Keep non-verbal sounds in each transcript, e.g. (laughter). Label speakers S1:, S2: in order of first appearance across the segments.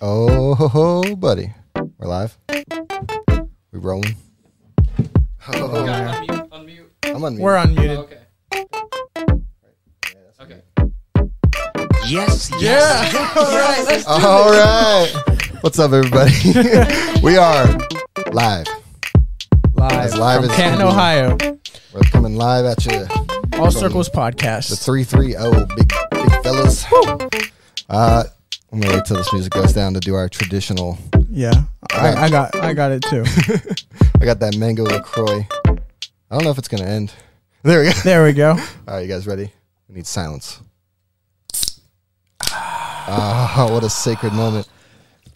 S1: Oh, ho, ho, buddy. We're live. We rolling.
S2: Oh, God, unmute, unmute.
S1: I'm on mute.
S3: We're
S2: Oh,
S3: unmuted.
S2: okay.
S1: that's
S2: Okay.
S4: Yes, yes.
S3: Yeah. All right. (laughs) Let's
S1: All right. What's up, everybody? (laughs) we are live.
S3: live.
S1: live
S3: from
S1: as
S3: Canton,
S1: can be.
S3: Ohio.
S1: We're coming live at you.
S3: All Circles
S1: The
S3: Podcast.
S1: 330, big, big fellas. Uh, I'm going to wait till this music goes down to do our traditional.
S3: Yeah.
S1: Alright.
S3: I, I got I got it too.
S1: (laughs) I got that mango LaCroix. I don't know if it's going to end. There we go.
S3: There we go.
S1: (laughs) All right, you guys ready? We need silence. Ah, what a sacred moment.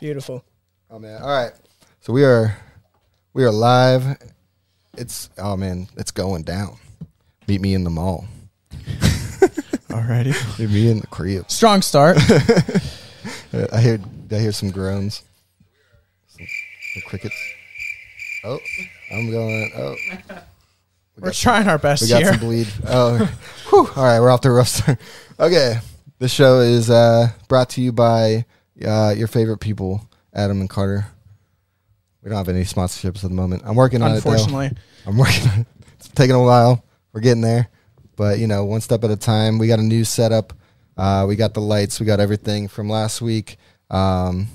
S3: Beautiful.
S1: Oh man. All right. So we are we are live. It's oh man, it's going down. Meet me in the mall.
S3: (laughs) Alrighty.
S1: Meet me in the crib.
S3: Strong start.
S1: Uh, (laughs) I hear I hear some groans. Some, some crickets. Oh, I'm going. Oh,
S3: We're trying our best
S1: we got
S3: here.
S1: some bleed.
S3: (laughs)
S1: Oh, (laughs) whew. all right, we're off to a rough start. (laughs) Okay, this show is uh, brought to you by uh, your favorite people, Adam and Carter. We don't have any sponsorships at the moment. I'm working on it.
S3: Unfortunately.
S1: though. I'm working on it. (laughs) It's taking a while. We're getting there, but you know, one step at a time. We got a new setup. Uh, we got the lights. We got everything from last week. Um,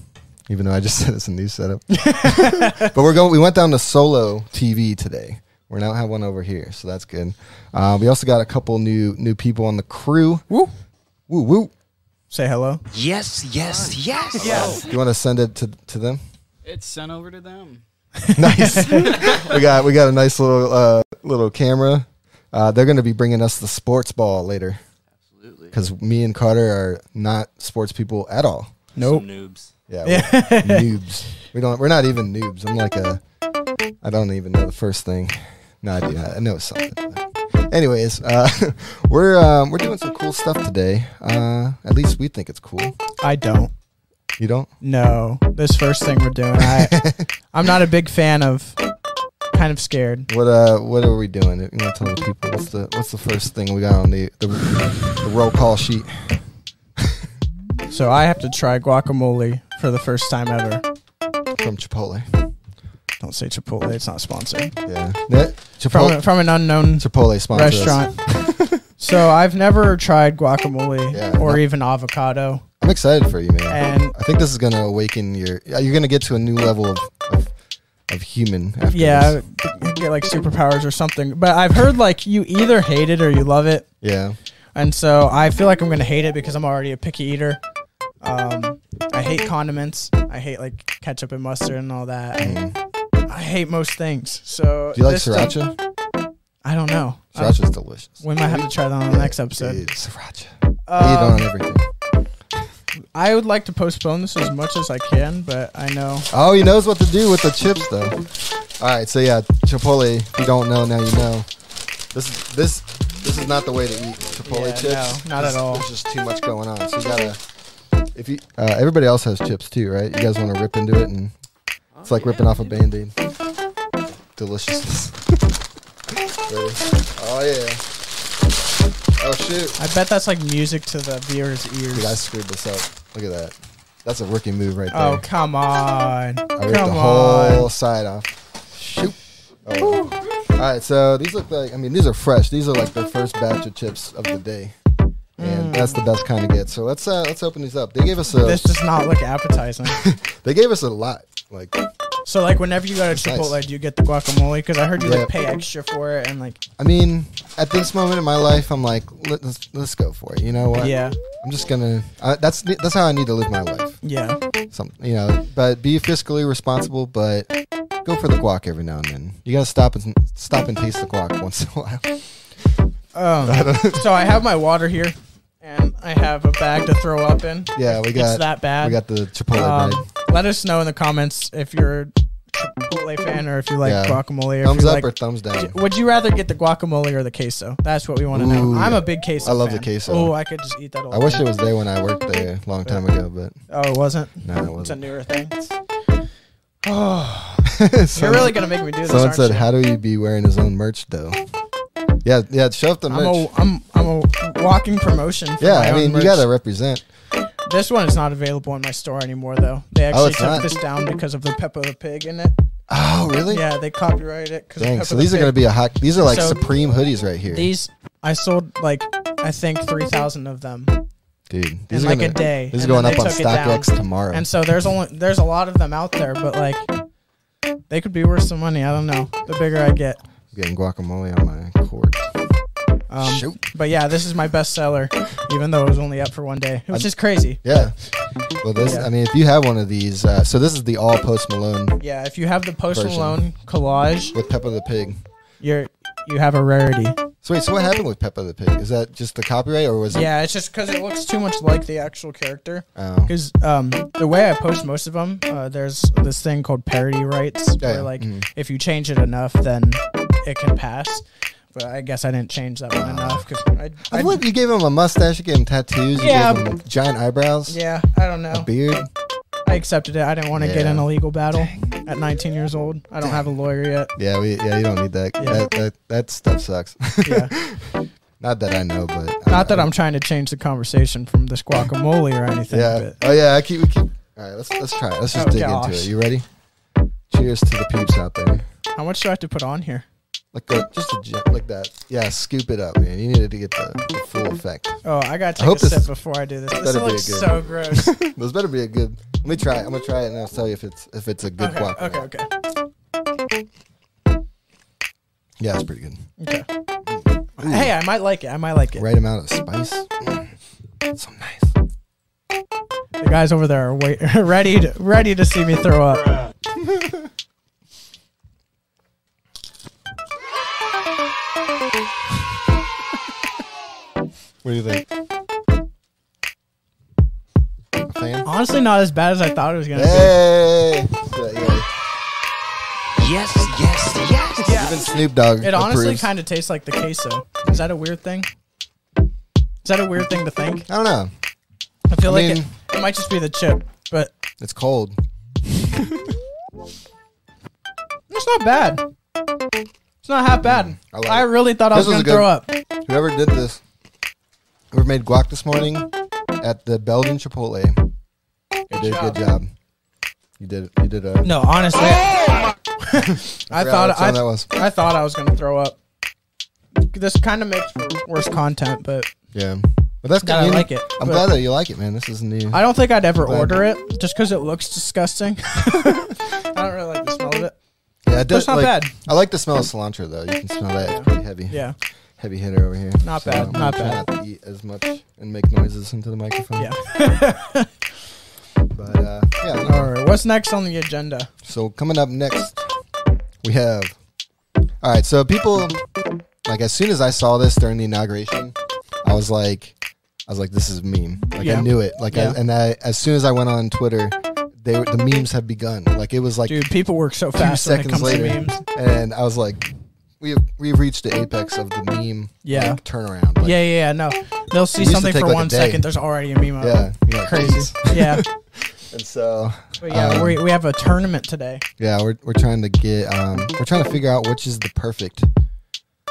S1: even though I just (laughs) said it's a new
S3: (laughs)
S1: setup, but we're going. We went down to solo TV today. We now have one over here, so that's good. Uh, we also got a couple new new people on the crew.
S3: Woo.
S1: Woo woo!
S3: Say hello.
S4: Yes, yes, yes.
S1: Do you want to send it to to them?
S2: It's sent over to them.
S1: nice. we got we got a nice little uh, little camera. Uh, they're going to be bringing us the sports ball later
S2: Absolutely.
S1: because me and Carter are not sports people at all.
S3: Nope.
S2: noobs.
S1: Yeah,
S3: (laughs)
S1: we're noobs. We don't. We're not even noobs. I'm like a. I don't even know the first thing. No, I do. I know something. Anyways, uh, (laughs) we're um, we're doing some cool stuff today. Uh, at least we think it's cool.
S3: I don't.
S1: You don't?
S3: No. This first thing we're doing. I
S1: (laughs)
S3: I'm not a big fan of kind of scared.
S1: What uh? What are we doing? You want to tell the people what's the what's the first thing we got on the the, the roll call sheet?
S3: (laughs) So I have to try guacamole for the first time ever.
S1: from Chipotle.
S3: Don't say Chipotle, it's not sponsored.
S1: Yeah, that,
S3: From
S1: Chipotle,
S3: from an unknown
S1: Chipotle sponsor us.
S3: restaurant. so I've never tried guacamole
S1: Yeah,
S3: or
S1: no.
S3: even avocado.
S1: I'm excited for you, man.
S3: And
S1: I think this is gonna awaken your. yeah, You're gonna get to a new level of of, of human. After
S3: yeah,
S1: this.
S3: you get like superpowers or something. But I've heard like you either hate it or you love it.
S1: yeah.
S3: And so I feel like I'm going to hate it because I'm already a picky eater. Um, I hate condiments. I hate like ketchup and mustard and all that. I,
S1: Mm.
S3: I hate most things. So
S1: Do you like
S3: this stuff-
S1: sriracha?
S3: I don't know. Um,
S1: Sriracha's delicious.
S3: we might have to try that on the
S1: Yeah,
S3: next episode.
S1: dude, sriracha. I
S3: Um,
S1: eat it on everything.
S3: I would like to postpone this as much as I can, but I know
S1: Oh, he knows what to do with the chips, though. All right, so yeah, Chipotle. If you don't know, now you know. This is this this is not the way to eat Chipotle
S3: Yeah,
S1: chips.
S3: no, not
S1: There's-
S3: at all.
S1: There's just too much going on. So you gotta. If you, uh, everybody else has chips too, right? You guys want to rip into it, and it's like ripping off a band-aid.
S3: (laughs)
S1: Deliciousness. Ready? Oh yeah. Oh shoot!
S3: I bet that's like music to the viewer's ears.
S1: Dude, I screwed this up. Look at that. That's a rookie move right there.
S3: oh, come on.
S1: I ripped
S3: come
S1: the
S3: on.
S1: whole side off. Shoot. Oh. All right, so these look like, I mean, these are fresh. These are like the first batch of chips of the day.
S3: Mm.
S1: And that's the best kind to get. So let's uh, let's open these up. They gave us a
S3: This does not
S1: (laughs)
S3: look appetizing.
S1: they gave us a lot. Like
S3: so, like, whenever you go to
S1: nice.
S3: Chipotle, do you get the guacamole? Because I heard you
S1: Yep.
S3: like pay extra for it, and like,
S1: I mean, at this moment in my life, I'm like Let, let's let's go for it. You know what?
S3: yeah,
S1: I'm just gonna. I, that's that's how I need to live my life.
S3: yeah,
S1: Some you know, but be fiscally responsible. But go for the guac every now and then. You gotta stop and stop and taste the guac once in a while. (laughs)
S3: um, so I have my water here, and I have a bag to throw up in.
S1: Yeah, we got
S3: it's that bad.
S1: We got the Chipotle
S3: um,
S1: bread.
S3: let us know in the comments if you're a Chipotle fan or if you like
S1: Yeah.
S3: guacamole. Or if
S1: Thumbs
S3: you
S1: up
S3: like,
S1: or thumbs down?
S3: Would you rather get the guacamole or the queso? That's what we want to
S1: Ooh,
S3: know. I'm
S1: yeah.
S3: a big queso.
S1: I love the
S3: fan.
S1: queso.
S3: Oh, I could just eat that. All
S1: I wish
S3: day.
S1: it was there when I worked there a long time ago, but
S3: Oh, it wasn't.
S1: no, it
S3: It's a
S1: wasn't.
S3: newer thing.
S1: (sighs)
S3: Oh, you're
S1: Someone-
S3: really gonna make me do this.
S1: Someone
S3: Aren't
S1: said,
S3: you?
S1: "How do he be wearing his own merch though?" Yeah, yeah, shove the
S3: I'm
S1: merch.
S3: a I'm I'm a walking promotion. For
S1: yeah,
S3: my
S1: I
S3: own
S1: mean,
S3: merch.
S1: you gotta represent.
S3: This one is not available in my store anymore, though. They actually
S1: Oh, it's
S3: took
S1: not?
S3: this down because of the Peppa the Pig in it.
S1: Oh, really?
S3: Yeah, they copyrighted it. 'cause of
S1: Dang.
S3: Peppa
S1: So
S3: the
S1: these are
S3: Pig.
S1: gonna be a hot. These are like
S3: So-
S1: supreme hoodies right here,
S3: These I sold like I think three thousand of them,
S1: dude. These
S3: in
S1: are
S3: like a
S1: gonna,
S3: day,
S1: This is
S3: and then
S1: going up
S3: they
S1: on
S3: took it down.
S1: StockX tomorrow.
S3: and so there's only there's a lot of them out there, but like they could be worth some money. I don't know. The bigger I get,
S1: getting guacamole on my cord.
S3: um,
S1: Shoot.
S3: but yeah, this is my best seller, even though it was only up for one day, which is crazy.
S1: Yeah. Well, this.
S3: Yeah.
S1: I mean, if you have one of these, uh, so this is the all Post Malone
S3: Yeah, if you have the Post
S1: Version.
S3: Malone collage,
S1: with Peppa the Pig.
S3: you're you have a rarity.
S1: So wait, so what happened with Peppa the Pig? Is that just the copyright, or was it?
S3: Yeah, it's just because it looks too much like the actual character.
S1: Oh.
S3: Because um, the way I post most of them, uh, there's this thing called parody rights,
S1: Yeah,
S3: where
S1: yeah,
S3: like
S1: mhm.
S3: if you change it enough, then it can pass. But I guess I didn't change that
S1: Ah.
S3: one enough because I,
S1: I
S3: I-
S1: believe you gave him a mustache, you gave him tattoos, you
S3: Yeah.
S1: gave him giant eyebrows,
S3: yeah, I don't know.
S1: beard.
S3: I accepted it. I didn't want to get
S1: Yeah.
S3: in a legal battle at 19 years old. I don't have a lawyer yet.
S1: Yeah, we, yeah, you don't need that.
S3: Yeah.
S1: That, that that stuff sucks.
S3: Yeah.
S1: (laughs) Not that I know, but
S3: Not that I'm trying to change the conversation from this guacamole or anything.
S1: Yeah.
S3: But
S1: Oh yeah. I keep. We keep. All right. Let's let's try. it. Let's just
S3: Oh,
S1: dig into
S3: gosh.
S1: it. You ready? Cheers to the peeps out there.
S3: how much do I have to put on here?
S1: Like the, just a jet, like that. Yeah. Scoop it up, man. You needed to get the, the full effect.
S3: Oh, I gotta
S1: hope
S3: take a
S1: this-
S3: sip before I do this. This
S1: better be a
S3: looks
S1: good-
S3: so gross.
S1: (laughs) this better be a good. Let me try. it. I'm gonna try it and I'll tell you if it's if it's a good
S3: okay,
S1: guac. or
S3: okay,
S1: not.
S3: okay,
S1: Yeah, it's pretty good.
S3: okay. Hey, I might like it. I might like it.
S1: Right amount of spice. Mm. So nice.
S3: The guys over there are wait, (laughs) ready to, ready to see me throw up.
S1: What do you think? A fan?
S3: Honestly, not as bad as I thought it was gonna
S1: Hey! Yeah, yeah.
S4: Yes, yes, yes.
S3: be. Yeah,
S1: Even Snoop Dogg.
S3: it honestly
S1: approves.
S3: kind of tastes like the queso. Is that a weird thing? Is that a weird thing to think?
S1: I don't know.
S3: I feel
S1: I
S3: like
S1: mean-
S3: it, it might just be the chip, but
S1: It's
S3: (laughs)
S1: cold.
S3: it's not bad. It's not half bad.
S1: I like
S3: I
S1: it.
S3: really thought I
S1: This
S3: was gonna
S1: was
S3: throw up.
S1: Whoever did this, whoever made guac this morning at the Belgian Chipotle, you did a
S3: job.
S1: good job. You did. You did a.
S3: No, (laughs) honestly, I
S1: forgot
S3: thought
S1: what song
S3: I,
S1: that was.
S3: I thought I was gonna throw up. This kind of makes for worse content, but
S1: Yeah. But that's good.
S3: Yeah, I
S1: man.
S3: like it,
S1: I'm
S3: but-
S1: glad that you like it, man. This is new.
S3: I don't think I'd ever
S1: Glad.
S3: order it just because it looks disgusting. (laughs) I don't really like the smell of it.
S1: yeah, it
S3: it's not bad.
S1: I like the smell of cilantro though. You can smell that. It's pretty heavy.
S3: Yeah,
S1: Heavy hitter over here.
S3: Not bad,
S1: I'm gonna
S3: not
S1: try
S3: bad.
S1: Not to eat as much and make noises into the microphone.
S3: yeah.
S1: (laughs) But uh, yeah. no.
S3: All right, what's next on the agenda?
S1: So coming up next, we have. All right, so people, like as soon as I saw this during the inauguration, I was like, I was like, this is a meme. Like
S3: Yeah.
S1: I knew it. Like
S3: Yeah.
S1: I, and I, as soon as I went on Twitter, they were- the memes had begun. Like it was like
S3: Dude, people work so
S1: two
S3: fast when it
S1: seconds
S3: comes
S1: later,
S3: to memes.
S1: and I was like, we have we've reached the apex of the meme
S3: Yeah.
S1: like, turnaround. Like,
S3: Yeah, yeah, yeah. No, they'll see
S1: It used to
S3: something
S1: take
S3: for
S1: like a
S3: one
S1: day.
S3: second. There's already a meme out.
S1: yeah, yeah,
S3: Crazy. yeah,
S1: (laughs) And so
S3: but yeah,
S1: Um,
S3: we, we have a tournament today.
S1: yeah, we're we're trying to get um we're trying to figure out which is the perfect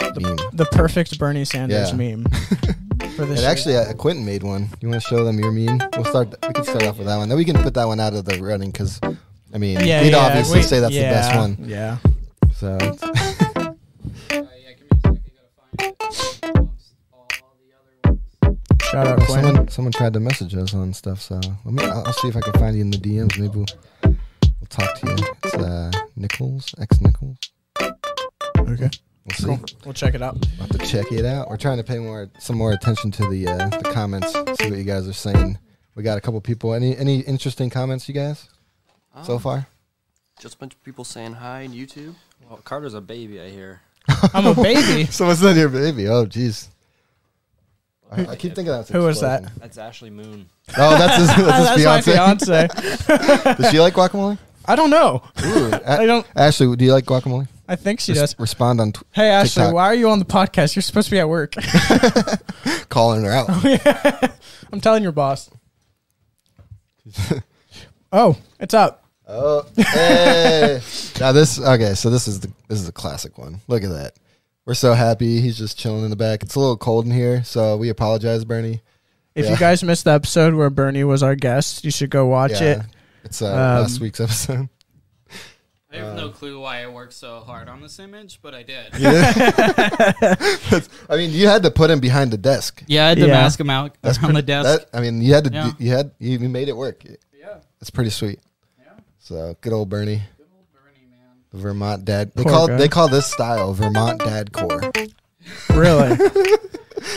S1: meme.
S3: The perfect Bernie Sanders
S1: Yeah. (laughs)
S3: meme for this.
S1: And
S3: year.
S1: actually, uh, Quentin made one. You want to show them your meme? We'll start. We can start off with that one. Then we can put that one out of the running because, I mean,
S3: yeah,
S1: we'd
S3: yeah,
S1: obviously
S3: we-
S1: say that's
S3: yeah,
S1: the best one.
S3: Yeah.
S1: So
S2: Uh, yeah, give me a second. Gotta find it. Amongst all the other ones.
S3: Shout out
S1: Well,
S3: Quinn.
S1: someone someone tried to message us on stuff. So let me. I'll, I'll see if I can find you in the DMs. Maybe we'll, we'll talk to you. It's uh, Nichols X Nichols.
S3: Okay.
S1: We'll see.
S3: Cool. We'll check it out.
S1: We'll have to check it out. We're trying to pay more some more attention to the uh, the comments. See what you guys are saying. We got a couple people. Any any interesting comments, you guys,
S3: Um,
S1: so far?
S5: Just a bunch of people saying hi on YouTube.
S6: Well, Carter's a baby,
S1: (laughs)
S6: I hear.
S3: I'm a (laughs) baby.
S1: Someone's not your baby. Oh, jeez. I, I keep thinking that's
S3: Who was that?
S1: explosion.
S6: That's Ashley Moon.
S1: Oh, that's
S3: (laughs)
S1: his, (laughs) that's his
S3: That's
S1: fiance.
S3: my fiance.
S1: (laughs) Does she like guacamole?
S3: I don't know. (laughs)
S1: Ooh,
S3: I
S1: A-
S3: don't.
S1: Ashley, do you like guacamole?
S3: I think she
S1: Res-
S3: does.
S1: Respond on t-
S3: Hey Ashley,
S1: TikTok.
S3: why are you on the podcast? You're supposed to be at work. (laughs)
S1: calling her
S3: Oh.
S1: out.
S3: I'm telling
S1: (laughs)
S3: your boss. oh, it's up.
S1: oh, hey. now this okay. So this is the this is a classic one. Look at that. We're so happy. He's just chilling in the back. It's a little cold in here, so we apologize, Bernie.
S3: (laughs) If
S1: Yeah.
S3: you guys missed the episode where Bernie was our guest, you should go watch it.
S1: Yeah. It's uh, last
S3: Um,
S1: week's episode.
S2: I have
S1: Uh,
S2: no clue why I worked so hard on this image, but I did.
S1: (laughs)
S3: (laughs)
S1: I mean, you had to put him behind the desk.
S7: Yeah, I had to
S3: Yeah.
S7: mask him out (laughs) around the desk.
S1: That, I mean, you had to.
S7: Yeah.
S1: You had. You made it work.
S2: Yeah.
S1: It's pretty sweet.
S2: Yeah.
S1: So good old Bernie,
S2: Good old Bernie, man.
S1: the Vermont dad. They
S3: Poor
S1: call
S3: guy.
S1: they call this style Vermont dad core,
S3: (laughs) Really?
S1: (laughs)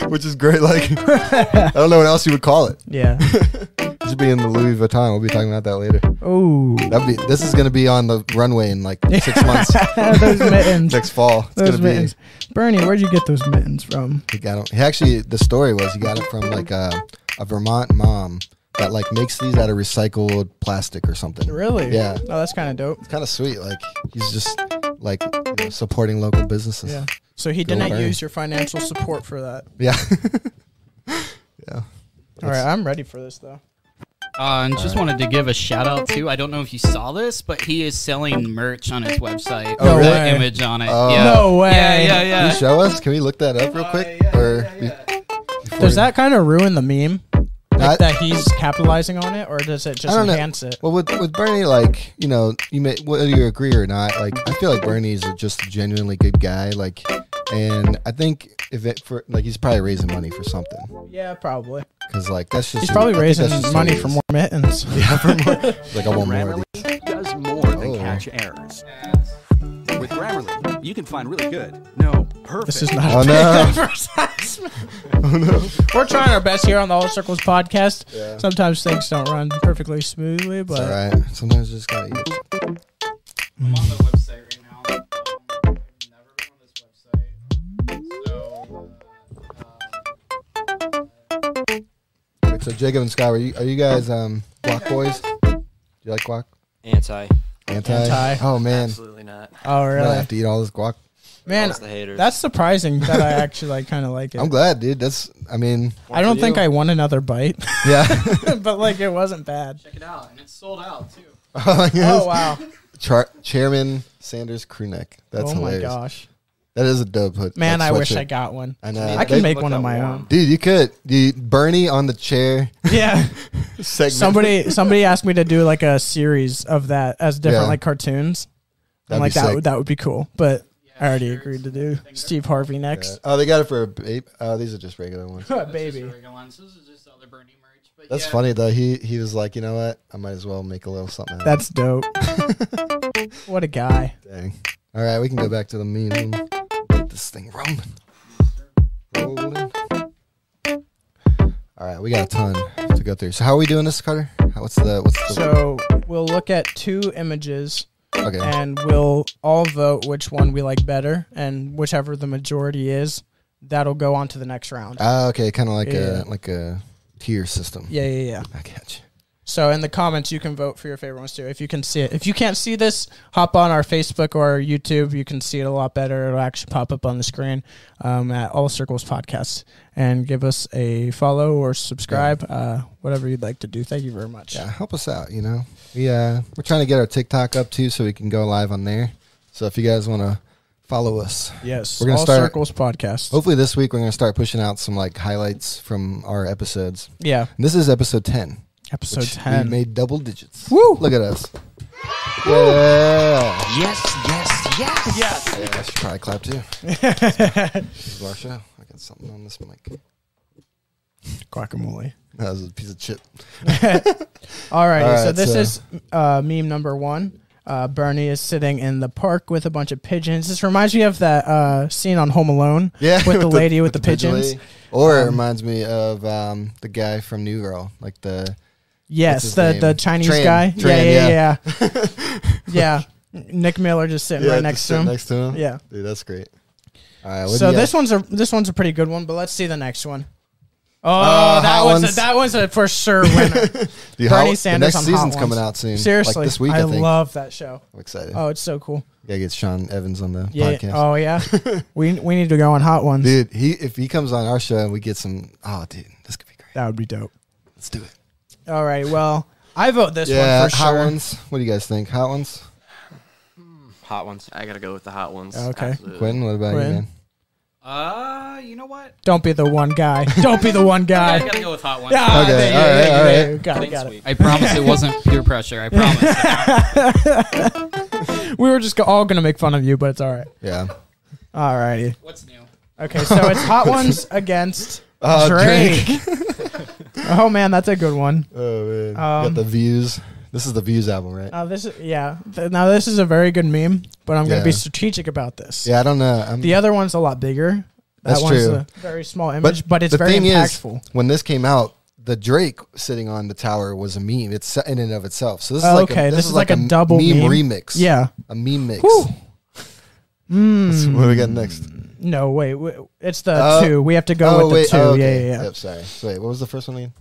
S1: which is great. Like (laughs) I don't know what else you would call it. (laughs)
S3: yeah.
S1: It should be in the Louis Vuitton. We'll be talking about that later.
S3: Oh,
S1: That'd be. This is gonna be on the runway in like
S3: (laughs)
S1: six months. (laughs)
S3: those mittens.
S1: Next fall, it's
S3: Those
S1: gonna be.
S3: mittens. Bernie, where'd you get those mittens from?
S1: He got 'em- He actually, the story was he got it from like a, a Vermont mom that like makes these out of recycled plastic or something.
S3: Really?
S1: Yeah.
S3: Oh, that's kind of dope.
S1: Kind of sweet. Like he's just like you know, supporting local businesses.
S3: Yeah. So he
S1: Good
S3: didn't
S1: Bernie.
S3: use your financial support for that.
S1: Yeah.
S3: (laughs) All right, I'm ready for this though.
S7: Uh, and just wanted to give a shout out to. I don't know if you saw this, but he is selling merch on his website.
S3: Oh,
S7: with
S3: really?
S7: the image on it.
S1: Oh.
S7: Yeah.
S3: No way.
S7: Yeah, yeah,
S1: Can you
S7: yeah.
S1: show us? Can we look that up real quick? or before
S3: Does
S1: we-
S3: that kind of ruin the meme?
S1: That-
S3: Like that he's capitalizing on it, or does it just
S1: I don't know.
S3: enhance it?
S1: Well, with with Bernie, like you know, you may whether you agree or not, like I feel like Bernie's a just a genuinely good guy. Like, and I think if it for like he's probably raising money for something
S3: Yeah, probably.
S1: because like that's just
S3: He's probably
S1: I think
S3: raising
S1: that's just who
S3: money
S1: he
S3: for
S1: is.
S3: more mittens.
S1: (laughs) Yeah, for
S3: (laughs)
S1: more. like I want more. of
S8: Grammarly
S1: these.
S8: does more than
S1: Oh.
S8: catch errors. With Grammarly, you can find really good. No, perfect.
S3: This is not.
S1: Oh
S3: (laughs)
S1: no! (laughs) Oh,
S3: We're trying our best here on the All Circles podcast.
S1: Yeah.
S3: Sometimes things don't run perfectly smoothly,
S1: it's
S3: but
S1: all right. Sometimes you just gotta. Eat it.
S2: I'm on the website right now. Um, I've never been on this website. So, uh,
S1: Quick, So Jacob and Sky, are you, are you guys um guac boys? Do you like guac?
S6: Anti.
S1: Anti.
S3: Anti.
S1: Oh man,
S5: Absolutely not.
S3: oh
S1: I
S3: really?
S1: have to eat all this guac.
S3: Man,
S6: That's the haters.
S3: that's surprising that I actually like kind of like it.
S1: I'm glad, dude. That's. I mean,
S3: I don't think I want another bite,
S1: yeah.
S3: (laughs)
S1: (laughs)
S3: but like it wasn't bad.
S2: check it out. And it's sold out, too.
S3: Oh wow!
S1: Char- Chairman Sanders Crewneck. That's
S3: oh
S1: hilarious.
S3: my gosh,
S1: That is a dope hood.
S3: man!
S1: like,
S3: I wish
S1: sweatshirt.
S3: I got one.
S1: I know.
S3: I can
S1: They-
S3: make
S5: look
S3: one of
S5: that
S3: my
S5: warm.
S3: own.
S1: Dude, you could. The Bernie on the chair
S3: (laughs) Yeah.
S1: segment.
S3: somebody somebody asked me to do like a series of that as different
S1: Yeah.
S3: like cartoons.
S1: That'd
S3: I'm like
S1: be
S3: that
S1: sick.
S3: would that would be cool, but I already
S2: shirts,
S3: agreed to do Steve Harvey next.
S1: (laughs) Oh, they got it for a babe. Oh, these are just regular
S3: (laughs)
S1: ones.
S3: Huh,
S2: Just
S3: (laughs) Baby,
S2: regular ones. This is just other Bernie merch. But
S1: That's
S2: yeah,
S1: funny though. He he was like, you know what? I might as well make a little something. Out
S3: that's dope. (laughs) what a guy.
S1: of it." Dang. All right, we can go back to the meme. Get this thing rolling. Rolling. All right, we got a ton to go through. So how are we doing this, Carter? How, what's the what's the
S3: So we'll look at two images
S1: okay?
S3: and we'll all vote which one we like better, and whichever the majority is, that'll go on to the next round.
S1: Ah, okay, kind of like
S3: Yeah.
S1: a like a tier system.
S3: Yeah, yeah, yeah.
S1: I catch.
S3: So in the comments, you can vote for your favorite ones too. If you can see it, if you can't see this, hop on our Facebook or our YouTube. You can see it a lot better. It'll actually pop up on the screen um, at All Circles Podcast, and give us a follow or subscribe, uh, whatever you'd like to do. Thank you very much.
S1: Yeah, help us out. You know, we uh, we're trying to get our TikTok up too, so we can go live on there. So if you guys want to follow us,
S3: Yes,
S1: We're gonna
S3: All
S1: start-
S3: Circles Podcast.
S1: hopefully this week we're gonna start pushing out some like highlights from our episodes.
S3: Yeah,
S1: And this is episode ten.
S3: episode
S1: which
S3: ten.
S1: We made double digits.
S3: Woo!
S1: Look at us. Yeah.
S4: Yes, yes, yes.
S1: Yeah, I should probably clap too.
S3: (laughs)
S1: this is our show. I got something on this mic.
S3: Guacamole.
S1: That was a piece of chip.
S3: (laughs) All righty.
S1: All
S3: so
S1: right,
S3: this
S1: so-
S3: is uh, meme number one. Uh, Bernie is sitting in the park with a bunch of pigeons. This reminds me of that uh, scene on Home Alone,
S1: (laughs) Yeah,
S3: with, the lady with, the,
S1: pigeon
S3: pigeons.
S1: lady. Or it
S3: Um,
S1: reminds me of um, the guy from New Girl, like the What's
S3: Yes,
S1: his
S3: the
S1: name?
S3: the Chinese
S1: Tran.
S3: guy.
S1: Tran,
S3: yeah, yeah,
S1: (laughs)
S3: yeah. yeah. Nick Miller just sitting right
S1: just
S3: next to
S1: sit
S3: him.
S1: Next to him.
S3: Yeah.
S1: Dude, that's great. All right.
S3: so this one's a this one's a pretty good one, but let's see the next one. Oh, that
S1: Uh, Hot
S3: was
S1: Ones.
S3: a, that was a for
S1: (laughs)
S3: sure winner.
S1: Dude,
S3: Bernie
S1: how-
S3: Sanders
S1: The
S3: on
S1: next
S3: Hot
S1: season's
S3: Ones.
S1: coming out soon.
S3: Seriously,
S1: like this week. I,
S3: I,
S1: think.
S3: love that show.
S1: I'm excited.
S3: Oh, it's so cool.
S1: gotta get Sean Evans on the
S3: Yeah.
S1: podcast.
S3: Oh yeah.
S1: (laughs)
S3: we we need to go on hot ones.
S1: Dude, he if he comes on our show and we get some, oh, dude, this could be great.
S3: That would be dope.
S1: Let's do it.
S3: All right. Well, I vote this
S1: yeah,
S3: one for
S1: hot
S3: sure.
S1: ones. What do you guys think? Hot ones.
S6: Hot ones.
S5: I gotta go with the hot ones.
S3: Okay.
S5: Absolutely.
S1: Quentin, what about
S3: Quentin?
S1: you, man?
S7: Uh, you know what?
S3: Don't be the one guy. Don't be the one
S7: I
S3: guy.
S7: gotta go with hot one.
S3: Yeah,
S1: Okay,
S3: there you-
S1: all right,
S3: there you-
S1: all
S3: there
S1: right.
S3: you Got it,
S6: Clean
S3: got it.
S6: sweep.
S7: I promise it wasn't
S3: (laughs)
S7: peer pressure. I promise.
S3: (laughs) We were just go- all gonna make fun of you, but it's all right.
S1: Yeah.
S3: All righty.
S7: What's new?
S3: Okay, so it's
S1: (laughs)
S3: hot ones against
S1: Uh,
S3: Drake.
S1: (laughs)
S3: (laughs) oh man, that's a good one.
S1: Oh man. You
S3: Um,
S1: Got the views. This is the views album, right?
S3: Now this is yeah. Th- now this is a very good meme, but I'm gonna be
S1: Yeah.
S3: strategic about this.
S1: yeah, I don't know. I'm,
S3: The other one's a lot bigger. That
S1: That's
S3: one's
S1: true.
S3: a very small image, but, it's
S1: the
S3: very
S1: thing is,
S3: impactful.
S1: when this came out, the Drake sitting on the tower was a meme. It's in and of itself. So this is
S3: Oh,
S1: like
S3: okay,
S1: a, this, is like, a, double meme, remix.
S3: yeah.
S1: a meme mix.
S3: Whew.
S1: That's What do we got next?
S3: No, wait. w- It's
S1: Oh.
S3: the Uh, two. We have to go
S1: oh
S3: with the
S1: wait,
S3: two.
S1: oh,
S3: Yeah,
S1: okay.
S3: yeah, yeah.
S1: Yep, sorry. So wait, what was the first one again?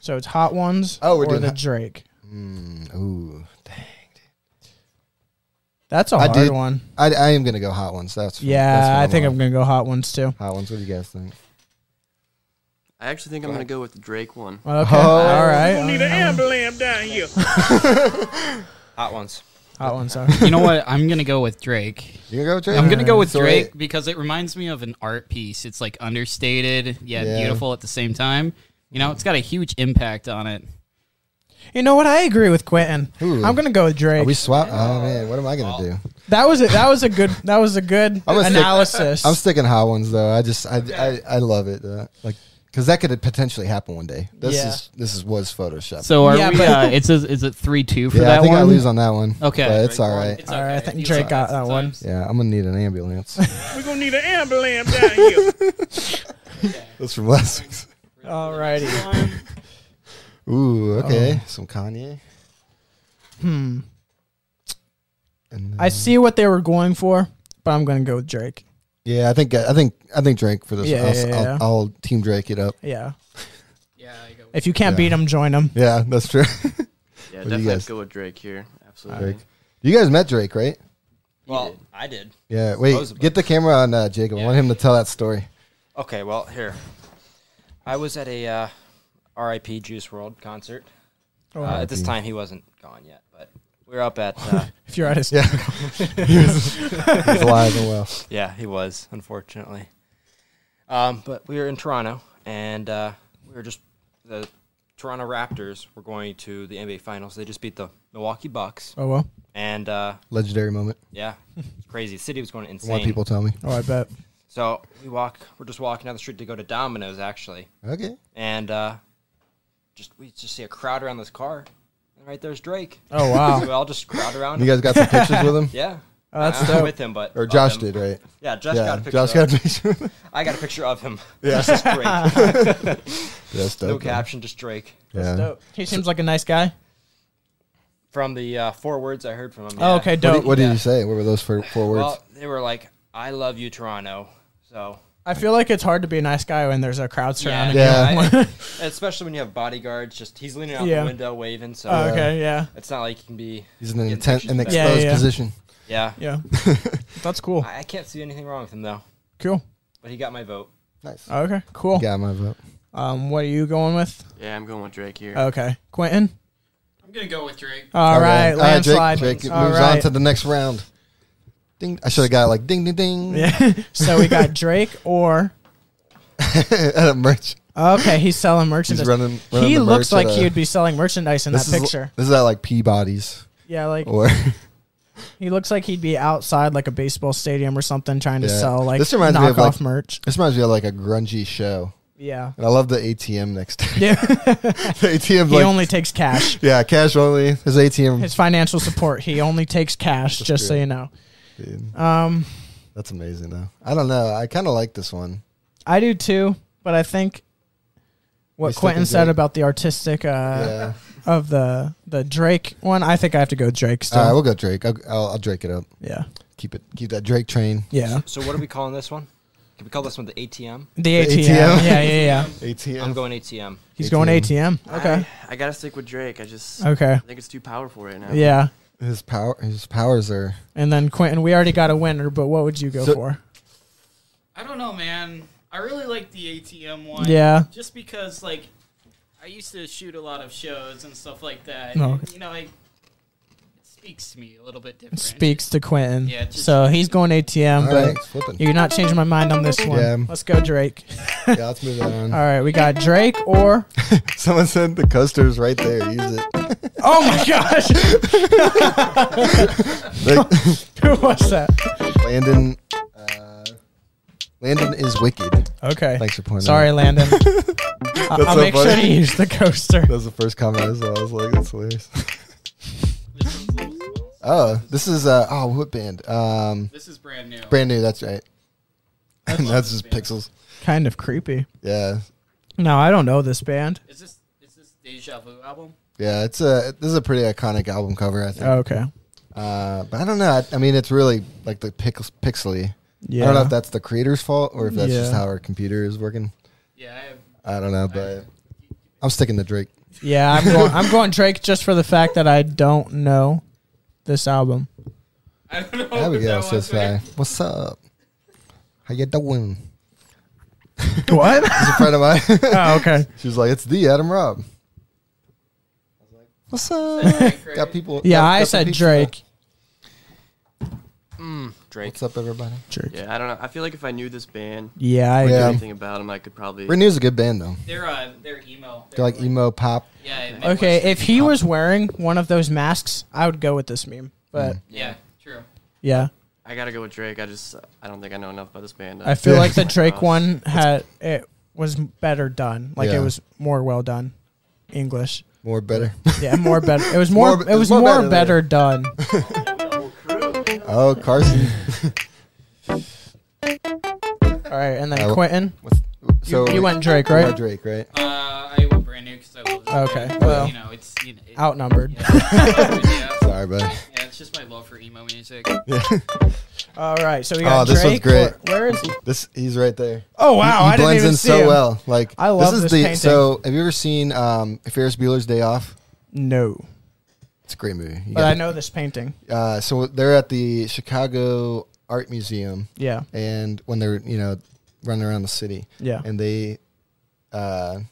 S3: So it's hot ones.
S1: Oh, we're
S3: or
S1: doing
S3: the
S1: hot-
S3: Drake.
S1: Mm, ooh, dang.
S3: That's a
S1: I
S3: hard
S1: did-
S3: one.
S1: I, I am gonna go hot ones. That's that's what
S3: Yeah, I think
S1: on.
S3: I'm gonna go hot ones too.
S1: hot ones. What do you guys think?
S5: I actually think I'm gonna go with the Drake one.
S3: Okay.
S1: Oh.
S3: All right. um, Need an ambulance.
S6: Hot ones.
S3: Hot ones. Sorry.
S7: You know what? I'm gonna go with Drake.
S1: You gonna go with Drake?
S7: I'm gonna go with
S1: So
S7: Drake
S1: wait,
S7: because it reminds me of an art piece. It's like understated yet
S1: Yeah.
S7: beautiful at the same time. You know, it's got a huge impact on it.
S3: You know what? I agree with Quentin.
S1: Ooh.
S3: I'm gonna go with Drake.
S1: Are we swap? Oh man, what am I gonna do?
S3: that was a, that was a good that was a good
S1: (laughs) I'm gonna stick-
S3: analysis.
S1: I'm sticking hot ones though. I just I I, I love it. Uh, like because that could potentially happen one day. This
S3: Yeah.
S1: is this is was Photoshop.
S7: So are
S3: Yeah,
S7: we?
S3: but-
S7: Uh, it's a, is it three two for
S1: yeah,
S7: that
S1: I think
S7: one?
S1: I lose on that one.
S7: Okay.
S1: but it's all right.
S7: It's
S3: All right, I
S7: okay.
S3: think
S7: You
S3: Drake
S7: suck
S3: got that one.
S7: sometimes.
S1: Yeah, I'm gonna need an
S3: (laughs)
S1: ambulance.
S3: (laughs)
S1: We're gonna need an ambulance down here. That's from last week's.
S3: Alrighty.
S1: Ooh,
S3: Oh.
S1: okay, some Kanye.
S3: Hmm.
S1: And
S3: I see what they were going for, but I'm gonna go with Drake.
S1: yeah, I think I think I think Drake for this.
S3: Yeah,
S1: one. I'll,
S3: yeah,
S1: I'll,
S3: yeah.
S1: I'll team Drake it up.
S3: Yeah.
S7: Yeah, I go with
S3: If you can't
S1: Yeah.
S3: beat 'em, beat them, join them.
S1: Yeah, that's true.
S5: Yeah,
S1: What do you
S5: definitely have
S1: guys-
S5: to go with Drake here. Absolutely.
S1: Drake. you guys met Drake, right?
S6: Well, I did.
S1: Yeah. Wait,
S6: Supposedly.
S1: get the camera on uh, Jacob. I want him to tell that story.
S6: Okay, well, here. I was at a uh, RIP Juice World concert.
S3: Oh.
S6: Uh, at this time, he wasn't gone yet, but we were up at. Uh,
S3: (laughs) If you're at his
S1: Yeah, he's alive and well.
S6: yeah, he was, unfortunately. Um, but we were in Toronto, and uh, we were just. The Toronto Raptors were going to the NBA Finals. They just beat the Milwaukee Bucks.
S3: Oh well.
S6: And uh,
S1: Legendary moment.
S6: yeah, it's crazy. The city was going
S1: More
S6: insane.
S1: people tell me.
S3: Oh I bet.
S6: So we walk. We're just walking down the street to go to Domino's, actually,
S1: Okay.
S6: and uh, just we just see a crowd around this car, and right there's Drake.
S3: Oh
S6: So (laughs) we
S3: wow.
S6: all just crowd around.
S1: You
S6: him.
S1: guys got some pictures with him,
S6: (laughs) yeah.
S3: Oh, that's
S6: I'm
S3: dope.
S6: with him, but
S1: or
S6: of
S1: Josh
S6: him.
S1: did, right?
S6: Yeah, Josh
S1: yeah,
S6: got a picture.
S1: Josh
S6: of
S1: got
S6: him.
S1: a picture.
S6: I got a picture
S1: (laughs)
S6: of him. Yeah, just
S3: (laughs)
S6: Drake.
S1: That's dope. man.
S6: no caption, just Drake.
S1: Yeah.
S3: Dope. He seems like a nice guy.
S6: From the uh, four words I heard from him.
S3: Oh,
S6: yeah.
S3: okay,
S1: What
S3: dope.
S1: did, what did
S6: Yeah.
S1: you say? What were those four, four words?
S6: Well, they were like, "I love you, Toronto." So
S3: I feel like it's hard to be a nice guy when there's a crowd surrounding
S1: Yeah.
S3: you.
S6: I-
S3: (laughs)
S6: (laughs) especially when you have bodyguards, just he's leaning out
S3: Yeah.
S6: the window waving. So
S3: Oh, okay, yeah.
S6: it's not like you can be.
S1: (laughs) He's in an,
S6: Yeah,
S1: intent,
S6: pictures
S1: an
S6: back.
S1: exposed
S3: Yeah, yeah.
S1: position.
S6: Yeah.
S3: Yeah.
S1: (laughs)
S3: That's cool.
S6: I I can't see anything wrong with him though.
S3: Cool.
S6: But he got my vote.
S1: Nice.
S3: Okay, cool.
S1: Got my vote.
S3: Um, what are you going with?
S5: Yeah, I'm going with Drake here.
S3: Okay, Quentin.
S7: I'm gonna go with Drake.
S3: All right,
S1: All right, Jake-
S3: landslide.
S1: Jake, it
S3: All
S1: moves on
S3: right.
S1: to the next round. Ding! I should have got like ding (laughs) ding ding.
S3: (laughs) so we got Drake or
S1: Yeah. merch.
S3: okay, he's selling merchandise.
S1: He's running. running
S3: he
S1: the
S3: looks
S1: merch
S3: like
S1: at
S3: he
S1: a-
S3: would be selling merchandise in that
S1: This is
S3: picture.
S1: this is at like Peabody's
S3: yeah, like
S1: or (laughs)
S3: he looks like he'd be outside like a baseball stadium or something trying to
S1: (laughs) Yeah.
S3: sell like
S1: This reminds me
S3: knockoff
S1: of, like-
S3: merch.
S1: this reminds me of like a grungy show.
S3: Yeah.
S1: And I love the ATM next to it. (laughs)
S3: Yeah.
S1: the ATM
S3: he
S1: like
S3: only takes
S1: (laughs)
S3: cash.
S1: yeah, cash only. His ATM.
S3: His financial support, he only takes cash, just so
S1: true.
S3: you know.
S1: dude.
S3: Um
S1: That's amazing though. I don't know. I kind of like this one.
S3: I do too, but I think
S1: You
S3: what
S1: still
S3: Quentin
S1: think
S3: said
S1: Drake?
S3: about the artistic uh,
S1: yeah.
S3: of the the Drake one, I think I have to go with Drake still.
S1: All right, we'll go Drake. I'll, I'll, I'll Drake it up.
S3: yeah,
S1: Keep it. Keep that Drake train.
S3: yeah.
S6: So what are we calling this one? Can we call this one the ATM?
S3: The, ATM.
S1: ATM.
S3: yeah, yeah,
S1: (laughs)
S3: yeah.
S1: ATM.
S6: I'm going ATM.
S3: He's going ATM. Okay,
S5: I, I gotta stick with Drake. I just
S3: okay,
S5: I think it's too powerful right now.
S3: yeah.
S1: His power. His powers are.
S3: And then Quentin, we already got a winner, but what would you go
S1: So-
S3: for?
S7: I don't know, man. I really like the ATM one.
S3: Yeah.
S7: Just because, like,
S3: Oh,
S7: I used to shoot a lot of shows and stuff like that.
S3: No.
S7: and, you know, I, it speaks to me a little bit different.
S3: Speaks to Quentin.
S7: Yeah, just-
S3: so he's going ATM,
S1: All
S3: but
S1: right, it's flipping.
S3: you're not changing my mind on this one.
S1: Yeah.
S3: Let's go, Drake.
S1: (laughs) Yeah, let's move that on.
S3: All right, we got Drake
S1: (laughs)
S3: or
S1: (laughs) Someone said the coaster's right there. Use it.
S3: oh my
S1: (laughs)
S3: gosh, who
S1: Like,
S3: (laughs) was that?
S1: Landon. Uh, Landon is wicked.
S3: Okay,
S1: Thanks for pointing.
S3: Sorry,
S1: that out. (laughs)
S3: Landon. I- I'll
S1: so
S3: make sure
S1: funny.
S3: to use the coaster.
S1: that was the first comment I saw. I was like, that's hilarious. (laughs) oh, this is uh oh what band? Um,
S2: This is brand new.
S1: brand new. That's right. (laughs) And that's just pixels.
S3: Kind of creepy.
S1: Yeah,
S3: No, I don't know this band.
S5: Is this is this Deja Vu album?
S1: yeah. It's a this is a pretty iconic album cover. I think.
S3: Okay.
S1: Uh, but I don't know. I, I mean, it's really like the pix- pixely.
S3: Yeah.
S1: I don't know if that's the creator's fault or if that's just
S3: Yeah.
S1: how our computer is working.
S5: Yeah, I have.
S1: I don't know, but I'm sticking to
S5: (laughs)
S1: Drake.
S3: Yeah, I'm going, I'm going Drake just for the fact that I don't know this album.
S5: I don't know.
S1: There we
S5: if
S1: go,
S5: that was
S1: sis.
S5: it.
S1: uh, What's up? How you doing?
S3: (laughs) What?
S1: It's a friend of mine.
S3: (laughs) oh,
S1: (laughs)
S3: okay.
S1: she was like, "It's the Adam Rob." What's
S5: Oh,
S1: up? (laughs) got people.
S3: Yeah,
S1: got- got
S3: I
S1: the
S3: said
S1: people.
S3: Drake.
S6: Drake.
S1: What's up, everybody?
S3: Drake.
S5: Hmm, Yeah, I don't know. I feel like if I knew this band,
S3: Yeah, I
S1: Yeah.
S3: agree.
S5: anything about them, I could probably.
S1: Renew's a good band though.
S2: They're uh, they're emo.
S1: They're like emo pop.
S2: yeah.
S3: Okay, if he was wearing one of those masks, I would go with this meme. But
S2: Yeah. True.
S3: yeah,
S5: I gotta go with Drake. I just I don't think I know enough about this band.
S3: I feel
S1: Yeah.
S5: (laughs)
S3: like the Drake
S5: gosh.
S3: one had it was better done. Like
S1: Yeah.
S3: it was more well done. English.
S1: More better.
S3: Yeah, more better. It was
S1: (laughs)
S3: more,
S1: More-
S3: it was more, better, done.
S1: (laughs) oh,
S3: (laughs)
S1: Carson.
S3: All right,
S1: (laughs)
S3: and
S1: I
S3: then
S1: will-
S3: Quentin.
S1: What's, so
S3: You, you went Drake,
S1: we-
S3: right?
S1: Drake, right?
S2: Uh, I went brand new because I love. This
S3: Okay,
S2: Band.
S3: well.
S2: you know, it's you know, it,
S7: (laughs)
S3: Outnumbered.
S2: yeah,
S1: Sorry, buddy.
S2: yeah, it's just my love for emo music.
S1: (laughs)
S3: All right, so we got.
S1: Oh, this
S3: Drake.
S1: one's great.
S3: Where- where is he?
S1: This he's right there.
S3: Oh wow,
S1: he
S3: I didn't
S1: blends
S3: even
S1: in
S3: see
S1: so
S3: him.
S1: well. Like
S3: I love
S1: this is
S3: this
S1: the
S3: painting.
S1: so. Have you ever seen um, Ferris Bueller's Day Off?
S3: No,
S1: It's a great movie. You
S3: but
S1: gotta-
S3: I know this painting.
S1: Uh, so they're at the Chicago Art Museum,
S3: Yeah,
S1: and when they're you know running around the city,
S3: Yeah.
S1: and they, uh, I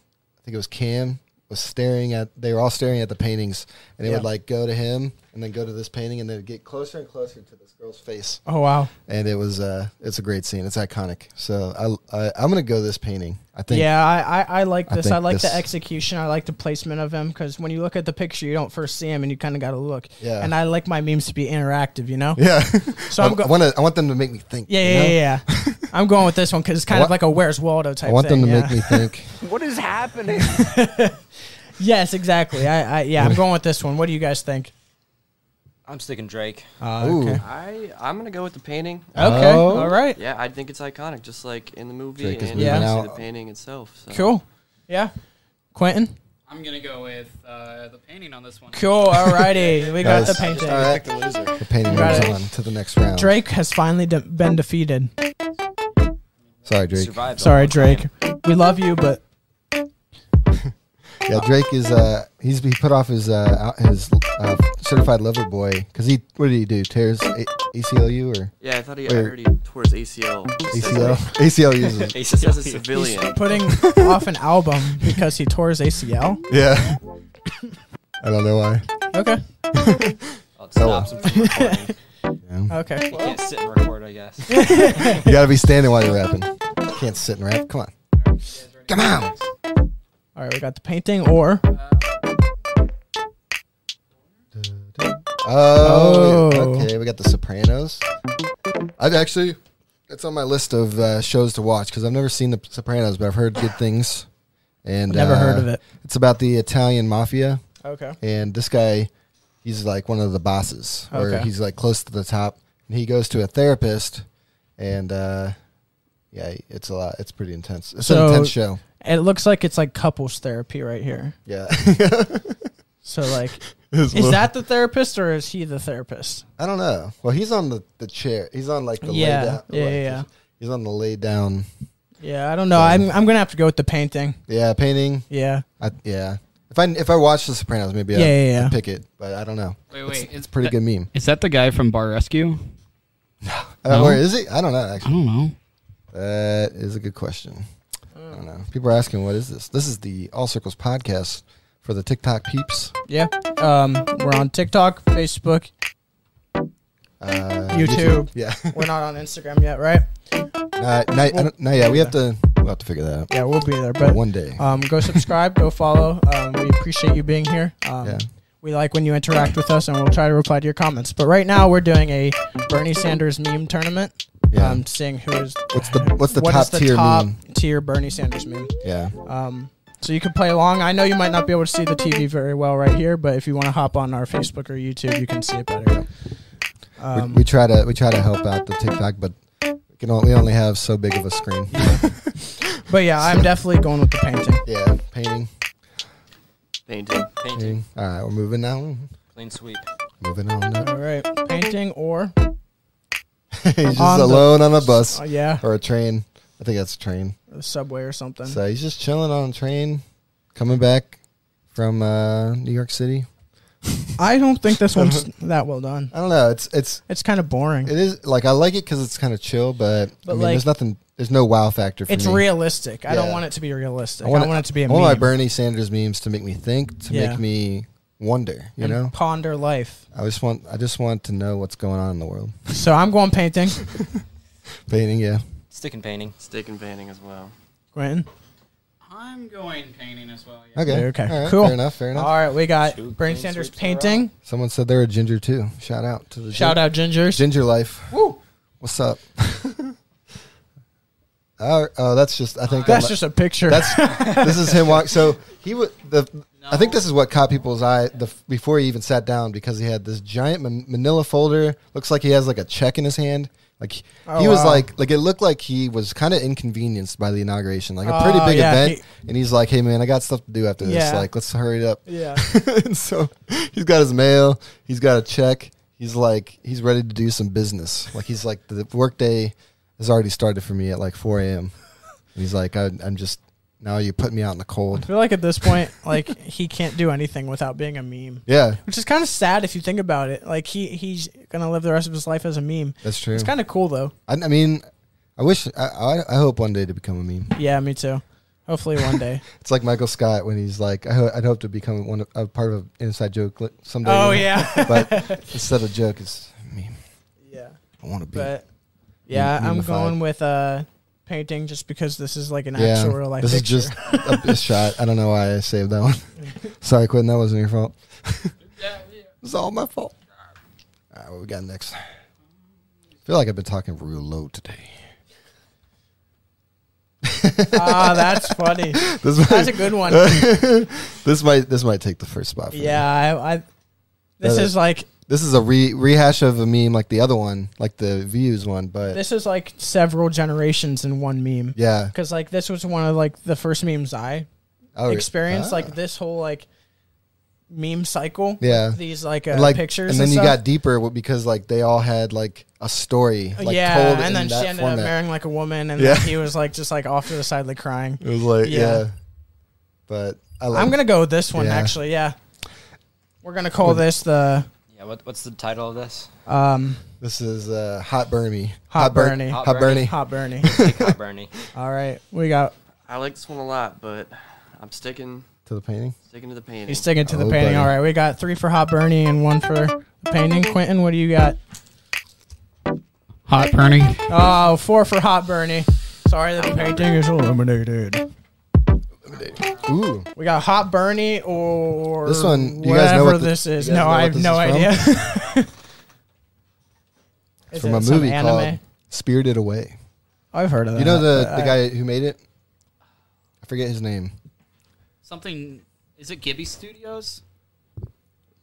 S1: think it was Cam was staring at. They were all staring at the paintings, and they
S3: Yeah.
S1: would like go to him, and then go to this painting, and then get closer and closer to this girl's face.
S3: Oh wow.
S1: And it was uh, it's a great scene. It's iconic. So I, I I'm gonna go this painting. I think.
S3: Yeah, I, I, I like
S1: I
S3: this. I,
S1: think
S3: like
S1: this-
S3: the execution. I like the placement of him because when you look at the picture, you don't first see him, and you kind of got to look.
S1: Yeah.
S3: And I like my memes to be interactive. You know.
S1: (laughs) Yeah.
S3: So
S1: I,
S3: I'm go-
S1: I want to. I want them to make me think.
S3: Yeah,
S1: you
S3: yeah,
S1: know?
S3: yeah.
S1: (laughs)
S3: yeah. I'm going with this one because it's kind of
S1: want-
S3: like a Where's Waldo type.
S1: I want
S3: thing,
S1: them to
S3: yeah.
S1: make me
S3: (laughs)
S1: think. (laughs)
S3: Yes, exactly. I, I yeah, I'm going with this one. What do you guys think?
S6: I'm sticking Drake.
S1: Ooh.
S3: Uh, okay.
S5: I I'm gonna go with the painting.
S3: Okay.
S1: Oh.
S3: All right.
S5: Yeah, I think it's iconic, just like in the movie
S1: Drake is
S5: and
S1: moving
S5: obviously
S1: out.
S5: the painting itself. So.
S3: Cool. Yeah. Quentin.
S2: I'm gonna go with uh, the painting on this one.
S1: (laughs)
S3: Cool. All
S7: (laughs)
S3: righty. We
S1: Guys,
S3: got the painting.
S1: all right. The painting
S3: Got
S1: moves
S3: it.
S1: on to the next round.
S3: Drake has finally de- been defeated.
S1: Sorry, Drake.
S6: Survived.
S3: Sorry,
S6: all the time.
S3: Drake. We love (laughs) you, but
S1: Yeah, Drake is uh he's he put off his uh out- his uh, certified lover boy because he what did he do tears A- ACLU or
S5: Yeah, I thought he I
S1: Wait.
S5: heard he tore his ACL. It says
S1: ACL
S5: like-
S1: ACLU
S5: (laughs)
S1: is
S5: It
S6: (laughs)
S5: says a civilian.
S1: (laughs)
S3: putting off an album because he tore his ACL.
S1: yeah. I don't know why.
S3: Okay.
S6: (laughs) I'll stop him from recording.
S3: Okay.
S6: He can't sit and record, I guess.
S1: (laughs)
S3: (laughs)
S1: You gotta be standing while you're rapping. You can't sit and rap. Come on. Come on.
S3: All right. We got the painting or
S1: Oh,
S3: Oh.
S1: okay. We got The Sopranos. I've actually, it's on my list of uh, shows to watch because I've never seen The Sopranos, but I've heard good things. And
S3: Never
S1: uh,
S3: heard of it.
S1: It's about the Italian mafia,
S3: okay.
S1: and this guy, he's like one of the bosses, or
S3: Okay.
S1: he's like close to the top. And he goes to a therapist, and uh, yeah, it's a lot. It's pretty intense. It's
S3: So-
S1: an intense show.
S3: It looks like it's like couples therapy right here.
S1: Yeah.
S3: (laughs) So like,
S1: (laughs) It's
S3: is that the therapist or is he the therapist?
S1: I don't know. Well, he's on the, the chair. He's on like the
S3: Yeah.
S1: lay down.
S3: Yeah,
S1: like,
S3: yeah, yeah.
S1: He's on the lay down.
S3: Yeah, I don't know. I'm I'm gonna have to go with the painting.
S1: Yeah, painting.
S3: Yeah.
S1: I, yeah. If I if I watch The Sopranos, maybe
S3: Yeah,
S1: I'd,
S3: yeah, yeah.
S1: I'd pick it. But I don't know.
S2: Wait, wait.
S1: It's a pretty good meme.
S7: Is that the guy from Bar Rescue?
S1: (laughs) Uh,
S7: No?
S1: Where is it? I don't know.
S7: I
S1: Actually,
S7: don't know.
S1: that is a good question. I don't know. People are asking, what is this? This is the All Circles podcast for the TikTok peeps.
S3: Yeah. Um, we're on TikTok, Facebook,
S1: uh,
S3: YouTube.
S1: Yeah,
S3: We're not on Instagram yet, right?
S1: uh, not, I don't, not yet. We have to. We'll have to figure that out.
S3: Yeah, we'll be there. But
S1: one day.
S3: um, go subscribe, go follow. Um, we appreciate you being here. Um,
S1: Yeah.
S3: We like when you interact with us, and we'll try to reply to your comments. But right now, we're doing a Bernie Sanders meme tournament.
S1: Yeah.
S3: Um, seeing who is
S1: What's the What's the
S3: what
S1: top
S3: is the
S1: tier
S3: top
S1: meme?
S3: tier Bernie Sanders meme.
S1: Yeah,
S3: Um, so you can play along. I know you might not be able to see the TV very well right here, but if you want to hop on our Facebook or YouTube, you can see it better. Um,
S1: we, we try to we try to help out the TikTok, but we can only, we only have so big of a screen.
S3: (laughs) But yeah, I'm definitely going with the painting.
S1: yeah, painting.
S5: Painting.
S6: Painting.
S1: painting. All right, we're moving on.
S6: Clean sweep.
S1: Moving on. Up.
S3: All right, painting or
S1: He's just
S3: On the-
S1: alone on a bus
S3: oh, yeah,
S1: or a train. I think that's a train.
S3: the subway or something.
S1: So he's just chilling on a train, coming back from uh, New York City.
S3: I don't think
S1: (laughs)
S3: this one's that well done.
S1: I don't know. It's it's
S3: It's kind of boring.
S1: it is like I like it because it's kind of chill, but, I
S3: But,
S1: mean,
S3: like,
S1: there's nothing. There's no wow factor. For
S3: It's
S1: me.
S3: realistic. I don't
S1: Yeah.
S3: want it to be realistic.
S1: I
S3: I
S1: want
S3: want,
S1: it-
S3: it to be a
S1: I want my
S3: meme
S1: Bernie Sanders memes to make me think, to
S3: Yeah.
S1: make me wonder. You
S3: and
S1: know,
S3: ponder life.
S1: I just want I just want to know what's going on in the world.
S3: So I'm going painting.
S1: (laughs) Painting, yeah.
S6: Stick and painting.
S5: Stick and painting as well.
S3: Quentin.
S2: I'm going painting as well. Yeah.
S1: Okay.
S3: Okay,
S1: All right,
S3: cool.
S1: Fair enough. Fair
S3: All
S1: enough.
S3: right, we
S1: (laughs)
S3: got
S6: Two
S3: Bernie
S6: clean
S3: Sanders
S6: sweeps in a row.
S3: painting.
S1: Someone said they're a ginger too. Shout out to the
S3: Shout out Gingers.
S1: Ginger Life.
S3: Woo.
S1: What's up? (laughs) All right, oh, that's just I think that
S3: That's
S1: li-
S3: just a picture.
S1: that's this is him walk. So he would the I think this is what caught people's eye the f- before he even sat down because he had this giant man- manila folder. Looks like he has like a check in his hand. Like he
S3: Oh,
S1: was
S3: wow.
S1: like like it looked like he was kind of inconvenienced by the inauguration. Like a pretty
S3: Oh,
S1: big
S3: yeah,
S1: event and he's like, "Hey man, I got stuff to do after this.
S3: Yeah.
S1: Like let's hurry it up." (laughs)
S3: yeah.
S1: and so he's got his mail, he's got a check, he's like he's ready to do some business. Like he's like the workday has already started for me at like 4 a.m. And he's like, I, I'm just now you put me out in the
S3: I
S1: cold.
S3: feel like at this point, like (laughs) he can't do anything without being a meme,
S1: Yeah,
S3: which is kind of sad if you think about it. Like he he's gonna live the rest of his life as a meme.
S1: that's true.
S3: It's kind of cool though.
S1: I, I mean, I wish I, I I hope one day to become a meme.
S3: Yeah, me too. Hopefully
S1: (laughs)
S3: one day. (laughs)
S1: It's like Michael Scott when he's like, I ho- I'd hope to become one of, a part of an inside joke li- someday. (laughs)
S3: oh yeah,
S1: but instead of joke, it's a meme.
S3: yeah.
S1: I want to be.
S3: But yeah,
S1: Meme-
S3: I'm
S1: memeified.
S3: going with uh painting just because this is like an
S1: yeah,
S3: actual real life.
S1: this
S3: picture.
S1: is just
S3: (laughs)
S1: a, a shot. I don't know why I saved that one. Sorry, Quentin, that wasn't your fault. (laughs) It's all my fault. All right, what we got next? I feel like I've been talking real low today.
S3: ah, that's
S1: (laughs)
S3: funny.
S1: This
S3: That's
S1: might,
S3: a
S1: (laughs)
S3: good one.
S1: this might this might take the first spot. For me.
S3: Yeah, I. I this
S1: That-
S3: is like
S1: this is a re- rehash of a meme like the other one, like the views one. But
S3: this is like several generations in one meme.
S1: yeah,
S3: Because like this was one of like the first memes I
S1: oh,
S3: experienced.
S1: ah.
S3: Like this whole like meme cycle. with
S1: Yeah.
S3: these like, uh,
S1: And, like
S3: pictures.
S1: and then you
S3: stuff. Uh,
S1: got deeper w- because like they all had like a story, like
S3: yeah,
S1: told in
S3: and then
S1: that
S3: she ended
S1: format.
S3: up marrying like a woman, and
S1: Yeah.
S3: then he was like just like off to the side, like crying.
S1: (laughs) It was like yeah,
S3: Yeah.
S1: but I
S3: I'm gonna go with this one
S1: Yeah.
S3: actually. Yeah, we're gonna call this the
S6: Yeah. What, what's the title of this?
S3: um,
S1: This is uh, Hot Bernie.
S3: Hot
S1: Bern-
S3: Bernie.
S1: Hot,
S6: Hot
S1: Bernie.
S6: Bernie.
S3: hot Bernie.
S6: Take Hot Bernie.
S3: All right, we got
S5: I like this one a lot, but I'm sticking
S1: To the painting.
S5: sticking to the painting.
S3: he's sticking to the
S1: Oh,
S3: painting.
S1: buddy.
S3: All right, we got three for hot Bernie and one for the painting. Quentin, what do you got?
S7: Hot Bernie.
S3: Oh, four for hot Bernie. Sorry that the painting is eliminated.
S1: Ooh,
S3: We got hot Bernie or
S1: This one, do you
S3: whatever
S1: guys know what the-
S3: this is.
S1: you guys
S3: No,
S1: know
S3: I
S1: what
S3: have
S1: this
S3: no
S1: is from?
S3: idea.
S1: (laughs)
S3: (laughs)
S1: it's
S3: Is
S1: from
S3: it
S1: a
S3: some
S1: movie called Spirited Away.
S3: I've heard of that.
S1: You know the,
S3: but
S1: the
S3: I-
S1: guy who made it? I forget his name.
S7: Something. Is it Gibby Studios?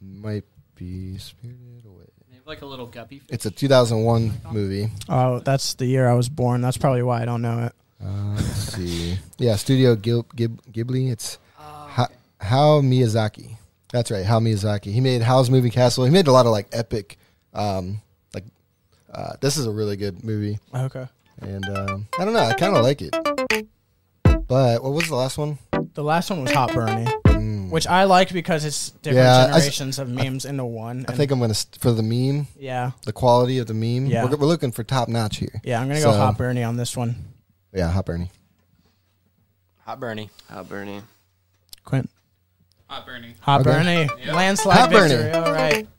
S1: Might be Spirited Away.
S7: They have like a little guppy. fish.
S1: It's a 2001 movie.
S3: Oh, that's the year I was born. That's probably why I don't know it.
S1: Uh, let's see. Yeah, Studio Gil- Gib- Ghibli. It's Ha- Hao Miyazaki. That's right, Hao Miyazaki. He made Howl's Moving Castle. He made a lot of like epic, um, like uh, this is a really good movie.
S3: Okay.
S1: And um, I don't know. I kind of like it. But what was the last one? Mm.
S3: The last one was Hot Bernie, which I like because it's different
S1: Yeah, I s-
S3: generations of memes into one.
S1: I think I'm gonna st- for the meme,
S3: Yeah.
S1: the quality of the meme.
S3: Yeah.
S1: We're, we're looking for top notch here.
S3: Yeah, I'm going to
S1: So-
S3: go Hot Bernie on this one.
S1: Yeah, Hot Bernie.
S6: Hot Bernie.
S5: Hot Bernie.
S3: Quint.
S2: Hot Bernie.
S3: Hot
S1: Okay.
S3: Bernie. Landslide
S1: Hot Bernie.
S3: victory. All right.
S1: (laughs)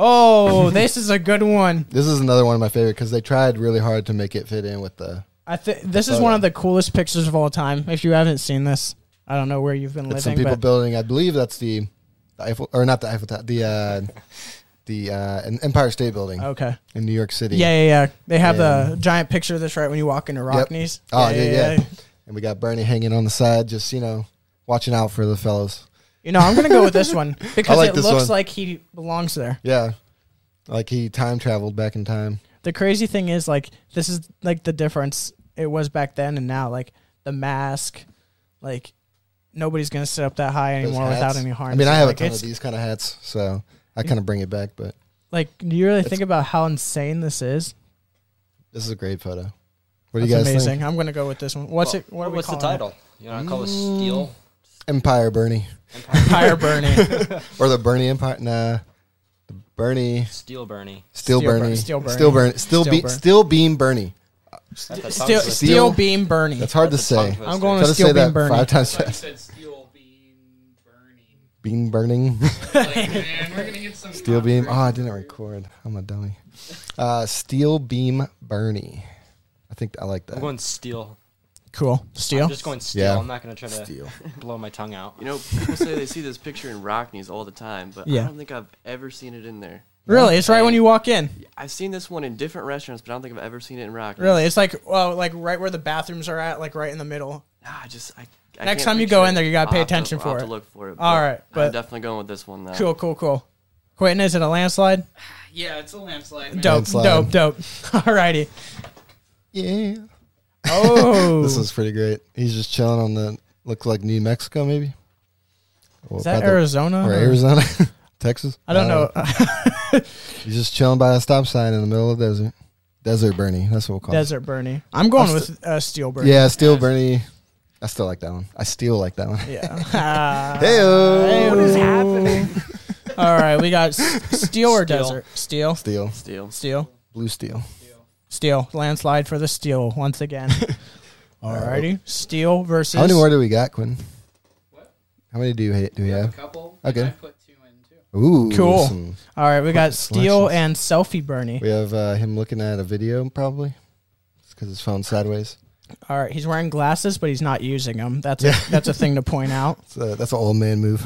S3: Oh, this is a good one.
S1: This is another one of my favorite because they tried really hard to make it fit in with the.
S3: I think this is one of the coolest pictures of all time. If you haven't seen this, I don't know where you've been
S1: It's some
S3: living,
S1: people
S3: but
S1: building. I believe that's the, the Eiffel or not the Eiffel Tower, the uh, the uh, an Empire State Building
S3: okay.
S1: in New York City.
S3: Yeah, yeah, yeah. They have
S1: Yeah.
S3: the giant picture of this right when you walk into Rockneys.
S1: Oh yeah, yeah, And we got Bernie hanging on the side, just you know, watching out for the fellows.
S3: You know, I'm gonna go with this
S1: (laughs)
S3: one because
S1: like
S3: it
S1: this
S3: looks
S1: one.
S3: like he belongs there.
S1: Yeah, like he time traveled back in time.
S3: The crazy thing is, like, this is like the difference it was back then and now. Like the mask, like nobody's gonna sit up that high
S1: Those
S3: anymore
S1: hats.
S3: without any harness.
S1: I mean, I have
S3: like,
S1: a ton of
S3: it's-
S1: these kind of hats, so I kind of bring it back. But
S3: Like, do you really think about how insane this is?
S1: this is a great photo. What do
S3: That's
S1: you guys
S3: amazing.
S1: think?
S3: I'm gonna go with this one. What's
S6: Well,
S3: it? What are we
S6: what's the
S3: calling it?
S6: title? You know, I call this
S1: Mm.
S6: Steel.
S1: Empire Bernie
S3: Pyre Bernie.
S1: (laughs) or the Bernie Empire? Nah, the Bernie.
S6: Steel Bernie.
S1: Still
S3: Steel Bur-
S1: Bernie.
S3: Steel Bernie.
S1: Still Bernie. Still,
S3: Steel
S1: be-
S3: Bur-
S1: still Beam Bernie.
S6: That's a
S3: Steel,
S6: tongue
S1: Steel-
S3: steel beam Bernie.
S1: That's hard
S6: That's
S1: to
S6: a tongue
S1: say.
S6: twister.
S3: I'm
S1: Try
S3: going
S1: to
S3: with
S1: say
S3: steel
S1: that
S3: beam Bernie.
S1: five times
S2: But you
S1: fast. (laughs)
S2: said steel beam burning.
S1: Beam
S3: (laughs)
S1: burning.
S2: Like, man, we're gonna get some
S1: Steel beam. Oh,
S2: controversy.
S1: I didn't record. I'm a dummy. Uh, steel beam Bernie. I think I like
S6: I'm
S1: that.
S6: going Steel.
S3: Cool. Steel.
S6: I'm just going Steel.
S1: Yeah.
S6: I'm not going to try to blow my tongue out.
S5: You know, people say they see this picture in Rockneys all the time, but
S3: Yeah.
S5: I don't think I've ever seen it in there.
S3: Really, it's right when you walk in.
S5: I've seen this one in different restaurants, but I don't think I've ever seen it in Rockneys.
S3: Really, it's like well, like right where the bathrooms are at, like right in the middle.
S5: Nah, I just I. I
S3: Next
S5: can't
S3: time you
S5: picture
S3: go
S5: it.
S3: in there, you gotta
S5: I'll
S3: pay
S5: have to-
S3: attention
S5: I'll
S3: for
S5: have
S3: it.
S5: to look for it.
S3: All right, but-
S5: I'm definitely going with this one though.
S3: Cool, cool, cool. Quentin, is it a landslide?
S7: Yeah, it's a landslide. Man.
S3: Dope,
S1: Landslide.
S3: dope, dope. (laughs) Alrighty. (laughs)
S1: Yeah. (laughs)
S3: Oh,
S1: This is pretty great. He's just chilling on the looks like New Mexico maybe. Or
S3: is that
S1: by the-
S3: Arizona? Uh-huh.
S1: or Arizona, (laughs) Texas? Uh,
S3: I don't know.
S1: (laughs) He's just chilling by a stop sign in the middle of the desert. Desert Bernie. That's what we'll call it.
S3: Desert Bernie. I'm going
S1: I'll
S3: with uh, Steel Bernie.
S1: Yeah, Steel Bernie. I still like that one. I still like that one.
S3: Yeah.
S1: Hey,
S3: what
S1: (laughs)
S3: is happening? All right, we got s- steel or
S6: Steel.
S3: desert. Steel.
S1: steel,
S5: Steel.
S3: Steel.
S1: blue steel.
S3: Steel. Landslide for the steel
S1: (laughs)
S3: once again. Alrighty. Steel versus.
S1: How many more do we got, Quinn? How many do you ha- do we have?
S2: Couple.
S1: Okay.
S2: I put two in too.
S1: Ooh,
S3: Cool.
S1: some-
S3: All right, we got steel
S1: Hmm. selections.
S3: and selfie Bernie.
S1: we have uh, him looking at a video probably because his phone's sideways.
S3: All right, he's wearing glasses, but he's not using them. That's a, (laughs) that's a thing to point
S1: (laughs)
S3: out. (laughs)
S1: So uh, that's an old man move.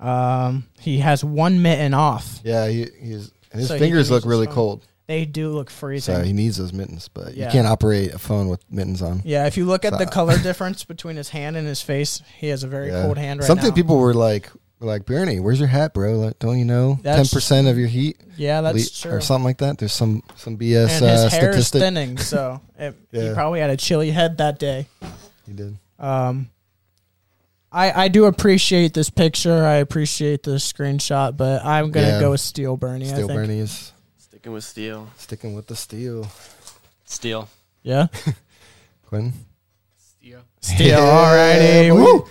S3: Um, he has one mitten off.
S1: yeah, he, he's and his
S3: So
S1: fingers
S3: he can use
S1: look
S3: his
S1: really
S3: phone.
S1: cold,
S3: They do look
S1: so
S3: freezing.
S1: he needs those mittens. But
S3: Yeah.
S1: you can't operate a phone with mittens on.
S3: Yeah, if you look at the
S1: So- (laughs)
S3: color difference between his hand and his face, he has a very
S1: Yeah.
S3: cold hand right
S1: Something
S3: now.
S1: people were like, were like Bernie, where's your hat, bro? Like, don't you know ten
S3: That's-
S1: percent of your heat
S3: yeah, that's
S1: le-
S3: true.
S1: or something like that? There's some some BS
S3: and
S1: uh,
S3: his hair is
S1: statistic. (laughs)
S3: thinning, so it, he
S1: Yeah.
S3: probably had a chilly head that day.
S1: He did.
S3: Um, I I do appreciate this picture. I appreciate this screenshot, but I'm gonna
S1: Yeah.
S3: go with steel Bernie. I
S1: Steel
S3: think.
S1: Bernie is
S5: Sticking with steel.
S1: sticking with the steel.
S6: Steel.
S1: (laughs)
S3: Yeah.
S1: Quinn.
S2: Steel.
S3: Steel.
S1: Yeah,
S3: Alrighty.
S1: boy.
S3: Woo.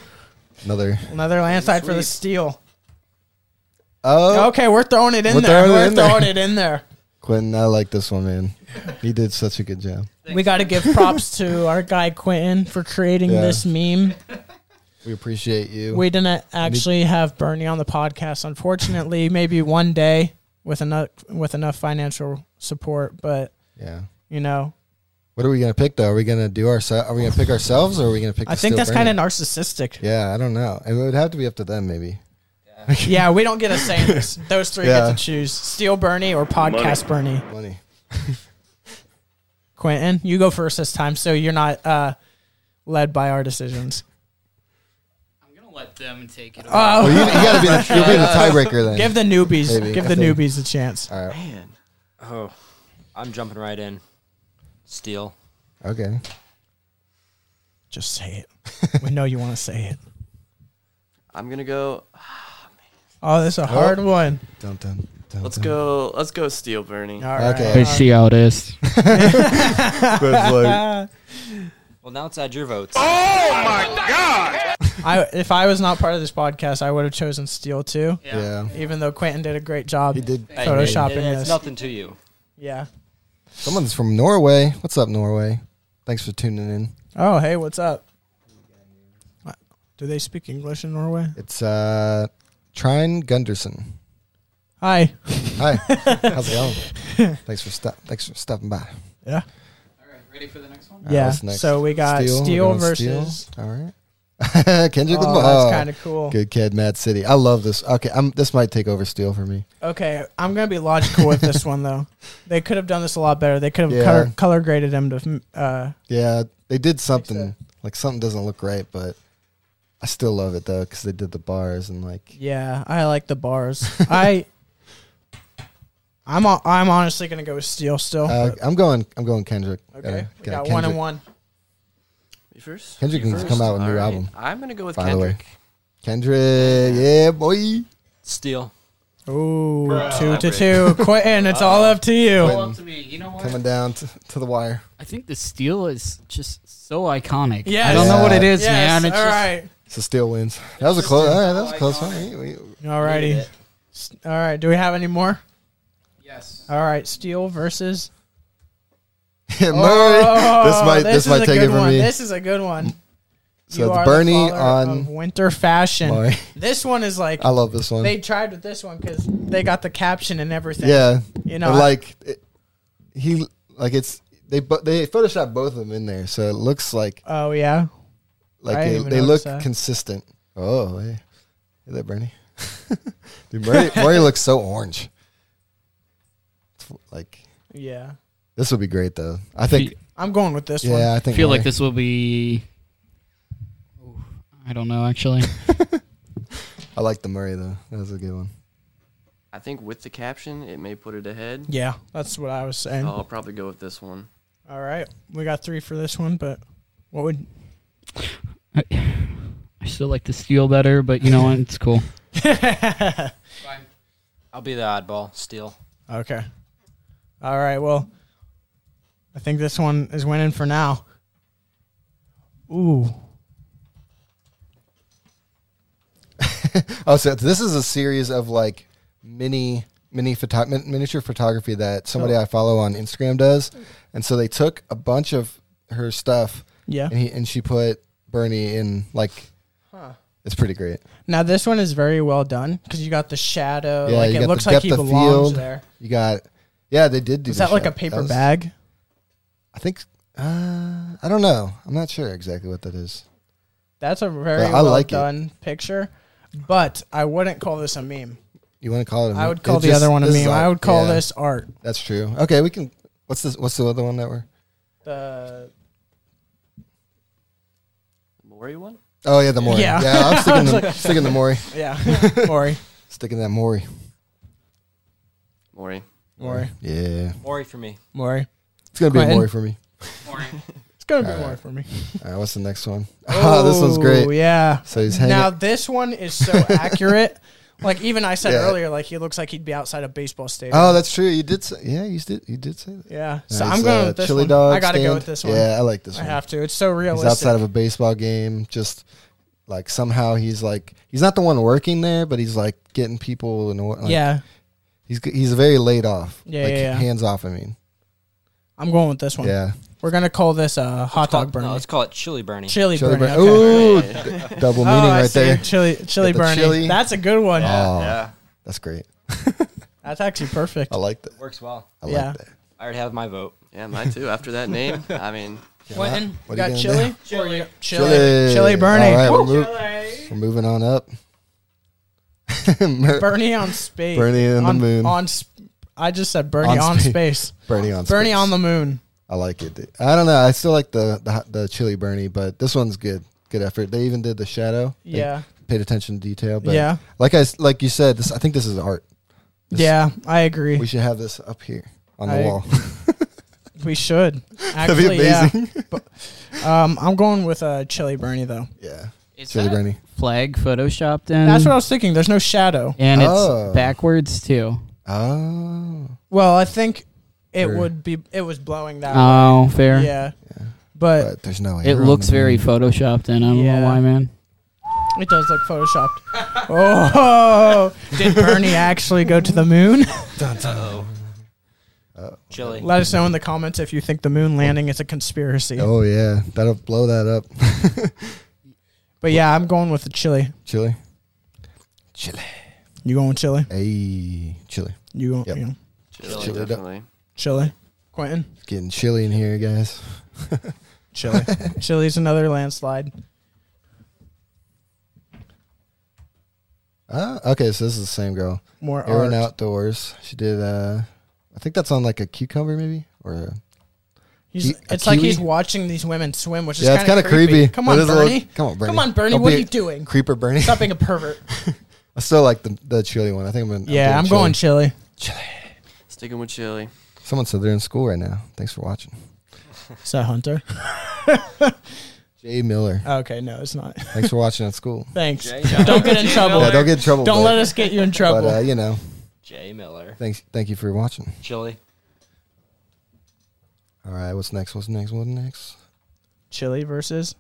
S1: Another.
S3: Another landslide for the steel.
S1: Oh,
S3: Okay, we're throwing it in
S1: We're
S3: there.
S1: throwing it
S3: we're
S1: in
S3: throwing
S1: there.
S3: it in there.
S1: Quinn, I like this one, man. He did such a good job.
S3: We got to give props to our guy Quentin for creating
S1: Yeah.
S3: this meme.
S1: We appreciate you.
S3: We didn't actually have Bernie on the podcast,
S1: (laughs)
S3: unfortunately. Maybe one day with enough with enough financial support, but
S1: yeah. (laughs)
S3: you know,
S1: What are we gonna pick though? Are we gonna do our? Are we gonna pick ourselves, or are we gonna pick?
S3: I
S1: the
S3: think
S1: Steel
S3: that's kind of
S1: Bernie?
S3: narcissistic. Yeah.
S1: Yeah, I don't know. It would have to be up to them, maybe.
S3: we don't get a say in this. Those three
S1: Yeah.
S3: get to choose: Steel Bernie or Podcast Bernie.
S1: Money.
S3: (laughs) Quentin, you go first this time, so you're not uh, led by our decisions.
S7: I'm gonna let them take it.
S3: Oh,
S1: Well, you, you gotta be
S3: (laughs)
S1: the, you'll be the tiebreaker then.
S3: Give the newbies,
S1: Maybe.
S3: give
S1: I
S3: the
S1: think-
S3: newbies a chance.
S1: All right.
S5: Man.
S6: Oh, I'm jumping right in.
S3: (laughs)
S6: Steel.
S1: Okay.
S3: Just say it. we know you want to say it.
S5: I'm gonna go.
S3: Oh, this is a hard one.
S1: Dun, dun, dun,
S5: Let's
S1: dun.
S5: go. Let's go steel, Bernie.
S3: All right.
S1: Okay. Let's
S7: see how it
S3: (laughs)
S7: is.
S1: Quinn's like,
S6: Well, now it's at your
S3: Oh
S6: votes.
S3: I, if I was not part of this podcast, I would have chosen Steel too.
S1: yeah.
S3: Even though Quentin did a great job.
S1: He did.
S6: Hey,
S3: Photoshopping
S6: it- It's
S3: this.
S6: nothing to you.
S3: Yeah.
S1: Someone's from Norway. What's up, Norway? Thanks for tuning in.
S3: Oh, hey, what's up? Do they speak English in Norway?
S1: It's uh, Trine Gunderson.
S3: Hi. (laughs)
S1: Hi, how's it going? Thanks for stop. Thanks for stopping by.
S3: Yeah.
S2: All right, ready for the next one?
S1: All right,
S3: yeah.
S1: what's next?
S3: So we got
S1: We're
S3: Steel,
S1: going
S3: versus.
S1: Steel. All right, (laughs) Kendrick
S3: Oh,
S1: Lamar.
S3: that's kind of cool.
S1: Good kid, Mad City. I love this. Okay, I'm, this might take over Steel for me.
S3: Okay, I'm gonna be logical with this
S1: (laughs)
S3: one though. They could have done this a lot better. They could have
S1: Yeah.
S3: color, color graded him to. Uh,
S1: Yeah, they did something like something doesn't look right, but I still love it though because they did the bars and like
S3: yeah, I like
S1: (laughs)
S3: the bars. I. I'm o- I'm honestly gonna go with Steel still.
S1: uh, I'm going. I'm going Kendrick.
S3: Oh. okay,
S1: Uh,
S3: we
S1: yeah,
S3: got
S1: Kendrick.
S3: one and one.
S5: You first?
S1: Kendrick
S5: You
S1: needs to come out with a new
S5: Alright.
S1: album,
S5: I'm gonna go with
S1: by the way.
S5: Kendrick.
S1: Kendrick, yeah, boy.
S6: Steel.
S3: Ooh,
S5: Bruh.
S3: two to two. (laughs) Quentin, it's all up to you.
S1: Quentin.
S4: Up to me. You know what?
S1: Coming down to, to the wire.
S7: I think the steel is just so iconic.
S3: Yes.
S7: I don't know what it is,
S3: Yes,
S7: man. It's
S3: all
S7: just,
S3: right.
S1: So Steel wins. That was a close. All right, that was a close one. We- we-
S3: Alrighty. S- All right. Do we have any more?
S2: Yes.
S3: All right. Steel versus.
S1: Yeah, (laughs) Murray. this
S3: Oh,
S1: might this,
S3: is
S1: might
S3: a
S1: take
S3: good
S1: it from
S3: one.
S1: me. Mm.
S3: This is a good one.
S1: So it's
S3: are the
S1: Bernie
S3: father
S1: on
S3: of winter fashion.
S1: Murray.
S3: This one is like
S1: I love this one.
S3: they tried with this one because they got the caption and everything.
S1: yeah,
S3: You know,
S1: But,
S3: I-
S1: like it, he like it's they bo- they photoshopped both of them in there, so it looks like
S3: Oh yeah.
S1: like
S3: I didn't
S1: they,
S3: even
S1: they
S3: notice
S1: look
S3: that.
S1: consistent. Oh, hey, hey there, Bernie. (laughs) Dude,
S3: (laughs)
S1: Murray, Murray looks so orange. It's like
S3: Yeah.
S1: this would be great though. I think.
S3: I'm going with this
S1: Yeah,
S3: one.
S1: I think.
S7: feel like
S1: Murray.
S7: this will be. I don't
S1: (laughs)
S7: know actually.
S1: I like the Murray though. That was a good one.
S5: I think with the caption, it may put it ahead.
S3: Yeah, that's what I was saying.
S5: I'll probably go with this one.
S3: All right. We got three for this one, but what would
S7: I still like the steel better, but you know what? It's cool.
S2: Fine.
S6: I'll be the oddball. Steel.
S3: Okay. All right. Well, I think this one is winning for now. Ooh.
S1: Oh, so this is a series of like mini mini photo- min- miniature photography that
S3: Oh.
S1: somebody I follow on Instagram does, and so they took a bunch of her stuff
S3: Yeah.
S1: and he and she put Bernie in like. It's pretty great.
S3: Now this one is very well done because you got the shadow.
S1: Yeah,
S3: Uh, like
S1: you
S3: it
S1: got
S3: looks
S1: the
S3: like he
S1: depth of
S3: belongs
S1: field.
S3: there.
S1: You got, yeah, they did do.
S3: Is
S1: the
S3: that like a
S1: shot.
S3: paper
S1: That was-
S3: bag?
S1: I think. Uh, I don't know. I'm not sure exactly what that is.
S3: That's a very
S1: Yeah, I
S3: well
S1: like it.
S3: done picture, but I wouldn't call this a meme.
S1: You want to call it? a
S3: I
S1: meme?
S3: would call
S1: It
S3: the
S1: just-
S3: other one a
S1: this is
S3: meme.
S1: art.
S3: I would call
S1: Yeah,
S3: this art.
S1: That's true. Okay, we can. What's this? What's the other one that we're?
S3: The
S5: Maury one?
S1: Oh yeah, the Maury.
S3: Yeah.
S1: Yeah,
S3: (laughs)
S1: I'm sticking the, sticking the Maury.
S3: yeah,
S1: (laughs)
S3: Maury,
S1: Sticking that Maury.
S5: Maury.
S3: Maury,
S1: Yeah.
S6: Maury for me.
S3: Maury.
S1: It's gonna be a
S3: Quentin?
S1: Maury for me.
S3: It's gonna be
S1: All right.
S3: Maury for me.
S1: All right, what's the next one? (laughs) Ah, this one's
S3: Oh,
S1: great.
S3: Yeah.
S1: So he's hanging.
S3: Now this one
S1: (laughs)
S3: is so accurate. Like even I said
S1: Yeah.
S3: earlier, like he looks like he'd be outside a baseball stadium.
S1: oh, that's true. You did. Say, yeah, you did. You did say that.
S3: yeah. So
S1: Nice,
S3: I'm going
S1: uh,
S3: with this
S1: chili
S3: one.
S1: dog
S3: I gotta
S1: stand.
S3: go with this one.
S1: Yeah, I like this
S3: I
S1: one.
S3: have to. It's so
S1: he's
S3: realistic.
S1: outside of a baseball game. Just like somehow he's like he's not the one working there, but he's like getting people and like,
S3: yeah,
S1: He's g- he's very laid off.
S3: Yeah,
S1: like
S3: yeah, yeah.
S1: hands off. I mean,
S3: I'm going with this one.
S1: yeah.
S3: We're gonna call this uh, hot
S6: Call-
S3: dog burning,
S6: No, let's call it Chili Bernie.
S3: chili,
S1: Chili
S3: burning.
S1: burn-
S3: okay.
S1: Ooh, d- double
S3: Oh,
S1: meaning
S3: I
S1: right
S3: see.
S1: there.
S3: Chili, chili
S1: the
S3: burning.
S1: chili.
S3: That's a good one.
S1: Oh,
S5: Yeah.
S1: that's great. (laughs)
S3: That's actually perfect.
S1: I like that.
S6: Works well.
S1: I
S3: Yeah.
S1: like that.
S6: I already have my
S1: (laughs)
S6: vote.
S5: Yeah, mine too.
S3: (laughs)
S5: After that name, I mean,
S7: Quentin,
S1: What
S3: got
S1: gonna
S3: chili,
S1: do?
S3: chili,
S1: Chili.
S3: chili, chili burning.
S1: All right, we're,
S3: Woo.
S1: mov- we're moving on up. (laughs) Mer-
S3: Bernie on space.
S1: Bernie and the
S3: on,
S1: moon.
S3: On sp- I just said Bernie
S1: On
S3: on,
S1: space.
S3: space.
S1: Bernie on
S3: Bernie
S1: space.
S3: on the moon.
S1: I like it. dude. I don't know. I still like the the, hot- the chili Bernie, but this one's good. Good effort. They even did the shadow. They
S3: Yeah.
S1: paid attention to detail. But
S3: Yeah.
S1: like I s- like you said, this I think this is art. This-
S3: yeah, I agree.
S1: We should have this up here on the
S3: I-
S1: wall.
S3: (laughs) We should.
S1: (laughs) That'd be
S3: Actually,
S1: amazing.
S3: yeah. Um, I'm going with uh, Chili Bernie though.
S1: Yeah,
S7: is
S1: chili
S7: that
S1: Bernie.
S7: flag photoshopped in?
S3: That's what I was thinking. There's no shadow.
S7: and it's
S1: Oh.
S7: backwards too.
S1: Oh,
S3: Well, I think it
S1: Sure.
S3: would be. It was blowing that.
S7: Oh,
S3: way.
S7: fair.
S3: Yeah. But,
S1: but there's no.
S7: It
S1: arrow
S7: looks
S1: on the
S7: very
S1: moon.
S7: photoshopped in. I don't
S3: Yeah.
S7: know why, man.
S3: it does look photoshopped. (laughs) oh, did Bernie actually go to
S7: (laughs)
S3: the moon?
S1: (laughs) Uh,
S6: Chili.
S3: Let us know in the comments if you think the moon landing is a conspiracy.
S1: Oh yeah, that'll blow that up. (laughs)
S3: But yeah, I'm going with the chili.
S1: chili.
S3: You going with Chile?
S1: Hey, chilly.
S3: You going?
S1: Yep.
S3: You know,
S5: Chili,
S1: Chili dip.
S5: definitely.
S3: Chile, Quentin.
S1: It's getting chilly in here,
S3: (laughs)
S1: guys.
S3: Chile. (laughs) Chile's another landslide.
S1: (laughs) Uh, okay, so this is the same girl.
S3: More
S1: Erin
S3: art.
S1: Outdoors. She did. Uh, I think that's on like a cucumber, maybe. Or a,
S3: He's,
S1: Ki- a
S3: it's like he's
S1: kiwi?
S3: watching these women swim, which is
S1: yeah, it's
S3: kind of
S1: creepy.
S3: Come
S1: It
S3: on,
S1: is a little-
S3: Bernie.
S1: come on, Bernie.
S3: Come on, Bernie.
S1: Don't
S3: What
S1: be
S3: are you
S1: a
S3: doing?
S1: Creeper Bernie.
S3: Stop being a pervert.
S1: (laughs) I still like the the chilly one. I think I'm. Gonna,
S3: yeah, I'm
S1: doing
S3: going
S1: chili.
S3: Chile.
S5: Sticking with chili.
S1: Someone said they're in school right now. Thanks for watching.
S3: Is that Hunter?
S1: (laughs) Jay Miller.
S3: Okay, no, it's not.
S1: Thanks for watching at school.
S3: (laughs) Thanks. Don't get in trouble.
S1: Yeah, don't get in trouble.
S3: Don't
S1: but,
S3: let us get you in
S1: (laughs)
S3: trouble.
S1: But uh, you know,
S6: Jay Miller.
S1: thanks. Thank you for watching.
S6: Chili.
S1: All right, what's next? What's next? What's next? (laughs)
S3: Chile versus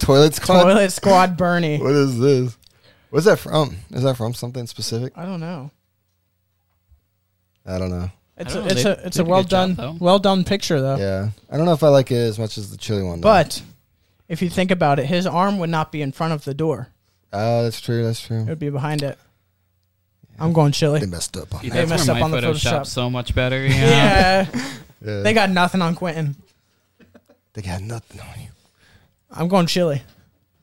S1: Toilet squad.
S3: Toilet Squad Bernie.
S1: What is this? What's that from? Is that from something specific?
S3: I don't know.
S1: I don't know.
S3: It's
S7: don't
S3: a,
S7: know.
S3: it's
S7: They-
S3: a it's
S7: they
S3: a
S7: did a
S3: well
S7: good job,
S3: done
S7: though.
S3: well done picture though.
S1: Yeah, I don't know if I like it as much as the chili one. though.
S3: But if you think about it, his arm would not be in front of the door.
S1: oh, that's true. That's true.
S3: It would be behind it. I'm going Chile.
S1: They messed up on
S7: See,
S1: that.
S3: They
S7: that's
S3: messed
S7: where
S3: up
S7: my
S3: on the Photoshop.
S7: Photoshop's so much
S3: (laughs)
S7: better. Yeah.
S3: Yeah.
S1: Yeah.
S3: They got nothing on Quentin.
S1: They got nothing on you.
S3: I'm going Chile.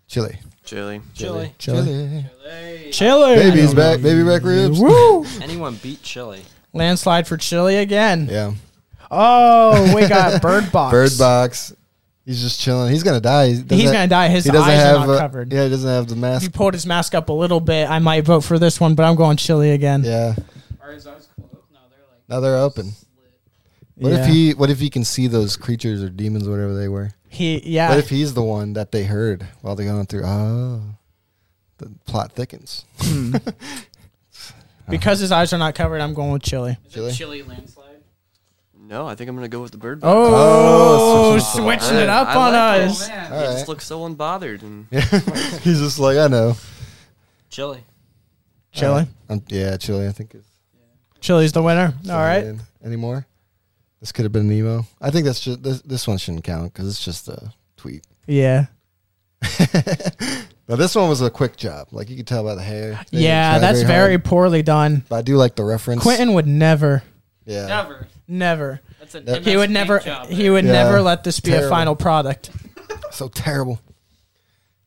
S1: Chili.
S5: Chili.
S6: Chili.
S1: Chili.
S3: Chili.
S1: Baby's back. Baby back ribs.
S3: Woo!
S6: (laughs) Anyone beat Chili?
S3: Landslide for Chile again.
S1: Yeah.
S3: Oh, we got (laughs) Bird Box.
S1: Bird box. He's just chilling. He's gonna die. He doesn't-
S3: He's gonna die. His
S1: he doesn't
S3: eyes
S1: have
S3: are not
S1: uh,
S3: covered.
S1: Yeah, he doesn't have the
S3: If he
S1: mask.
S3: pulled his mask up a little bit, I might vote for this one, but I'm going Chile again.
S1: Yeah.
S2: Are his eyes closed? No, they're like.
S1: Now they're open.
S2: slit.
S1: What
S3: Yeah.
S1: if he? What if he can see those creatures or demons, whatever they were?
S3: He yeah.
S1: What if he's the one that they heard while they're going through? Oh, the plot thickens.
S3: Hmm.
S1: (laughs)
S3: because his eyes are not covered, I'm going with Chile.
S2: Is
S1: Chili?
S2: it chili landslide?
S5: No, I think I'm gonna go with the bird. box.
S3: Oh,
S1: Oh, switching
S3: switching it
S5: it
S3: up
S5: up.
S3: on
S5: I like it.
S3: us.
S2: Oh man.
S5: He
S1: All right.
S5: just looks so unbothered, and
S1: (laughs) he's just like I know.
S6: Chili.
S3: Chile.
S1: Um, yeah, chili. I think. It's
S3: Chile's the winner. All right.
S1: Anymore? This could have been an emo. I think that's just this. This one shouldn't count because it's just a tweet.
S3: Yeah.
S1: Now this one was a quick job. Like you could tell by the hair. They didn't
S3: Yeah,
S1: try
S3: that's very
S1: hard.
S3: poorly done.
S1: But I do like the reference.
S3: Quentin would never,
S1: Yeah.
S2: Never.
S3: never.
S2: That's an
S1: That-
S2: that,
S3: He would never.
S2: Job
S3: He would
S1: Yeah.
S3: never let this be a
S1: Terrible.
S3: final product.
S1: So terrible.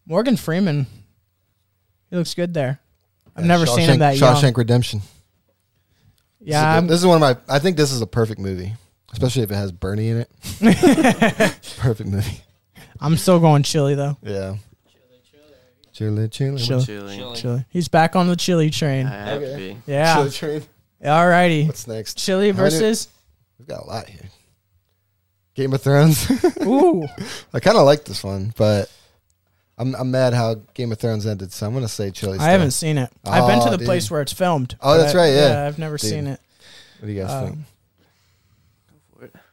S3: Morgan Freeman. He looks good there. I've
S1: Yeah,
S3: never seen
S1: Shawshank-
S3: him that
S1: Shawshank
S3: young.
S1: Redemption. This is a
S3: Yeah,
S1: good-
S3: I'm-
S1: this is one of my. I think this is a perfect movie, especially if it has Bernie in
S3: (laughs)
S1: it. (laughs) perfect movie.
S3: I'm still going Chile though.
S1: Yeah. Chili, chili,
S3: Chili.
S5: chili.
S3: Chili. He's back on the Chili
S5: I
S3: train.
S5: have to
S1: Okay.
S5: be.
S3: Yeah.
S1: Chili train.
S3: All righty.
S1: What's next?
S3: Chili
S1: How many-
S3: versus
S1: We've got a lot here. Game of Thrones. (laughs)
S3: ooh.
S1: I kind of like this one, but I'm I'm mad how Game of Thrones ended, so I'm gonna say chili.
S3: I
S1: still.
S3: haven't seen it. I've been to
S1: Oh,
S3: the
S1: dude.
S3: place where it's filmed.
S1: Oh, that's
S3: but,
S1: right, yeah.
S3: I've never
S1: Dude.
S3: seen it.
S1: What do you guys think?
S3: Um,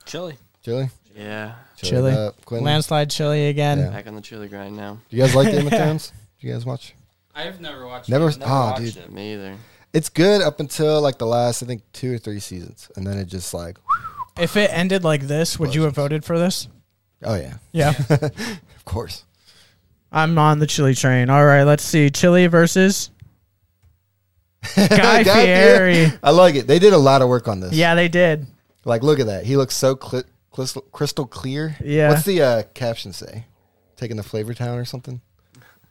S6: Chili.
S1: Chili.
S5: Yeah,
S3: Chili.
S1: it up. Quentin?
S3: landslide Chili again.
S1: Yeah.
S5: back on the chili grind now.
S1: Do you guys like
S5: (laughs)
S1: Game of Thrones? Do you guys watch?
S2: I've never watched.
S1: Never.
S2: it.
S1: Ah,
S6: watched
S1: dude,
S6: it.
S5: Me either.
S1: it's good up until like the last I think two or three seasons, and then it just like, (laughs)
S3: If it ended like this, would you have voted for this?
S1: oh yeah,
S3: Yeah.
S1: (laughs)
S3: (laughs)
S1: of course.
S3: I'm on the Chili train. All right, let's see. Chili versus Guy,
S1: Fieri.
S3: Fieri.
S1: I like it. They did a lot of work on this.
S3: Yeah, they did.
S1: Like, look at that. He looks so cli crystal, crystal clear.
S3: Yeah.
S1: What's the uh, caption say? Taking the flavor town or something?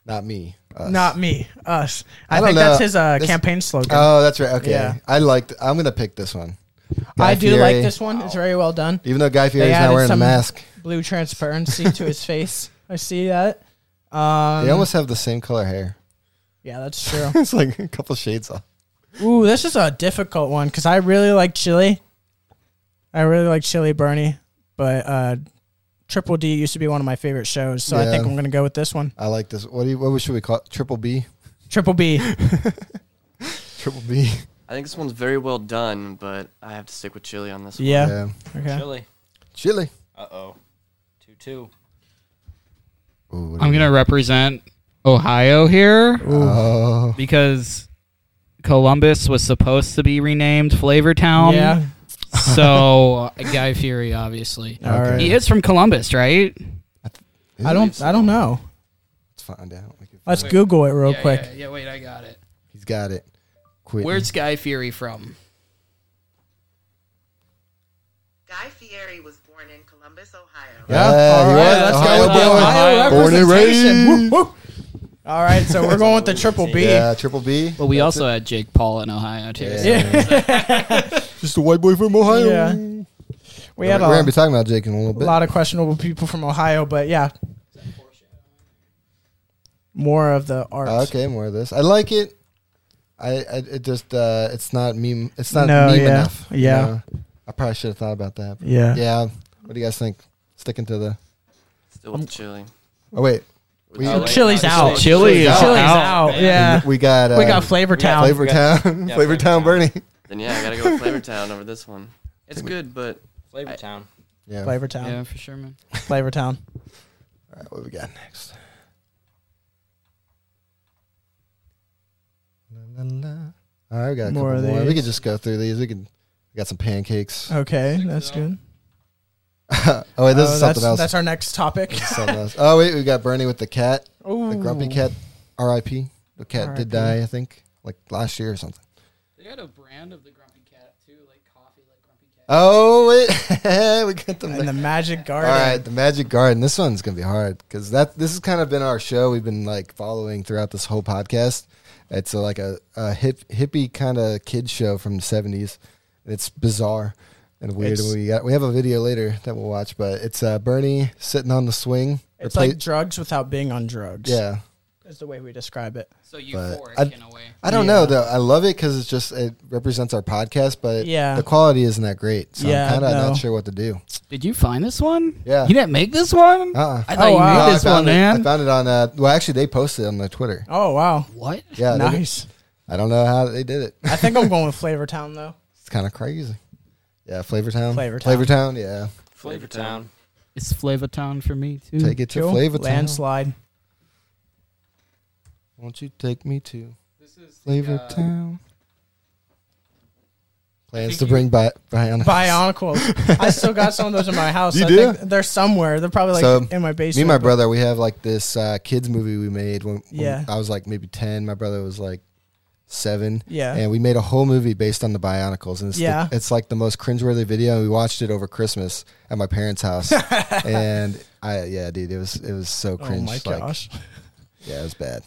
S1: Not me. us.
S3: Not me. Us. I,
S1: I don't
S3: think that's
S1: know.
S3: his uh,
S1: This-
S3: campaign slogan.
S1: Oh, that's right. Okay.
S3: Yeah.
S1: I liked. I'm gonna pick this one. Guy
S3: I do like
S1: Fieri.
S3: this one. It's very well done.
S1: Even though Guy Fieri's
S3: added
S1: not wearing
S3: some-
S1: a mask,
S3: Blue transparency
S1: (laughs)
S3: to his face. I see that. Um,
S1: they almost have the same color hair.
S3: yeah, that's true.
S1: (laughs) it's like a couple shades off.
S3: Ooh, this is a difficult one because I really like chili. I really like chili Bernie, but uh, Triple D used to be one of my favorite shows, so I
S1: Yeah.
S3: think I'm gonna go with this one.
S1: I like this. What do you, what should we call it? Triple B?
S3: Triple B.
S1: (laughs) Triple B.
S5: I think this one's very well done, but I have to stick with chili on this
S1: Yeah.
S3: Yeah. Okay.
S6: Chili.
S1: Chili.
S6: Uh oh. Two two.
S1: Ooh, what do
S7: I'm
S1: you-
S7: gonna represent Ohio here
S1: Oh,
S7: because Columbus was supposed to be renamed Flavortown.
S3: yeah.
S7: Um,
S1: (laughs)
S7: So uh, Guy Fury, obviously.
S3: All right.
S7: He is from Columbus, right?
S1: Is
S3: I
S1: it?
S3: don't. I don't know.
S1: Let's find out. We can-
S3: Let's Google it real quick.
S7: Yeah, wait, I got it.
S1: He's got it. Whitney.
S7: Where's Guy Fury from?
S9: Guy Fieri was born in Columbus, Ohio.
S1: Yeah,
S3: All
S1: he
S3: right,
S1: was
S3: let's
S1: Ohio
S3: go with the
S1: boy.
S3: Ohio
S1: Born and
S3: representation.
S1: raised.
S3: Woo, woo. All right, so we're going with the triple B.
S1: Yeah, triple B.
S7: Well, we also had Jake Paul in Ohio too. so-
S1: Just a white boy from Ohio.
S3: Yeah. We
S1: We're,
S3: had
S1: we're gonna
S3: a
S1: be talking about Jake in a little bit.
S3: lot of questionable people from Ohio, but yeah, more of the art.
S1: Uh, okay, more of this. I like it. I, I it just uh, it's not meme. It's not
S3: No,
S1: meme
S3: yeah,
S1: enough. you
S3: yeah.
S1: know? I probably should have thought about that. but-
S3: Yeah.
S1: Yeah. What do you guys think? Sticking to the.
S5: Still with chili.
S1: Oh wait, we
S5: Chili.
S3: Chili's out.
S7: Chili is
S3: Chili's
S7: out.
S3: out. Yeah.
S1: we got uh,
S3: we got Flavor Town.
S1: Flavor
S5: (laughs)
S1: Town.
S6: Yeah,
S1: Flavor
S6: Flavor
S1: Town,
S6: Town.
S1: Bernie.
S5: Then yeah, I gotta go with Flavor Town over this one. It's good, but
S6: Flavor Town.
S1: Yeah.
S3: Flavor Town.
S7: Yeah, for sure, man.
S3: Flavor Town.
S1: All right, what we got next? La, la, la. All right, we got a
S3: More
S1: couple
S3: of
S1: more. We
S3: these.
S1: could just go through these. We could. We got some pancakes.
S3: Okay, that's good.
S1: (laughs) oh wait, this
S3: Oh,
S1: is
S3: that's,
S1: something else.
S3: that's our next topic.
S1: something else. Oh wait, we got Bernie with the cat. The grumpy
S3: Ooh.
S1: cat, R.I.P. The cat did
S3: R.I.P..
S1: die, I think, like last year or something.
S7: They had a brand of the Grumpy Cat too, like coffee, like Grumpy Cat.
S1: Oh wait, (laughs) we got the.
S3: And the Magic
S1: all
S3: Garden.
S1: right, the Magic Garden. This one's gonna be hard because that this has kind of been our show. We've been like following throughout this whole podcast. It's a, like a, a hip hippie kind of kid show from the seventies. It's bizarre and weird.
S3: It's-
S1: we got we have a video later that we'll watch, but it's uh, Bernie sitting on the swing.
S3: (laughs) It's
S1: Repla-
S3: like drugs without being on drugs.
S1: yeah,
S3: is the way we describe it.
S7: So euphoric
S1: I'd-
S7: in a way.
S1: I don't know though. I love it because it's just it represents our podcast, but
S3: Yeah.
S1: the quality isn't that great. So
S3: Yeah,
S1: I'm kind of
S3: no.
S1: not sure what to do.
S7: Did you find this one?
S1: Yeah.
S7: You didn't make this one?
S1: Uh-uh.
S7: I thought
S3: Oh,
S7: you
S3: wow.
S1: No,
S7: made
S1: I
S7: this
S1: found
S7: one,
S1: it-
S7: man.
S1: I found it on. Uh, well, actually, they posted it on their Twitter.
S3: Oh wow,
S7: what?
S1: Yeah, they did.
S3: nice.
S1: I don't know how they did it.
S3: I think I'm going with Flavor
S1: (laughs)
S3: Town though.
S1: It's kind of crazy. Yeah, Flavortown.
S3: Flavortown.
S1: Flavortown. Yeah,
S6: Flavor Town.
S7: It's Flavortown for me too.
S1: take it to
S3: Cool.
S1: Flavortown.
S3: Landslide.
S1: Won't you take me to
S7: This is uh,
S1: Flavortown? Plans to bring by Bionic.
S3: Bionicles. I still got some of those in my house.
S1: You
S3: I
S1: do?
S3: Think they're somewhere. They're probably like
S1: So,
S3: in my
S1: Me
S3: basement.
S1: and my
S3: but-
S1: brother, we have like this uh, kids movie we made when, when
S3: Yeah.
S1: I was like maybe ten. My brother was like seven.
S3: Yeah.
S1: and we made a whole movie based on the Bionicles, and it's, the-
S3: Yeah.
S1: it's like the most cringeworthy video. And we watched it over Christmas at my parents'
S3: (laughs)
S1: house, and I yeah, dude, it was it was so
S3: Oh
S1: cringe.
S3: my
S1: like,
S3: gosh.
S1: (laughs) yeah, it was bad.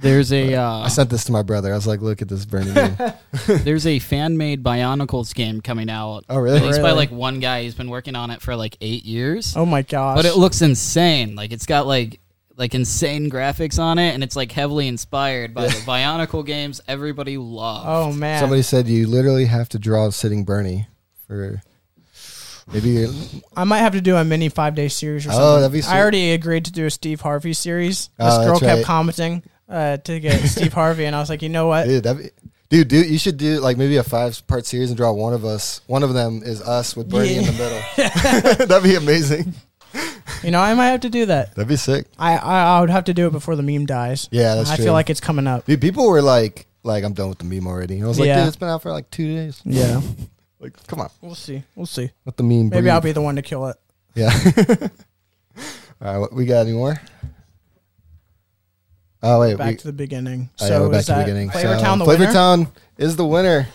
S7: There's a
S1: (laughs)
S7: uh,
S1: I sent this to my brother. I was like, look at this burning.
S3: (laughs)
S1: movie.
S7: (laughs) there's a fan made Bionicles game coming out.
S1: Oh, really?
S7: Released by
S3: Really?
S7: like one guy. He's been working on it for like eight years.
S3: Oh my gosh.
S7: but it looks insane. Like it's got like like insane graphics on it, and it's like heavily inspired
S1: (laughs)
S7: by the Bionicle games everybody
S3: oh
S7: loves.
S3: man.
S1: Somebody said you literally have to draw sitting Bernie for maybe you're,
S3: I might have to do a mini five day series or
S1: Oh,
S3: something.
S1: that'd be sweet.
S3: I already agreed to do a Steve Harvey series. This
S1: Oh, that's
S3: girl kept
S1: right.
S3: commenting uh, to get
S1: (laughs)
S3: Steve Harvey, and I was like, you know what?
S1: dude. That'd be, dude, dude, you should do like maybe a five part series and draw one of us. One of them is us with Bernie in the middle. (laughs) (laughs) That'd be amazing.
S3: You know, I might have to do that.
S1: That'd be sick.
S3: I, I I would have to do it before the meme dies.
S1: Yeah, that's
S3: I
S1: true.
S3: feel like it's coming up.
S1: Dude, people were like, like I'm done with the meme already. I was like,
S3: Yeah.
S1: dude, it's been out for like two days.
S3: Yeah,
S1: (laughs) Like, come on,
S3: we'll see. We'll see.
S1: let the meme.
S3: Maybe
S1: breathe.
S3: I'll be the one to kill it.
S1: Yeah. (laughs) All right, what, we got any more? Oh wait,
S3: Back
S1: we,
S3: to the beginning.
S1: oh, yeah,
S3: So
S1: we're back
S3: is
S1: to the
S3: that
S1: beginning.
S3: Flavor
S1: So,
S3: Town the
S1: Flavor
S3: winner?
S1: Town is the winner.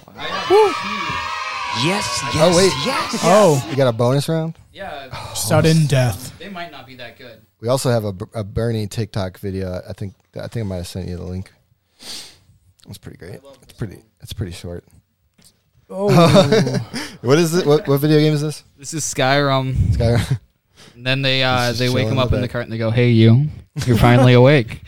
S4: Yes, yes,
S1: Oh wait,
S4: yes.
S3: Oh,
S1: we got a bonus round. Oh.
S7: Yeah,
S3: sudden death.
S7: they might not be that good.
S1: We also have a, a Bernie TikTok video. I think I think I might have sent you the link. It's pretty great. It's pretty. It's pretty short.
S3: Oh,
S1: (laughs) What is it? What, what video game is this?
S7: This is Skyrim.
S1: Guy-
S7: And then they uh,
S1: This is
S7: they wake
S1: chilling
S7: him
S1: in
S7: up
S1: the
S7: in the
S1: back.
S7: cart and they go, "Hey, you,
S1: (laughs)
S7: you're finally awake."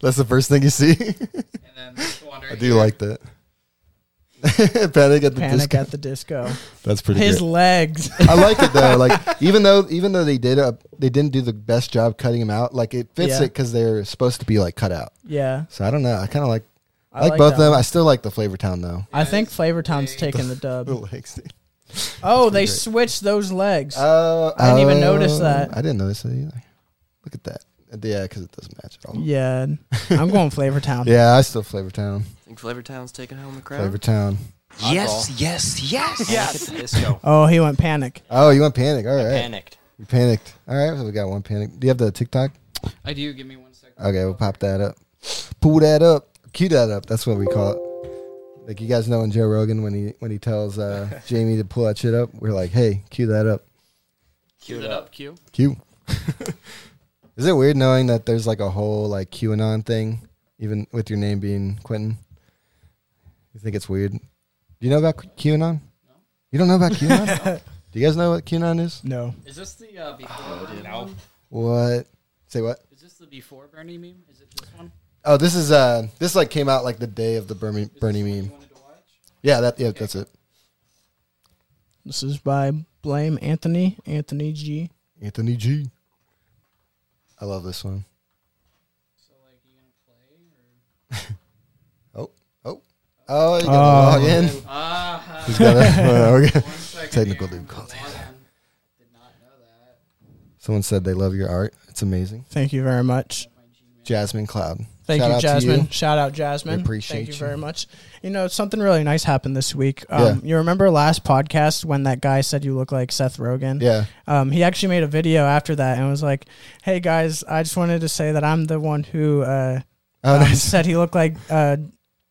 S1: That's the first thing you see.
S7: And then this one
S1: I do like that. (laughs) Panic at the
S3: panic
S1: disco.
S3: at
S1: (laughs)
S3: the disco.
S1: That's pretty.
S3: His
S1: great.
S3: legs.
S1: (laughs) I like it though.
S3: (laughs)
S1: Like even though even though they did a they didn't do the best job cutting him out. Like it fits
S3: Yeah.
S1: it because they're supposed to be like cut out.
S3: Yeah,
S1: So I don't know. I kind of like I
S3: I
S1: like,
S3: like
S1: both
S3: that
S1: of them.
S3: one.
S1: I still like the Flavor Town though.
S3: I think Flavor Town's taking
S1: (laughs)
S3: the
S1: The
S3: dub.
S1: legs. dude.
S3: Oh, they switched those legs.
S1: Oh,
S3: I didn't even notice
S1: oh,
S3: that.
S1: I didn't notice that either. Look at that. Yeah, because it doesn't match at all. Yeah,
S3: Yeah, I'm going Flavor
S1: (laughs)
S3: Town.
S1: I still Flavor Town.
S5: I think Flavor Town's taking home the crown.
S1: Flavor Town.
S4: Yes, yes, yes.
S6: Yes. Disco.
S3: (laughs) Oh, he went panic.
S1: Oh, you want Panic? All right,
S6: Panicked.
S1: you panicked. All right, so we got one Panic. Do you have the TikTok?
S7: I do. Give me one second.
S1: Okay, we'll pop that up. Pull that up. Cue that up. That's what we call it. Like you guys know in Joe Rogan when he when he tells uh, Jamie to pull that shit up, we're like, hey, cue that up.
S7: Cue it up, cue.
S1: Q. (laughs) Is it weird knowing that there's like a whole like QAnon thing, even with your name being Quentin? You think it's weird? Do you know about QAnon? No. You don't know about QAnon? Do you guys know what QAnon is?
S3: No.
S7: Is this the
S1: Oh,
S7: uh, before Bernie one?
S1: What? Say what?
S7: Is this the before Bernie meme? Is it this one?
S1: Oh, this is uh this like came out like the day of the Bernie Bernie meme. Yeah, that yeah, that's it.
S3: This is by Blame Anthony, Anthony G.
S1: Anthony G. I love this one. So like you gonna play or Oh, oh. Oh, you
S3: Ah.
S1: gotta log in.
S7: Ah.
S1: He's
S7: (laughs)
S1: gotta, uh,
S3: (laughs)
S1: okay. Technical difficulties. Someone said they love your art. It's amazing.
S3: Thank you very much.
S1: Jasmine Cloud.
S3: Thank
S1: Shout
S3: you,
S1: out to
S3: Jasmine. Shout out, Jasmine.
S1: We appreciate
S3: Thank you,
S1: you.
S3: very much. You know, something really nice happened this week. Um, You remember last podcast when that guy said you look like Seth Rogen?
S1: Yeah.
S3: Um, he actually made a video after that and was like, "Hey guys, I just wanted to say that I'm the one who uh,
S1: Oh,
S3: uh,
S1: nice.
S3: said he looked like uh,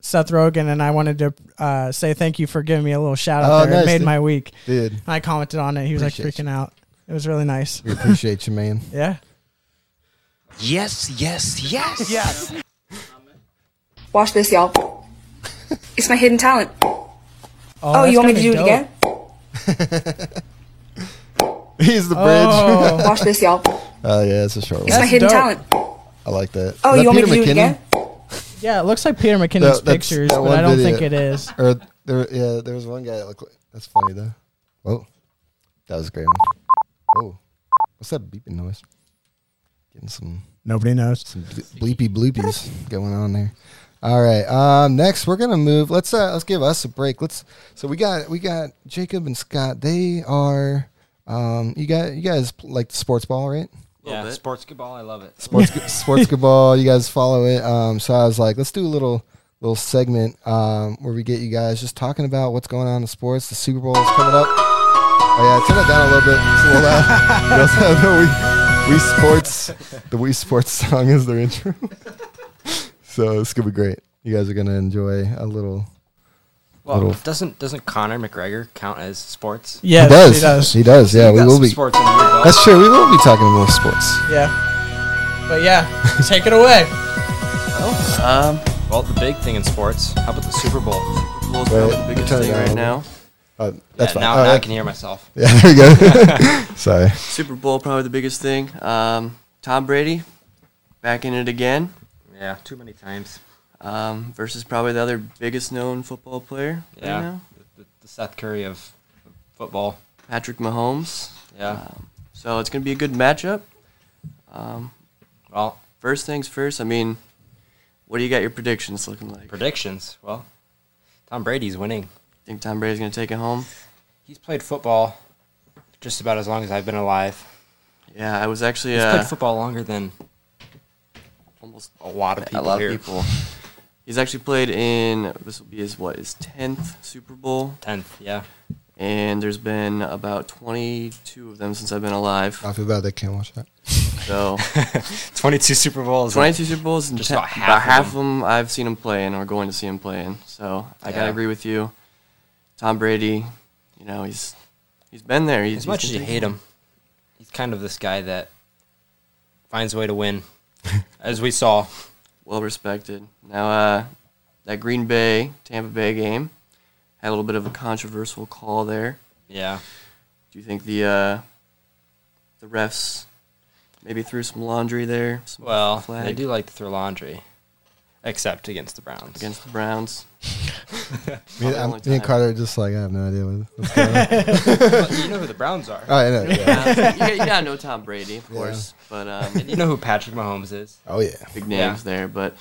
S3: Seth Rogen, and I wanted to uh, say thank you for giving me a little shout out.
S1: Oh,
S3: there.
S1: nice,
S3: It made
S1: dude.
S3: my week.
S1: Dude,
S3: I commented on it. He was like
S1: Appreciate
S3: freaking out. It was really nice. (laughs)
S1: we appreciate you, man.
S3: Yeah.
S4: Yes, yes, yes.
S8: Yes.
S10: Watch this, y'all. It's my hidden talent. Oh,
S3: Oh, that's
S10: you want me
S3: gonna
S10: to do
S3: be dope.
S10: it again?
S1: He's the bridge. Oh,
S10: (laughs)
S3: Oh,
S10: Watch this, y'all.
S1: yeah, it's a short
S10: It's
S1: one.
S10: my hidden
S3: dope.
S10: talent.
S1: I like that. Is
S10: Oh,
S1: that
S10: you want me to
S1: Peter
S10: do it
S1: McKinnon?
S10: again?
S3: yeah. It looks like Peter McKinnon's
S1: That- that's-
S3: pictures,
S1: that
S3: but
S1: one
S3: I don't
S1: video.
S3: think it is.
S1: Or there, yeah, there was one guy that looked like that's funny though. Whoa, that was a great one. Oh, what's that beeping noise? Getting some
S3: Nobody knows.
S1: some ble- bleepy bloopies going on there. All right. Um, next, we're gonna move. Let's uh, let's give us a break. Let's. So we got we got Jacob and Scott. They are. Um, you got you guys pl- like sports ball, right?
S6: Yeah,
S5: bit.
S6: sports ball. I love it.
S3: (laughs)
S1: sports sports cabal. You guys follow it. Um, so I was like, let's do a little little segment um, where we get you guys just talking about what's going on in sports. The Super Bowl is coming up. Oh yeah, turn that down a little bit. It's a little loud. We also have
S3: (laughs)
S1: the we, we sports the we sports song is their intro. (laughs) so it's gonna be great. You guys are gonna enjoy a little.
S6: Well,
S1: Little-
S6: doesn't doesn't Conor McGregor count as sports?
S3: Yes,
S1: he does.
S3: He does.
S1: He does. Yeah,
S6: We've
S1: we
S6: got
S1: will
S6: some
S1: be.
S6: Sports in your belt.
S1: That's true. We will be talking more sports.
S3: Yeah. But yeah, take it away.
S5: Um,
S6: Well, the big thing in sports. How about the Super Bowl?
S5: Bulls probably
S1: Wait,
S5: the biggest
S1: turn it
S5: thing right
S1: down.
S5: now.
S1: Uh, that's
S6: yeah,
S1: fine.
S6: Now,
S1: Oh,
S6: now
S1: yeah.
S6: I can hear myself.
S1: (laughs) yeah, there we
S6: (laughs)
S1: go. Sorry.
S5: Super Bowl probably the biggest thing. Um, Tom Brady back in it again
S6: Yeah, too many times.
S5: um, versus probably the other biggest known football player right
S6: Yeah,
S5: now,
S6: the, the, the Seth Curry of football.
S5: Patrick Mahomes. Um,
S6: Yeah.
S5: So it's going to be a good matchup. Um,
S6: Well,
S5: first things first. I mean, what do you got your predictions looking like? I
S6: predictions. Well, Tom Brady's winning.
S5: think Tom Brady's going to take it home.
S6: He's played football just about as long as I've been alive.
S5: Yeah, I was actually
S6: He's
S5: uh,
S6: played football longer than
S5: almost
S6: a lot of people
S5: a lot
S6: here.
S5: of people. He's actually played in this will be his what his tenth Super Bowl,
S6: Tenth, yeah.
S5: and there's been about 22 of them since I've been alive.
S1: I feel bad they can't watch that.
S5: So
S6: (laughs) Twenty-two Super Bowls.
S5: 22 Super Bowls, and
S6: Just
S5: ten-
S6: about half
S5: about
S6: of
S5: half of them I've seen him play in or going to see him play in. So I
S6: Yeah.
S5: gotta agree with you. Tom Brady, you know he's he's been there. He's,
S6: As much
S5: he's
S6: as you
S5: been
S6: hate him, he's kind of this guy that finds a way to
S5: (laughs)
S6: win, as we saw.
S5: well respected. Now, uh, that Green Bay Tampa Bay game had a little bit of a controversial call there.
S6: Yeah.
S5: Do you think the uh, the refs maybe threw some laundry there? Some
S6: Well,
S5: flag
S6: they do like to throw laundry, except against the Browns.
S5: against the
S6: (laughs)
S5: Browns.
S1: Me,
S5: Probably
S1: I'm,
S5: only
S1: me and
S5: time.
S1: Carter are just like I have no idea what,
S6: (laughs)
S1: what's going on.
S6: But you
S1: (laughs)
S6: know who the Browns are.
S1: oh, I know. Yeah.
S5: Uh, you, got- (laughs) you gotta know Tom Brady, of course, but
S6: (laughs)
S5: um,
S6: You know who Patrick Mahomes is.
S1: Oh yeah.
S5: big names there. But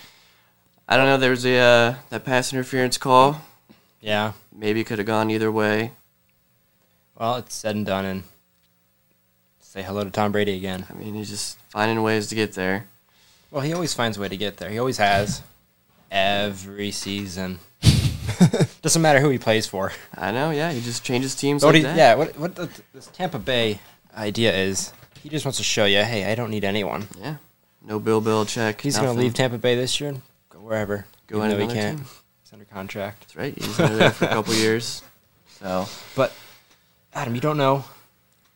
S5: I don't know. There was a uh, that pass interference call.
S6: Yeah.
S5: Maybe could have gone either way.
S6: Well, it's said and done, and say hello to Tom Brady again.
S5: I mean, he's just finding ways to get there.
S6: Well, he always finds a way to get there. He always has. Every
S5: (laughs)
S6: season. Doesn't matter who he plays for.
S5: I know. oh, Yeah, he just changes teams.
S6: What
S5: Like
S6: he,
S5: that.
S6: yeah, what, what the, this Tampa Bay idea is, he just wants to show you, hey, I don't need anyone.
S5: Yeah. No Bill Belichick.
S6: He's going to
S5: nothing.
S6: leave Tampa Bay this year and go wherever.
S5: go
S6: Even
S5: into
S6: though he
S5: another
S6: can't.
S5: team.
S6: He's under contract.
S5: That's right. He's been there for
S6: (laughs)
S5: a couple years. So,
S6: but Adam, you don't know,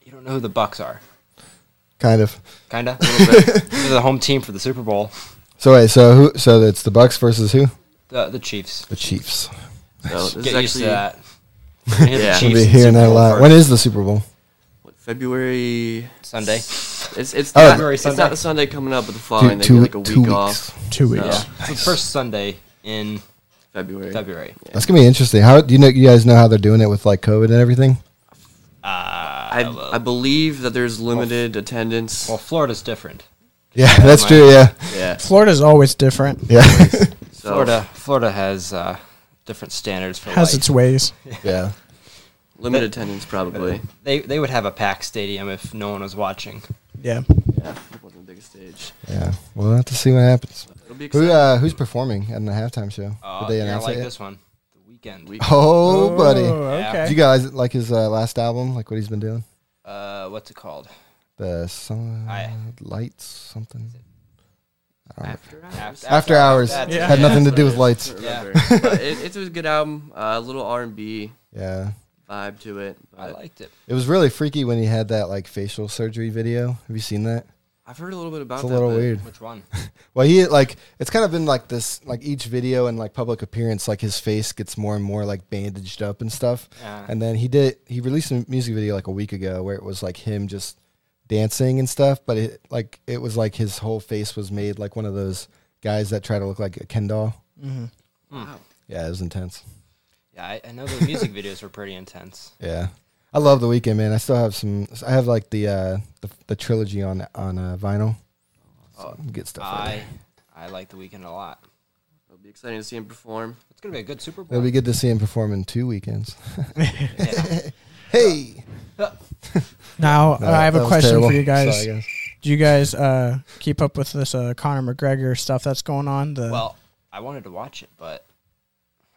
S6: you don't know who the Bucks are.
S1: Kind of.
S5: (laughs)
S6: Kinda. A little bit. They're the home team for the Super Bowl.
S1: So wait, so who? So it's the Bucks versus who?
S6: The, the Chiefs.
S1: The Chiefs.
S5: so this
S6: Get
S5: is
S6: used to
S5: actually
S6: that. We're gonna hit the
S5: (laughs) Yeah.
S1: We'll
S6: Chiefs
S1: be
S6: in
S1: hearing
S6: Super
S1: that a
S6: Bowl
S1: lot.
S6: first.
S1: When is the Super Bowl?
S5: what, February
S6: Sunday.
S5: It's it's,
S1: Oh.
S5: not,
S6: February
S5: it's
S6: Sunday.
S5: not the Sunday coming up, but the following.
S1: two-
S5: they get like a week
S1: two weeks.
S5: off.
S3: Two
S5: So,
S3: weeks.
S6: It's the first Sunday in
S5: February.
S6: February.
S1: That's gonna be interesting. How do you know? You guys know how they're doing it with like COVID and everything?
S6: Ah,
S5: I, I believe that there's limited attendance.
S6: Well, Florida's different.
S1: Yeah, that's
S6: might-
S1: true. Yeah,
S5: yeah.
S3: Florida's always different.
S1: yeah,
S5: So,
S6: Florida, Florida has uh, different standards for
S3: Has
S6: life. (laughs)
S3: its ways.
S1: yeah.
S5: Limited attendance, probably.
S6: They they would have a packed stadium if no one was watching.
S3: Yeah.
S5: Yeah. It wasn't the biggest stage.
S1: Yeah, we'll have to see what happens.
S5: It'll be exciting.
S1: Who uh, who's performing at the halftime show?
S6: Uh,
S1: Did they
S6: you're gonna
S1: announce
S6: like
S1: it? Yet?
S6: this one. The weekend.
S5: Week-
S1: Oh, buddy,
S3: Oh,
S6: Yeah.
S1: did
S3: okay.
S1: you guys like his uh, last album? Like what he's been doing?
S6: Uh, what's it called?
S1: The sun,
S6: Aye.
S1: lights something.
S6: After,
S1: After hours
S6: That's-
S3: Yeah.
S1: had nothing to do with lights.
S5: Yeah.
S6: (laughs)
S5: but it, it was a good album. uh, A little R and B
S1: Yeah,
S5: vibe to it. But
S6: I liked it.
S1: it was really freaky when he had that like facial surgery video. Have you seen that?
S5: I've heard a little bit about
S1: It's a
S5: that.
S1: little
S5: but
S1: weird.
S6: Which one?
S1: (laughs) Well, he like it's kind of been like this, like each video and like public appearance, like his face gets more and more like bandaged up and stuff.
S6: Yeah.
S1: And then he did he released a music video like a week ago where it was like him just dancing and stuff, but it like it was like his whole face was made like one of those guys that try to look like a Ken doll.
S5: Mm-hmm.
S6: Wow.
S1: Yeah, it was intense.
S6: Yeah, I, I know
S1: (laughs)
S6: the music videos were pretty intense.
S1: Yeah, I love the weekend, man. I still have some. I have like the uh the, the trilogy on on uh, vinyl. So good stuff. right
S6: I
S1: there.
S6: I like the weekend a lot.
S5: It'll be exciting to see him perform.
S6: It's gonna be a good Super Bowl.
S1: It'll be good to see him perform in two (laughs) weekends.
S6: Yeah.
S1: (laughs) Hey.
S3: (laughs) Now
S1: No,
S3: I have
S1: that
S3: a
S1: was
S3: question
S1: terrible.
S3: for you guys.
S1: Sorry, guys.
S3: Do you guys uh, keep up with this uh, Conor McGregor stuff that's going on?
S1: uh,
S3: The
S6: Well, I wanted to watch it, but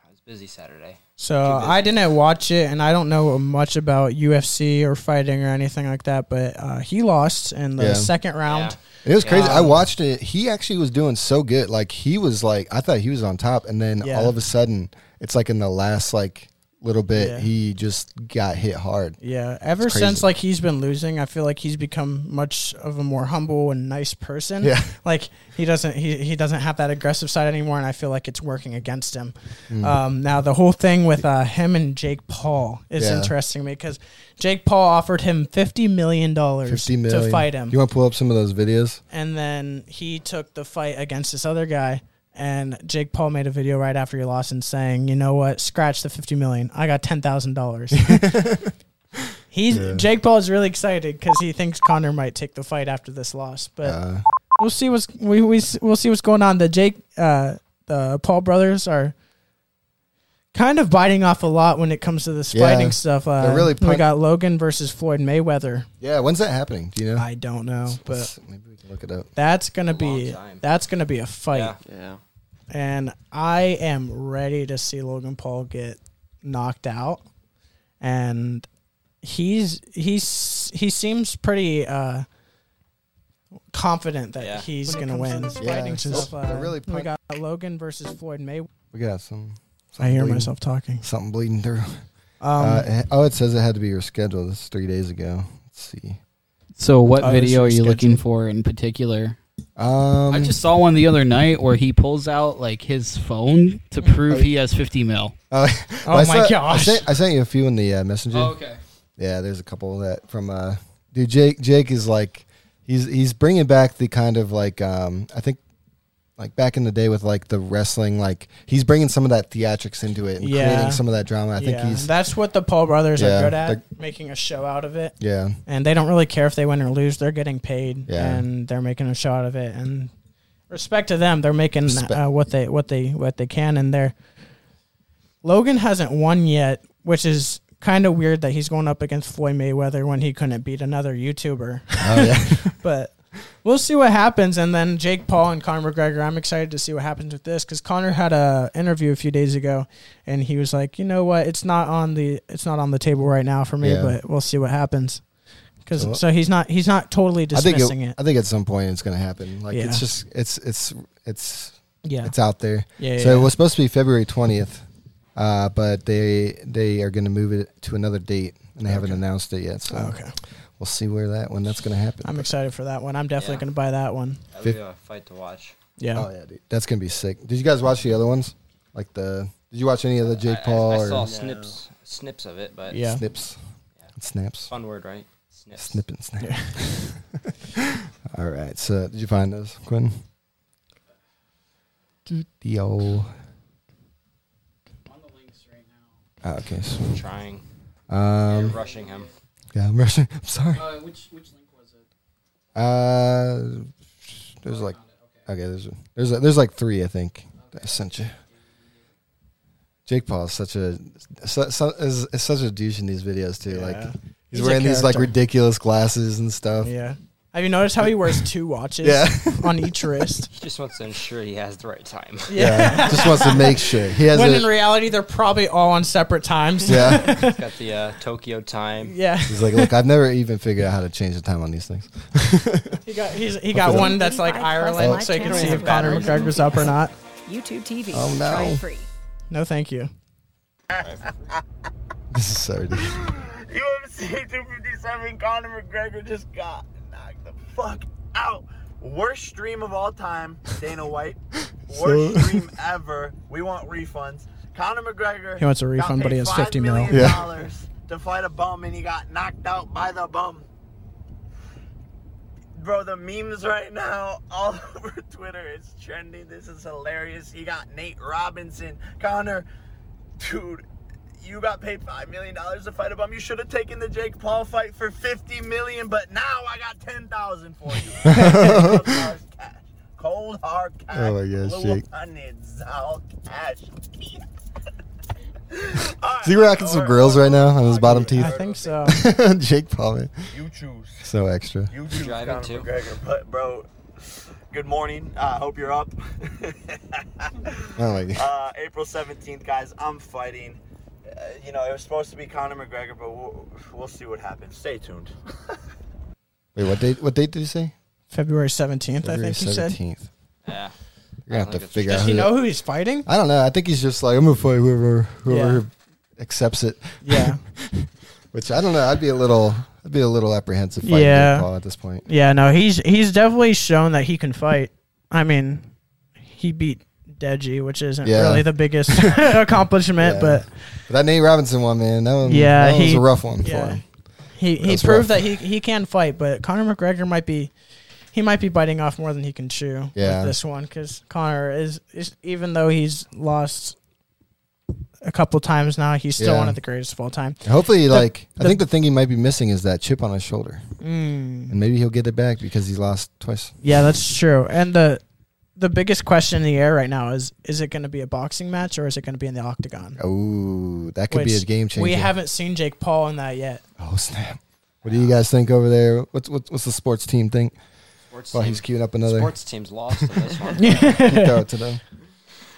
S6: I was busy Saturday.
S3: so I didn't watch it, and I don't know much about UFC or fighting or anything like that. But uh, he lost in the
S1: Yeah.
S3: second round. Um,
S6: Yeah.
S1: It was crazy.
S3: Yeah.
S1: I watched it. He actually was doing so good. Like he was like I thought he was on top, and then
S3: Yeah.
S1: all of a sudden, it's like in the last like little bit,
S3: Yeah.
S1: he just got hit hard.
S3: Yeah, ever
S1: It's crazy.
S3: since like he's been losing, I feel like he's become much of a more humble and nice person.
S1: Yeah.
S3: (laughs) like he doesn't he, he doesn't have that aggressive side anymore, and I feel like it's working against him.
S1: Hmm.
S3: Um, now the whole thing with uh, him and Jake Paul is
S1: Yeah.
S3: interesting to me because Jake Paul offered him fifty million dollars
S1: Fifty million
S3: to fight him,
S1: You want to pull up some of those videos?
S3: and then he took the fight against this other guy. And Jake Paul made a video right after he lost and saying, "You know what? Scratch the fifty million. I got ten
S1: (laughs)
S3: thousand dollars." He's Jake Paul is really excited because he thinks Connor might take the fight after this loss. But
S1: Uh,
S3: we'll see what's we, we s- we'll see what's going on. The Jake uh, the Paul brothers are kind of biting off a lot when it comes to this
S1: Yeah.
S3: fighting stuff. Uh,
S1: They're really
S3: we
S1: pun-
S3: got Logan versus Floyd Mayweather.
S1: yeah. When's that happening? Do you know?
S3: I don't know, but
S1: Let's- maybe we can look it up.
S3: that's gonna
S6: long
S3: be
S6: time.
S3: that's gonna be a fight,
S6: Yeah.
S5: Yeah.
S3: and I am ready to see Logan Paul get knocked out. And he's he's he seems pretty uh, confident that
S6: Yeah.
S3: he's gonna win.
S1: Yeah, fighting stuff,
S3: uh,
S1: they're really
S3: we
S1: pun-
S3: got Logan versus Floyd Mayweather.
S1: We got some.
S3: I hear
S1: bleeding-
S3: myself talking.
S1: Something bleeding through.
S3: Um,
S1: uh, eh, oh, it says it had to be rescheduled. This is three days ago. Let's see.
S7: So, what
S3: Oh, this
S7: video are
S3: is
S7: you looking
S3: scheduled.
S7: for in particular?
S1: Um,
S7: I just saw one the other night where he pulls out like his phone to prove he has 50 mil.
S1: (laughs) uh,
S3: Oh
S1: Oh, I
S3: my
S1: sent- I
S3: gosh.
S1: sent, I sent you a few in the uh, messenger.
S7: Oh, okay.
S1: Yeah, there's a couple that from uh dude Jake Jake is like he's he's bringing back the kind of like um I think like back in the day with like the wrestling like he's bringing some of that theatrics into it and
S3: Yeah.
S1: creating some of that drama. I think
S3: yeah,
S1: he's
S3: that's what the Paul brothers
S1: Yeah,
S3: are good at,
S1: they're-
S3: making a show out of it.
S1: yeah.
S3: And they don't really care if they win or lose. They're getting paid,
S1: Yeah.
S3: and they're making a show out of it. And respect to them, they're making uh,
S1: Respect.
S3: what they what they what they can. And they're Logan hasn't won yet, which is kind of weird that he's going up against Floyd Mayweather when he couldn't beat another YouTuber.
S1: Oh yeah.
S3: (laughs) but we'll see what happens. And then Jake Paul and Conor McGregor. I'm excited to see what happens with this because Conor had a interview a few days ago, and he was like, you know what, it's not on the it's not on the table right now for me,
S1: Yeah.
S3: but we'll see what happens. Because
S1: So-
S3: so, he's not he's not totally
S1: I think
S3: dismissing
S1: it,
S3: it.
S1: I think at some point it's going to happen. Like
S3: Yeah.
S1: it's just it's it's it's
S3: Yeah.
S1: it's out there.
S3: Yeah,
S1: so
S3: yeah,
S1: it
S3: yeah.
S1: was supposed to be February twentieth, uh, but they they are going to move it to another date, and they haven't announced it yet. So
S3: Oh, Okay.
S1: we'll see where that when that's going to happen.
S3: I'm excited for that one. I'm definitely
S6: Yeah.
S3: going to buy that one.
S6: That'll
S1: Fif-
S6: be a fight to watch.
S3: Yeah.
S1: Oh yeah, dude, that's gonna be sick. Did you guys watch the other ones? Like the Did you watch any of the Jake
S6: I- I-
S1: Paul
S6: I,
S1: or
S6: saw snips snips of it, but
S3: Yeah.
S1: snips, and snaps,
S6: fun word, right? Snips.
S1: snip and snap? (laughs) All right. So did you find those, Quinn? Yo. Oh, okay. So,
S6: Trying. You're
S1: um,
S6: rushing him.
S1: yeah, I'm rushing. (laughs) I'm sorry.
S2: Uh, which which link was it?
S1: Uh, there's like, okay, there's there's there's like three, I think. That I sent you. Jake Paul is such a su- su- is, is such a douche in these videos too. Like
S3: Yeah.
S1: he's,
S3: He's a
S1: wearing these like
S3: character.
S1: ridiculous glasses and stuff. Yeah,
S3: Yeah. Have you noticed how he wears
S1: (laughs)
S3: two watches
S1: Yeah.
S3: on each wrist?
S1: (laughs)
S6: He (laughs) just wants to ensure he has the right time.
S1: just wants to make sure he has
S3: When
S1: a,
S3: in reality, they're probably all on separate times. (laughs)
S1: yeah.
S6: He's got the uh, Tokyo time.
S3: Yeah.
S1: He's like, look, I've never even figured out how to change the time on these things.
S3: He got he's, he got one that's like Ireland, so you can see if Conor McGregor's up or not.
S11: YouTube TV.
S1: Oh, no.
S11: Try it free.
S3: No, thank you.
S12: (laughs)
S1: This is so ridiculous.
S12: UFC 257, Conor McGregor just got knocked the fuck out. Worst stream of all time, Dana White. Worst
S1: So- (laughs)
S12: stream ever. We want refunds. Conor McGregor.
S3: He wants a
S12: got
S3: refund, but he
S12: paid
S3: has 50 mil.
S12: $5
S1: Yeah.
S12: dollars to fight a bum, and he got knocked out by the bum. Bro, the memes right now (laughs) all over Twitter is trending. This is hilarious. You got Nate Robinson, Connor, dude. You got paid five million dollars to fight a bum. You should have taken the Jake Paul fight for fifty million, but now I got ten thousand for you. Cold hard cash. Cold
S1: (laughs)
S12: hard cash.
S1: Oh my gosh,
S12: Blue
S1: Jake.
S12: onions, all cash.
S1: Is he rocking some grills right now on his bottom teeth?
S3: I think so.
S1: (laughs) Jake Paul, man.
S12: You choose.
S1: so extra.
S12: You choose
S6: Driving
S12: Conor
S6: too.
S12: McGregor, but bro. Good morning. I hope you're up.
S1: (laughs) Oh my god.
S12: uh, April 17th, guys. I'm fighting. Uh, you know, it was supposed to be Conor McGregor, but we'll, we'll see what happens. Stay tuned.
S1: Wait, what date? What date did you say?
S3: February seventeenth, I think he said.
S1: seventeenth.
S6: Yeah.
S1: You're gonna have to
S6: think it's-
S1: figure out.
S3: Does he
S1: who
S3: know who he's fighting?
S1: I don't know. I think he's just like I'm gonna fight whoever whoever accepts it.
S3: Yeah.
S1: (laughs) Which I don't know. I'd be a little I'd be a little apprehensive fighting
S3: Yeah.
S1: Jake Paul at this point.
S3: Yeah, no, he's he's definitely shown that he can fight. I mean, he beat Deji, which isn't
S1: Yeah.
S3: really
S1: (laughs)
S3: the biggest (laughs) accomplishment,
S1: Yeah.
S3: but
S1: But that Nate Robinson one, man, that one,
S3: Yeah,
S1: that one was
S3: he-
S1: a rough one
S3: yeah.
S1: for him.
S3: he, he
S1: was
S3: proved
S1: rough.
S3: that he, he can fight. But Conor McGregor might be he might be biting off more than he can chew
S1: Yeah.
S3: with this one because Conor is, is even though he's lost a couple times now, he's still
S1: Yeah.
S3: one of the greatest of all time.
S1: And Hopefully, like
S3: the-
S1: I think the thing he might be missing is that chip on his shoulder,
S3: Mm.
S1: and maybe he'll get it back because he lost twice.
S3: Yeah, that's true. And the the biggest question in the air right now is is it going to be a boxing match or is it going to be in the octagon?
S1: Oh, that could be a
S3: Mm. Which
S1: game changer.
S3: We haven't seen Jake Paul in that yet.
S1: Oh snap! What do you guys think over there? What's what's, what's the sports team think?
S6: Sports
S1: Well,
S6: team- (laughs)
S1: he's queuing up another.
S6: Sports team's lost in this
S3: (laughs)
S6: one.
S1: Throw it to them.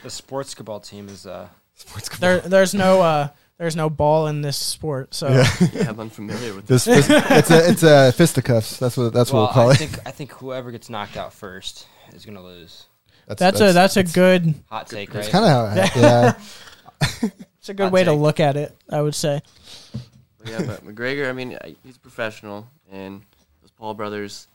S6: The sports cabal team is uh
S1: Sports
S3: There, there's no, uh, there's no ball in this sport. So
S6: (laughs)
S5: Yeah, I'm unfamiliar with
S1: This, this it's a, it's a fisticuffs. That's what that's
S6: well,
S1: what we'll call
S6: I
S1: it.
S6: (laughs) think I think whoever gets knocked out first is gonna lose.
S3: that's, a that's a good,
S6: Hot take, right?
S1: It's kind of how it
S3: (laughs)
S1: hap- yeah.
S3: it's a good
S6: hot
S3: way to
S6: take.
S3: look at it. I would say.
S5: But yeah, but McGregor, I mean, I- he's a professional, and those Paul brothers,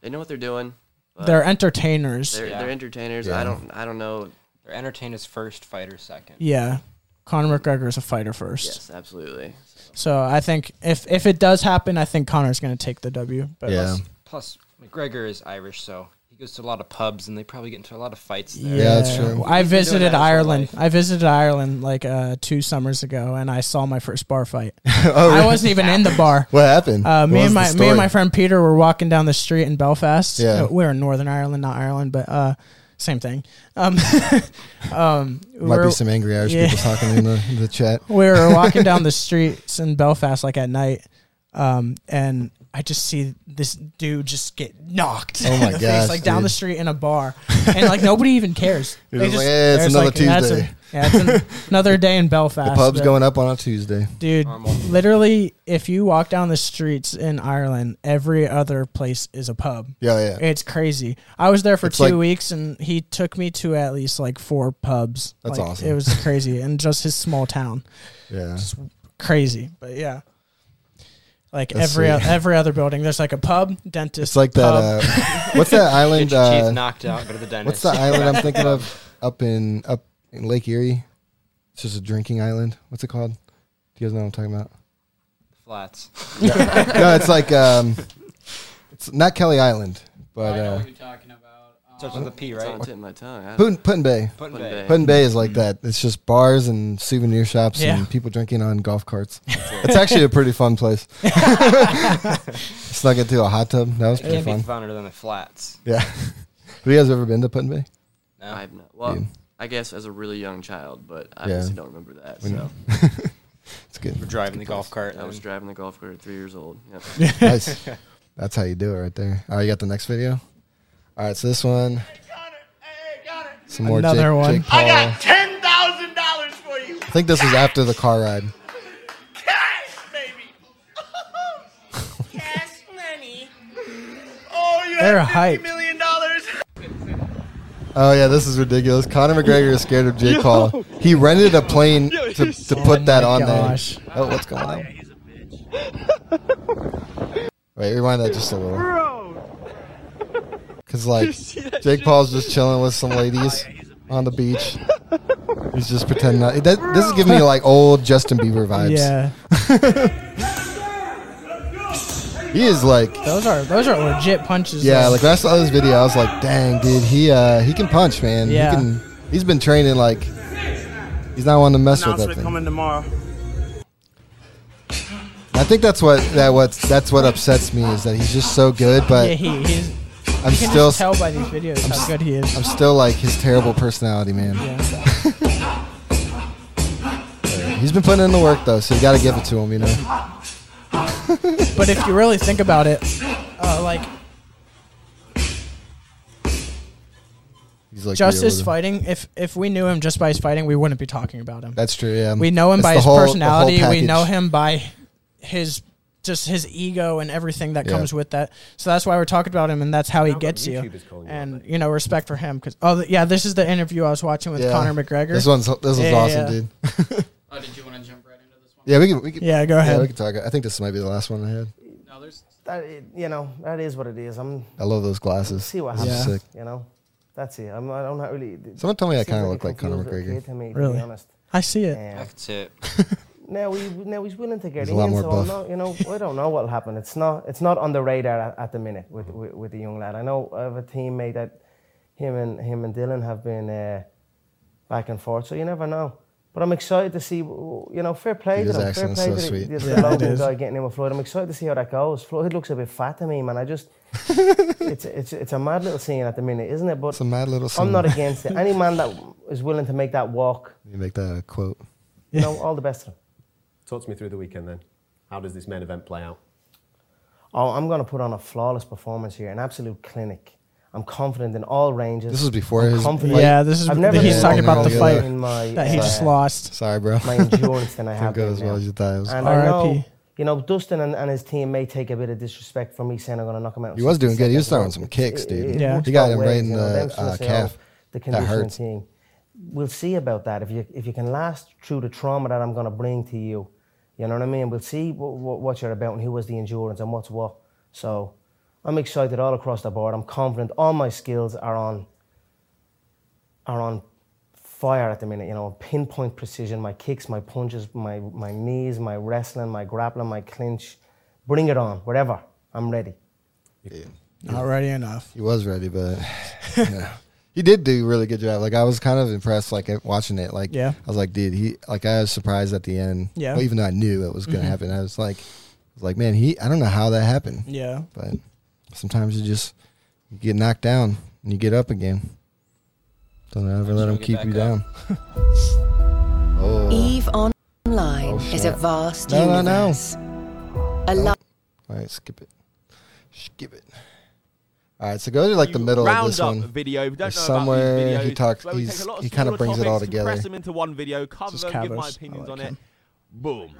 S5: they know what they're doing. But
S3: They're entertainers.
S5: they're,
S6: Yeah.
S5: they're entertainers.
S1: Yeah.
S5: I don't I don't know.
S6: They're entertainers first, fighters second.
S3: yeah, Conor McGregor is a fighter first.
S5: Yes, absolutely.
S3: So I think if if it does happen, I think Conor's going to take the W.
S1: (laughs)
S3: But
S1: yeah,
S6: Plus, McGregor is Irish, so he goes to a lot of pubs, and they probably get into a lot of fights there.
S1: Yeah, that's true.
S6: He's
S3: I
S6: been doing that his
S3: visited
S6: whole
S3: Ireland.
S6: life.
S3: I visited Ireland like uh, two summers ago, and I saw my first bar
S1: (laughs)
S3: fight. I wasn't even in the bar.
S1: Oh, What happened?
S3: Uh,
S1: What
S3: me
S1: was the
S3: and my me and my
S1: story?
S3: friend Peter were walking down the street in Belfast.
S1: Yeah.
S3: Uh, we're in Northern Ireland, not Ireland, but uh, same thing. Um, (laughs) um, we
S1: Might
S3: were-
S1: be some angry Irish
S3: Yeah.
S1: people talking in the,
S3: (laughs)
S1: in the chat.
S3: we were walking down the streets in Belfast like at night, um, and I just see this dude just get knocked
S1: Oh
S3: (laughs) in
S1: my
S3: the
S1: gosh,
S3: face, like down the
S1: dude.
S3: street in
S1: (laughs)
S3: a bar, and like nobody even cares.
S1: You're
S3: They
S1: just like, "Eh, it's
S3: they're just
S1: another
S3: "That's a-
S1: Tuesday."
S3: yeah, it's an-
S1: (laughs)
S3: another day in Belfast.
S1: The pub's
S3: but-
S1: going up on a Tuesday.
S3: dude. Literally, if you walk down the streets in Ireland, every other place is a pub.
S1: Yeah, yeah.
S3: It's crazy. I was there for
S1: It's
S3: two
S1: like-
S3: weeks, and he took me to at least like four pubs.
S1: That's
S3: Like,
S1: awesome.
S3: It was crazy, and just his small town.
S1: Yeah.
S3: Just crazy, but yeah. Like
S1: That's
S3: every
S1: sweet.
S3: every other building, there's like a pub, dentist.
S1: It's like that.
S3: pub. (laughs)
S1: Uh, what's that island?
S6: Get your teeth
S1: uh,
S6: knocked out, go to the
S1: What's
S6: dentist.
S1: the island I'm thinking
S6: (laughs)
S1: of up in up in Lake Erie? It's just a drinking island. What's it called? Do you guys know what I'm talking about?
S6: Flats.
S1: Yeah. (laughs) no, it's like um, it's not Kelly Island,
S6: Oh,
S1: but uh,
S6: Starts with a P, right?
S5: on the tip of my tongue. I-
S1: Putin, Putin Bay.
S6: Putin Bay.
S1: Putin Bay is like that. It's just bars and souvenir shops
S3: Yeah.
S1: and people drinking on golf
S6: (laughs)
S1: carts. it's actually a pretty fun
S3: (laughs)
S1: place. Snuck into a hot tub. That was
S6: It
S1: pretty
S6: can't be
S1: fun.
S6: funner than the flats.
S1: Yeah. (laughs) Have you guys ever been to Putin Bay?
S6: No.
S5: I've not. Well,
S1: Yeah.
S5: I guess as a really young child, but I
S1: Yeah.
S5: obviously don't remember that.
S1: We (laughs)
S5: So
S1: know. it's good.
S6: We're driving the golf cart.
S5: I was
S6: and-
S5: driving the golf cart at three years old. Yep.
S1: (laughs)
S6: (laughs)
S1: nice. That's how you do it right there. All right, you got the next video? All right, so this one. Some more
S3: Another
S1: Jake,
S3: one.
S1: Jake Paul. I,
S12: ten thousand dollars for you.
S1: think this is after the car ride.
S12: Cash,
S1: (laughs)
S12: baby. Cash money. Oh, you
S3: They're
S12: have
S3: hyped.
S12: fifty million dollars.
S1: Oh, yeah, this is ridiculous. Conor McGregor is scared
S12: (laughs)
S1: of Jake Paul. He rented
S13: (laughs)
S1: a plane to, to put that on
S3: gosh.
S1: there. Oh, what's going on? Wait, rewind that just a little.
S12: Bro,
S1: Because, like, Jake Paul's just chilling with some ladies on the beach. He's just pretending. Not, that, this is giving me, like, old Justin Bieber vibes.
S3: yeah,
S1: (laughs) He is, like,
S3: those are those are legit punches.
S1: Yeah,
S3: though.
S1: like when I saw this video, I was like, "Dang, dude, he uh, he can punch, man.
S3: Yeah.
S1: He can, he's been training like he's not one to mess with that
S12: announcement
S1: thing."
S12: coming
S1: (laughs)
S12: tomorrow.
S1: I think that's what that what that's what upsets me is that he's just so good, but
S3: yeah, he, he's, you
S1: I'm
S3: can
S1: still
S3: just tell by these videos how good he is.
S1: I'm still like his terrible personality, man. (laughs) he's been putting in the work though, so you got to give it to him, you know.
S3: (laughs) But if you really think about it, uh, like
S1: He's like
S3: just
S1: real
S3: his
S1: with it.
S3: fighting, if if we knew him just by his fighting, we wouldn't be talking about him.
S1: That's true. Yeah,
S3: we know him
S1: It's
S3: by
S1: the
S3: his
S1: whole- the whole
S3: personality. We
S1: package.
S3: know him by his just his ego and everything that
S1: Yeah.
S3: comes with that. So that's why we're talking about him, and that's how he gets you. And you know, respect for him because oh th- yeah, this is the interview I was watching with
S1: Yeah.
S3: Conor McGregor.
S1: This one's this one's
S3: Yeah,
S1: awesome,
S3: yeah.
S1: dude. (laughs)
S2: Oh, did you want to jump right into this one?
S1: Yeah, we can we can
S3: Yeah, go
S1: yeah,
S3: ahead.
S1: we can talk. I think this might be the last one I had.
S2: No, there's
S11: that you know that is what it is. I'm
S1: I love those glasses.
S11: see what
S1: Those are
S11: happens.
S1: sick.
S11: You know, that's it. I'm, I'm not really.
S1: Someone told me I
S11: seems
S1: kinda
S11: a
S1: look like Conor
S11: confused little
S1: McGregor.
S11: kid To me, To
S3: Really?
S11: be honest.
S3: I see it.
S11: Yeah.
S6: I could see it.
S11: (laughs) Now we now he's willing to get
S1: He's a
S11: in,
S1: lot more
S11: so
S1: buff.
S11: I'm not, you know I don't know what'll happen. It's not it's not on the radar at, at the minute with, with with the young lad. I know I have a teammate that him and him and Dylan have been uh, back and forth, so you never know. But I'm excited to see, you know, fair play
S1: Dude,
S11: to
S1: his
S11: them. Fair
S1: accent's
S11: play
S1: so
S11: to the, the,
S1: sweet. (laughs)
S11: the
S3: Yeah, it
S11: Logan
S3: is.
S11: guy getting in with Floyd. I'm excited to see how that goes. Floyd looks a bit fat to me, man. I
S1: (laughs)
S11: just it's it's it's a mad little scene at the minute, isn't it? But
S1: It's a mad little. Scene.
S11: I'm not against it. Any man that is willing to make that walk,
S1: You make that a quote.
S11: you know, all the best to him.
S14: Talk to me through the weekend then. How does this main event play out?
S11: Oh, I'm going to put on a flawless performance here, an absolute clinic. I'm confident in all ranges.
S1: This was before
S11: I'm
S1: his
S11: confident-
S1: fight.
S3: Yeah, this is- he's
S11: been
S1: talking
S11: so
S1: about the
S11: confident
S1: fight
S11: in my,
S3: that he
S11: uh,
S3: just lost.
S1: Sorry, bro.
S11: My endurance
S1: (laughs)
S11: than I
S1: Didn't
S11: have.
S1: go
S11: been
S1: as well
S11: now.
S1: as you thought. It was-
S11: And I know,
S3: RIP.
S11: you know, Dustin and, and his team may take a bit of disrespect from me saying I'm going to knock him out. in
S1: He was
S11: 60
S1: doing good. He was
S11: seconds, but
S1: throwing some
S11: it-
S1: kicks,
S11: it-
S1: dude.
S11: it
S3: Yeah.
S11: works
S1: He got
S11: both
S1: him right
S11: ways,
S1: in
S11: you know.
S1: the,
S11: Them sort of
S1: uh,
S11: say,
S1: calf.
S11: oh, The conditioning
S1: hurts.
S11: team. We'll see about that. If you if you can last through the trauma that I'm going to bring to you, you know what I mean. We'll see what, what, what you're about and who has the endurance and what's what. So, I'm excited all across the board. I'm confident. All my skills are on. Are on fire at the minute. You know, pinpoint precision. My kicks, my punches, my my knees, my wrestling, my grappling, my clinch. Bring it on, whatever. I'm ready.
S3: Not ready enough.
S1: He was ready, but yeah. (laughs) he did do a really good job. Like I was kind of impressed, like at- watching it. Like
S3: Yeah.
S1: I was like, dude, he like I was surprised at the end.
S3: Yeah.
S1: Well, even though I knew it was gonna
S3: Mhm.
S1: happen, I was like, I was like, man, he. I don't know how that happened,
S3: Yeah,
S1: but sometimes you just you get knocked down and you get up again. Don't ever let
S6: gonna
S1: him
S6: get
S1: keep
S6: back
S1: you
S6: up. (laughs)
S1: down. oh.
S15: Eve Online
S1: Oh,
S15: is a
S1: shit.
S15: vast
S1: No, no, no.
S15: universe. A
S1: No.
S16: Uh,
S15: li-
S1: All right, skip it. Skip it. All right, so go to like the middle of
S15: round
S1: this
S15: up
S1: one.
S15: video. If you don't know about
S1: or
S15: these
S1: somewhere he
S15: videos,
S1: talks.
S15: where we take
S1: He's,
S15: a lot of
S1: he kind
S15: smaller
S1: of brings it all
S15: topics,
S1: together.
S15: Compress them into one video, cover
S1: Just
S15: them, give my
S1: covers. I
S15: opinions
S1: like
S15: on
S1: him.
S15: it. Boom.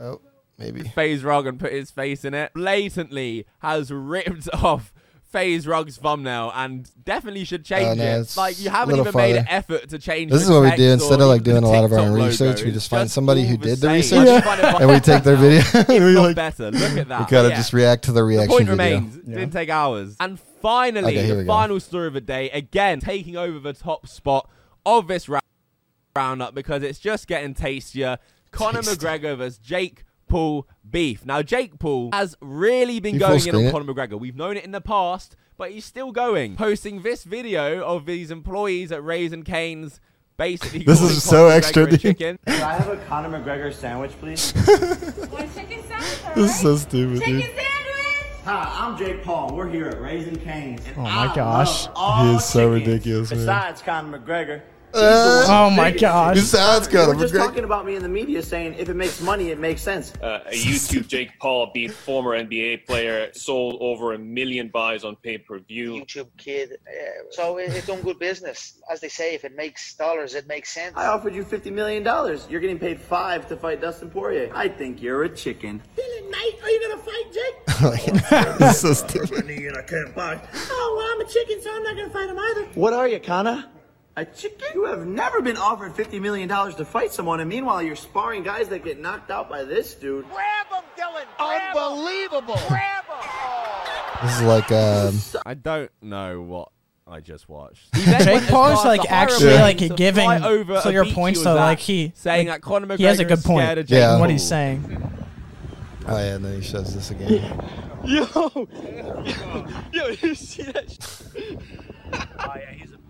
S1: Oh, maybe.
S15: Phase Rug and put his face in it. Blatantly has ripped (laughs) off Phase Rug's thumbnail and definitely should change
S1: Oh, no,
S15: it.
S1: it's
S15: Like you
S1: a
S15: haven't
S1: little
S15: even made an
S1: farther.
S15: effort to change.
S1: This
S15: the
S1: is what we
S15: text
S1: do
S15: or
S1: instead of like doing a lot of our
S15: TikTok
S1: own
S15: logo.
S1: research. We
S15: It's
S1: just find
S15: just
S1: somebody
S15: all
S1: who
S15: the
S1: did the
S15: same.
S1: research,
S15: Just
S1: (laughs)
S15: find it
S1: and we
S15: (laughs)
S1: take their video. and (laughs) we
S15: not
S1: like,
S15: better. Look at that.
S1: We kind of
S15: Yeah.
S1: just react to the reaction
S15: Point
S1: video.
S15: remains. Didn't take hours. And finally,
S1: Okay, here
S15: the
S1: we go.
S15: final story of the day. Again, taking over the top spot of this round roundup because it's just getting tastier. Conor McGregor versus Jake Paul beef. Now, Jake Paul has really been
S1: Can you full
S15: going in on
S1: screen it?
S15: Conor McGregor. We've known it in the past, but he's still going. Posting this video of these employees at Raisin Cane's basically.
S1: This
S15: calling
S1: is
S15: Conor
S1: so
S15: McGregor
S1: extra,
S15: a
S1: dude.
S15: Chicken.
S13: Can I have a Conor McGregor sandwich, please?
S1: (laughs) This is so stupid, dude.
S13: Hi, I'm Jake Paul. and We're here at Raising Cane's. and
S1: Oh
S13: I
S15: Ah,
S1: my
S13: love
S1: gosh,
S13: all
S1: he is so
S13: chickens.
S1: ridiculous, man.
S13: Besides Conor McGregor.
S1: Uh,
S13: he's the one
S1: Oh
S13: who
S1: my
S13: created
S1: gosh.
S13: it.
S1: Besides
S13: You
S1: Conor
S13: We're just
S1: McGregor.
S13: talking about me in the media saying if it makes money, it makes sense.
S16: Uh, a YouTube Jake Paul beat former NBA player sold over a million buys on pay per view.
S17: YouTube kid. Uh, so it, it's done good business. As they say, if it makes dollars, it makes sense.
S13: I offered you $50 million. You're getting paid five to fight Dustin Poirier. I think you're a chicken.
S12: Dylan Knight, are you gonna fight Jake?
S1: (laughs) this is so stupid.
S13: I couldn't fight.
S12: Oh, well, I'm a chicken, so I'm not gonna fight him either.
S13: What are you, Kana? A chicken? You have never been offered $50 million to fight someone, and meanwhile, you're sparring guys that get knocked out by this dude.
S12: Grab him, Dylan. Unbelievable. Grab him.
S1: This is like um,
S15: I don't know what I just watched.
S3: Jake Paul is like actually like giving clear points
S15: to
S3: though. Like he
S15: saying that
S3: like,
S15: Conor McGregor
S3: he has a good
S15: is
S3: point
S15: scared
S3: in
S15: of Jake Paul.
S3: what he's saying.
S1: oh yeah, and then he shows this again.
S12: Yo, yo, yo, you see that? Sh- oh yeah, he's a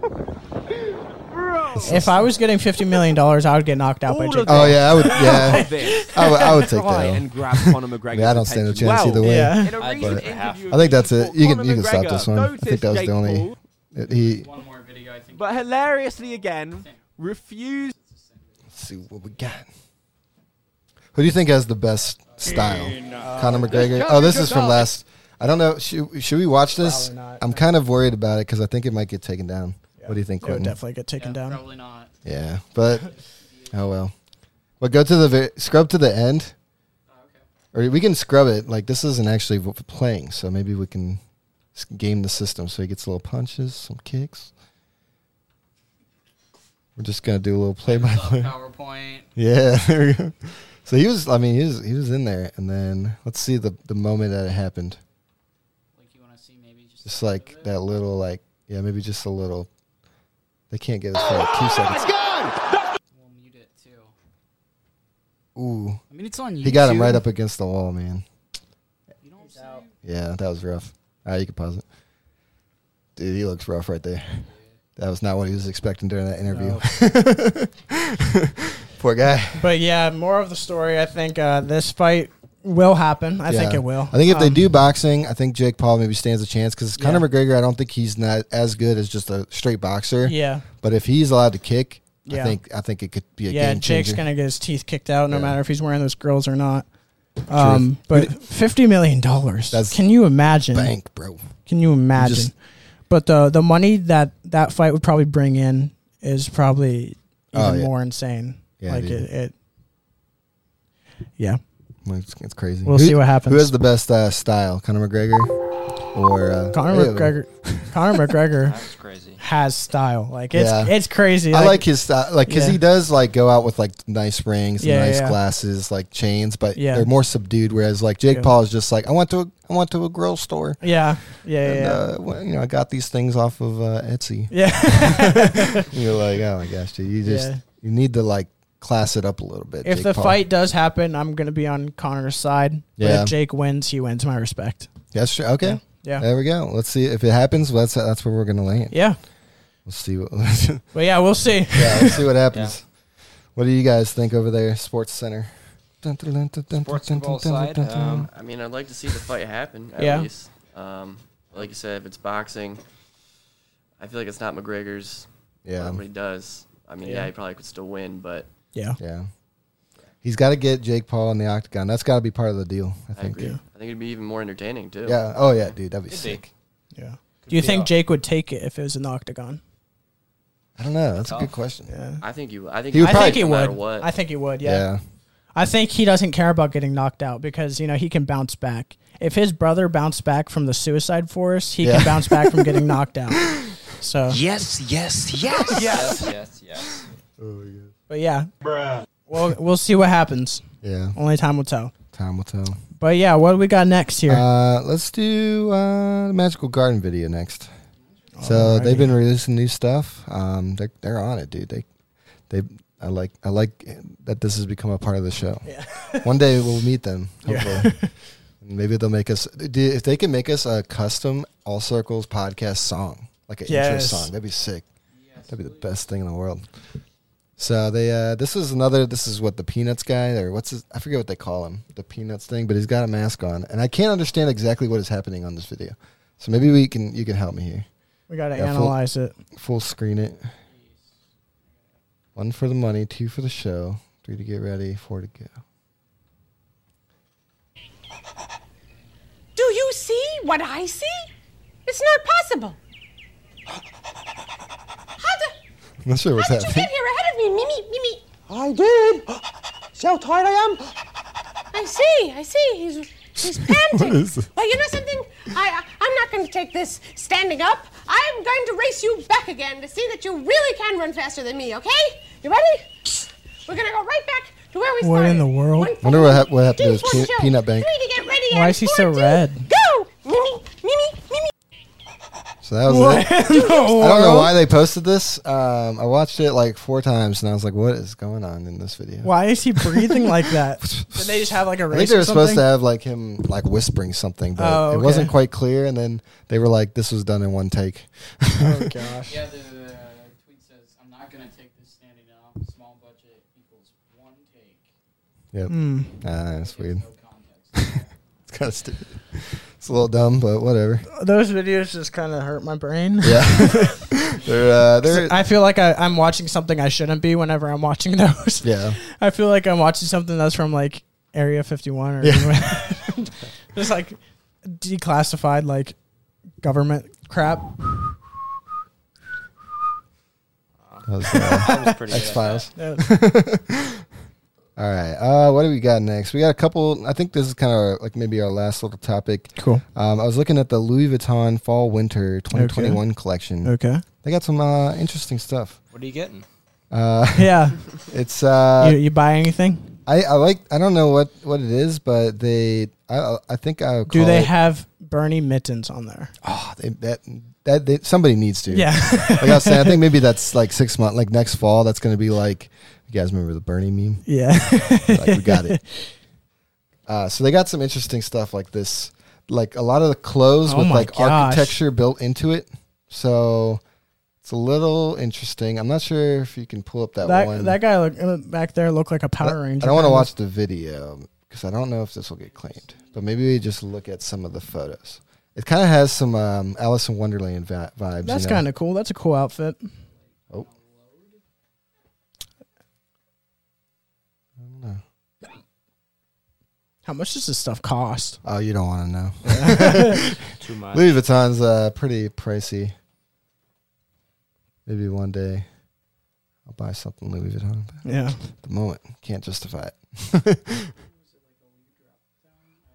S12: bitch. Bro.
S3: If I was getting fifty million dollars, I would get knocked out by Jake.
S1: Oh yeah, I (laughs)
S15: (laughs)
S1: would.
S3: Paul.
S1: Yeah, (laughs) I would, I would take
S15: Try
S1: that.
S15: and
S1: L.
S15: grab
S1: (laughs)
S15: Conor
S1: I,
S15: McGregor's
S1: mean, I don't stand a
S15: attention.
S1: chance
S15: Well,
S1: either way.
S3: Yeah. In a
S1: But
S3: recent
S1: I think that's it. You can you can stop this one. I think that was
S15: Jake
S1: the only.
S15: Paul.
S1: It, he.
S15: But hilariously again, refuse.
S1: Let's see what we got. Who do you think has the best style?
S3: uh,
S1: Conor McGregor. Oh, this is from last. I don't know. Should, should we watch this? I'm kind of worried about it because I think it might get taken down. What do you think,
S3: It would
S1: Quentin?
S3: definitely get taken down. Probably not.
S1: Yeah, but oh well. But go to the vi- scrub to the end, or we can scrub it. Like this isn't actually v- playing, so maybe we can s- game the system so he gets little punches, some kicks. We're just gonna do a little play by play.
S7: PowerPoint.
S1: (laughs) Yeah, there we go. So he was. I mean, he was. He was in there, and then let's see the the moment that it happened. Like you want to see maybe just, like that little like yeah maybe just a little. They can't get us for like two seconds. Ooh.
S7: I mean, it's on
S1: He got him
S7: YouTube.
S1: right up against the wall, man.
S7: He's out.
S1: Yeah, that was rough. All right, you can pause it. Dude, he looks rough right there. That was not what he was expecting during that interview. (laughs) Poor guy.
S3: But yeah, more of the story. I think uh, this fight will happen. I think
S1: Yeah.
S3: it will.
S1: I think if they
S3: Um,
S1: do boxing, I think Jake Paul maybe stands a chance because Conor McGregor, I don't think he's not as good as just a straight boxer.
S3: Yeah.
S1: But if he's allowed to kick,
S3: Yeah.
S1: I think I think it could be a
S3: yeah,
S1: game
S3: Jake's
S1: changer.
S3: gonna get his teeth kicked out no
S1: Yeah.
S3: matter if he's wearing those grills or not. Um,
S1: Truth.
S3: but fifty million dollars. Can you imagine?
S1: bank, bro.
S3: Can you imagine?
S1: just-
S3: but the the money that that fight would probably bring in is probably even
S1: Oh, yeah.
S3: more insane.
S1: Yeah,
S3: like
S1: dude.
S3: it, it. Yeah,
S1: Like, It's, it's crazy.
S3: We'll see what happens.
S1: Who has the best uh, style, Conor McGregor or uh,
S3: Conor
S1: ew.
S3: McGregor.
S1: (laughs)
S3: Conor McGregor. Has style. Like it's
S1: Yeah.
S3: it's crazy.
S1: I like his style, like because
S3: Yeah.
S1: he does like go out with like nice rings, and
S3: Yeah,
S1: nice
S3: yeah.
S1: glasses, like chains, but
S3: Yeah.
S1: they're more subdued. Whereas like Jake
S3: Yeah.
S1: Paul is just like, I went to a, I went to a grill store.
S3: Yeah. Yeah,
S1: and,
S3: yeah, yeah.
S1: Uh, well, you know, I got these things off of uh, Etsy. (laughs)
S3: Yeah.
S1: You're like, oh my gosh, dude, you just
S3: Yeah.
S1: you need to like class it up a little bit.
S3: if
S1: Jake
S3: the
S1: Paul.
S3: fight does happen, I'm gonna be on Connor's side. But
S1: Yeah.
S3: if Jake wins, he wins my respect.
S1: that's true. Okay,
S3: Yeah. Yeah.
S1: there we go. Let's see if it happens. Well, that's that's where we're gonna land.
S3: Yeah.
S1: let's see what. (laughs)
S3: But yeah, we'll see.
S1: yeah, let's see what happens. What do you guys think over there, Sports Center?
S5: Basketball
S1: side, um,
S5: I mean, I'd like to see the fight happen. At
S1: Yeah.
S5: least. Um, like you said, if it's boxing, I feel like it's not McGregor's.
S1: Yeah.
S5: What he does. I mean, yeah.
S1: Yeah.
S5: he probably could still win, but
S3: Yeah.
S1: Yeah. He's got to get Jake Paul in the octagon. That's got to be part of the deal. I,
S5: I
S1: think.
S5: agree. I think it'd be even more entertaining too.
S1: Yeah. Oh yeah, dude, that'd be
S5: It'd
S1: sick.
S3: Yeah. Do you think Jake would take it if it was an octagon?
S1: I don't know. That's a good question.
S3: Yeah.
S5: I think you. I think
S1: He would
S3: I
S1: probably-
S3: think he
S1: no
S3: would.
S1: matter what.
S3: I think he would.
S1: Yeah.
S3: Yeah. I think he doesn't care about getting knocked out because you know he can bounce back. If his brother bounced back from the suicide forest, he
S4: Yeah.
S3: can bounce back
S1: (laughs)
S3: from getting knocked out. So
S4: Yes, yes, yes.
S6: Yes,
S1: (laughs)
S6: yes, yes.
S3: But yeah, Well, we'll see what happens.
S1: Yeah.
S3: Only time will tell.
S1: Time will tell.
S3: But yeah, what do we got next here?
S1: Uh, let's do uh, the Magical Garden video next. So
S3: Alrighty.
S1: they've been releasing new stuff. Um, they're they're on it, dude. They they I like I like that this has become a part of the show.
S3: Yeah.
S1: (laughs) One day we'll meet them.
S3: Yeah.
S1: Hopefully. Maybe they'll make us dude, if they can make us a custom All Circles podcast song, like an
S3: Yes.
S1: intro song. That'd be sick. That'd be the best thing in the world. So they uh, this is another this is what the peanuts guy or what's his I forget what they call him the peanuts thing but he's got a mask on and I can't understand exactly what is happening on this video so maybe we can you can help me here
S3: We gotta
S1: Yeah, full-
S3: analyze it.
S1: full screen it one for the money two for the show three to get ready four to go
S18: Do you see what I see? It's not possible. How, the,
S1: I'm not sure what's
S18: how did you
S1: happening
S18: get here ahead of me, Mimi? Mimi,
S19: I did. See how tired I am?
S18: I see, I see. He's he's
S3: (laughs)
S18: panting.
S19: What is this?
S18: Well, you know something? I, I I'm not going to take this standing up. I'm going to race you back again to see that you really can run faster than me. Okay? You ready? We're going to go right back to where we
S3: What
S18: started.
S3: in the world?
S1: wonder what, hap- what happened to his
S18: Two,
S1: pe-
S18: one, two,
S1: peanut bank
S18: Three to get ready.
S3: Why
S18: and
S3: is he
S18: four,
S3: so
S18: two,
S3: red?
S18: Go, Mimi, Mimi, Mimi.
S1: so that was
S3: What
S1: it
S3: in the
S1: I don't know
S3: world?
S1: why they posted this um, I watched it like four times and I was like what is going on in this video
S3: Why is he breathing like
S1: (laughs)
S3: that? Did they just have like a
S1: I think
S3: race?
S1: they
S3: or
S1: were supposed to
S3: something?
S1: have like him like whispering something, but
S3: Oh,
S1: it
S3: okay.
S1: wasn't quite clear. And then they were like, "This was done in one take." (laughs)
S3: Oh gosh.
S2: Yeah, the uh, tweet says, I'm not going to take this standing up. Small budget equals one take.
S1: yep.
S3: Hmm.
S1: Ah, that's weird. (laughs) it's kind of stupid. It's a little dumb, but whatever.
S3: Those videos just kind of hurt my brain. (laughs)
S1: Yeah. (laughs) they're uh, they're
S3: I feel like I, I'm watching something I shouldn't be whenever I'm watching (laughs) those.
S1: Yeah.
S3: I feel like I'm watching something that's from like Area 51 or (laughs) anywhere. just like declassified like government crap.
S1: that was,
S3: (laughs)
S1: uh,
S3: was pretty good at
S1: X Files.
S3: that.
S1: (laughs) All right. Uh, what do we got next? We got a couple. I think this is kind of like maybe our last little topic.
S3: Cool.
S1: Um, I was looking at the Louis Vuitton Fall Winter 2021 collection.
S3: Okay.
S1: They got some uh, interesting stuff.
S6: What are you getting?
S1: Uh, (laughs)
S3: Yeah.
S1: it's uh,
S3: you, you buy anything?
S1: I, I like I don't know what, what it is, but they I I think I
S3: Do they have Bernie mittens on there?
S1: oh, they, that that they, somebody needs to
S3: Yeah.
S1: (laughs) like I was saying, I think maybe that's like six month like next fall. That's gonna be like you guys remember the Bernie meme?
S3: Yeah.
S1: like we got
S3: (laughs)
S1: it. Uh, so they got some interesting stuff like this, like a lot of the clothes
S3: Oh
S1: with
S3: my
S1: like
S3: gosh.
S1: architecture built into it. So it's a little interesting. I'm not sure if you can pull up that,
S3: That
S1: one.
S3: that guy look, uh, back there looked like a Power Ranger.
S1: I don't want to
S3: kind of.
S1: watch the video because I don't know if this will get claimed. But maybe we just look at some of the photos. It kind of has some um, Alice in Wonderland vi- vibes.
S3: That's
S1: you know?
S3: kind of cool. That's a cool outfit.
S1: Oh. I don't know.
S3: How much does this stuff cost?
S1: Oh, you don't want to know.
S6: (laughs) Too much.
S1: Louis Vuitton's uh, pretty pricey. Maybe one day I'll buy something Louis Vuitton. but
S3: Yeah.
S1: At the moment, can't justify it. (laughs)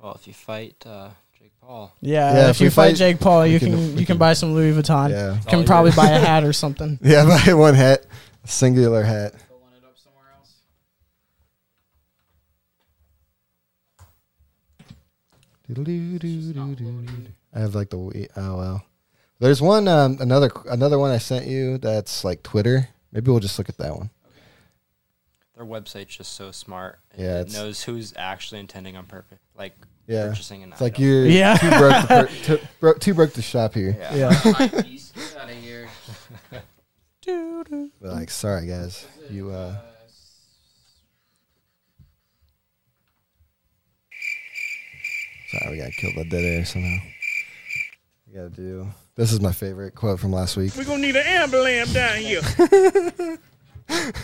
S6: Well, if you fight uh, Jake Paul,
S3: Yeah,
S1: Yeah,
S3: if,
S1: if
S3: you
S1: we
S3: fight
S1: fight-
S3: Jake Paul,
S1: we
S3: you
S1: can-
S3: can,
S1: we
S3: you can buy some Louis Vuitton.
S1: Yeah. That's all
S3: Can
S1: you
S3: probably
S1: do. (laughs)
S3: buy a hat or something.
S1: yeah, buy (laughs) one hat, a singular hat. I have like the we- oh well. There's one um, another another one I sent you that's like Twitter. Maybe we'll just look at that one.
S6: their website's just so smart. It,
S1: Yeah,
S6: it
S1: it's-
S6: knows who's actually intending on purpose, like
S1: Yeah,
S6: purchasing an
S1: it's like
S6: item.
S1: you
S3: Yeah.
S1: too broke to,
S3: (laughs)
S1: per- to, bro- too broke to shop here.
S6: Yeah.
S2: Out of here.
S1: We're like, sorry guys, you uh, sorry we gotta kill the dead air somehow. We gotta do. This is my favorite quote from last week.
S19: We're gonna need an ambulance down here.
S1: (laughs)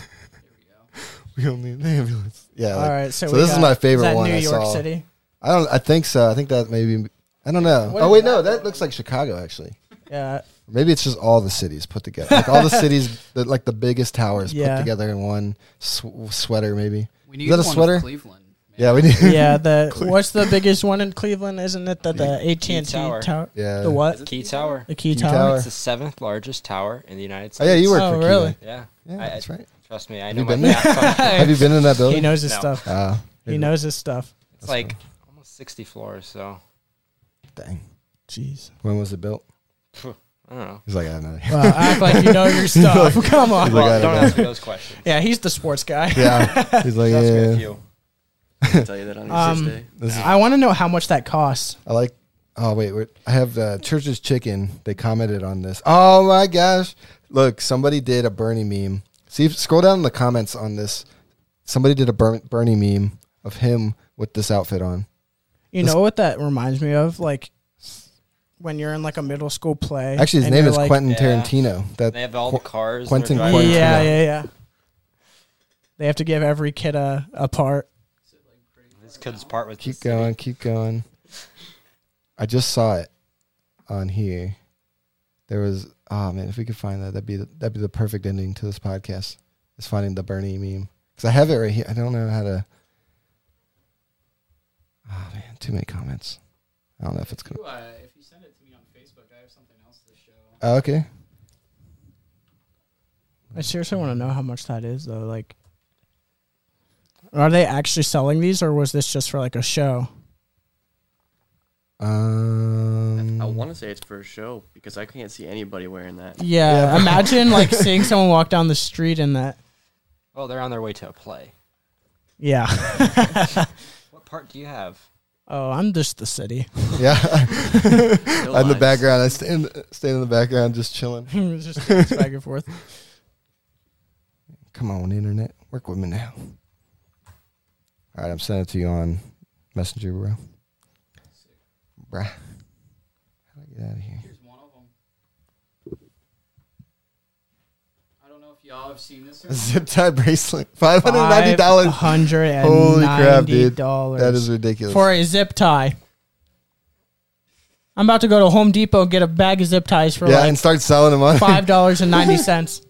S1: We don't need an ambulance. Yeah.
S3: All
S1: like-
S3: right, so
S1: so
S3: we
S1: this is
S3: got-
S1: my
S3: is
S1: favorite
S3: that
S1: one.
S3: New
S1: I
S3: York
S1: saw.
S3: City?
S1: I don't. I think so. I think that maybe. I don't know.
S3: What
S1: oh
S3: is
S1: wait, no, that looks like Chicago actually.
S3: Yeah.
S1: Maybe it's just all the cities put together, like
S3: (laughs)
S1: all the cities, the, like the biggest towers
S3: Yeah.
S1: put together in one sw- sweater. Maybe
S7: We
S1: is that
S7: need
S1: a
S7: one
S1: sweater?
S7: for Cleveland,
S1: Yeah, we need. (laughs)
S3: yeah, the what's the biggest one in Cleveland? Isn't it the the AT and T
S6: Tower.
S3: tower?
S1: Yeah.
S3: The what?
S6: Key Tower.
S3: The key, tower.
S6: It's the seventh largest tower in the United
S1: Oh,
S6: States.
S1: yeah, you work Oh, for Key, really? right?
S6: Yeah.
S1: Yeah, that's right.
S6: Trust me, I
S1: Have
S6: know
S1: you
S6: my (laughs)
S1: been there? (laughs)
S6: facts on-
S1: Have you been in that building?
S3: He knows his
S6: No.
S3: stuff.
S1: Ah,
S3: he knows his stuff.
S6: It's like almost 60 floors, so
S1: Dang.
S3: Jeez.
S1: When was it built?
S6: phew, I don't know.
S1: He's like, I don't know.
S3: Well, act like you know
S1: (laughs)
S3: your
S1: He's
S3: stuff.
S1: like-
S3: Come on.
S1: he's like, I
S6: Well,
S1: don't
S6: don't
S1: know.
S6: ask me those questions.
S3: Yeah, he's the sports guy. (laughs)
S1: Yeah. He's like,
S6: Just
S1: yeah.
S6: a few.
S5: I'll tell you that on
S3: Um,
S5: his day.
S1: This is-
S3: I want to know how much that costs.
S1: I like. Oh wait, wait I have the Church's Chicken. They commented on this. Oh my gosh! Look, somebody did a Bernie meme. See, if, scroll down in the comments on this. Somebody did a Ber- Bernie meme of him with this outfit on.
S3: You know what that reminds me of? Like when you're in like a middle school play.
S1: Actually, his
S3: and
S1: name
S3: you're
S1: is
S3: like-
S1: Quentin
S6: Yeah.
S1: Tarantino. That
S6: They have all the cars and they're
S1: Quentin
S6: driving
S1: Quentin.
S6: around.
S3: Yeah, yeah, yeah. They have to give every kid a, a part.
S6: This kid's part with
S1: Keep going. Keep going. I just saw it on here. There was. Oh man, if we could find that, that'd be the, that'd be the perfect ending to this podcast. Is finding the Bernie meme because I have it right here. I don't know how to. Oh man, too many comments. I don't know if it's gonna.
S2: You, uh, if you send it to me on Facebook, I have something else to show.
S1: Oh, okay.
S3: I seriously want to know how much that is though. Like, are they actually selling these, or was this just for like a show?
S1: Um.
S5: I want to say it's for a show because I can't see anybody wearing
S1: (laughs)
S5: that.
S3: Yeah. Imagine like seeing someone walk down the street in that.
S6: Oh, they're on their way to a play.
S1: (laughs)
S3: Yeah.
S6: What part do you have?
S3: oh, I'm just the city.
S1: Yeah.
S3: (laughs)
S1: I'm (laughs) in the
S6: lives.
S1: background. I stand stand in the background, just chilling.
S3: (laughs) just goes back and
S1: (laughs)
S3: forth.
S1: Come on, internet, work with me now. All right, I'm sending it to you on Messenger, bro. Bruh. How do I get out of here?
S2: Here's one of them. I don't know if y'all have seen this. Or
S1: A
S2: not.
S1: (laughs) zip tie bracelet, five hundred ninety dollars.
S3: $590.
S1: Holy crap, dude!
S3: $590.
S1: That is ridiculous.
S3: for a zip tie. I'm about to go to Home Depot and get a bag of zip ties for
S1: yeah,
S3: like
S1: and start selling them on.
S3: five dollars and ninety cents.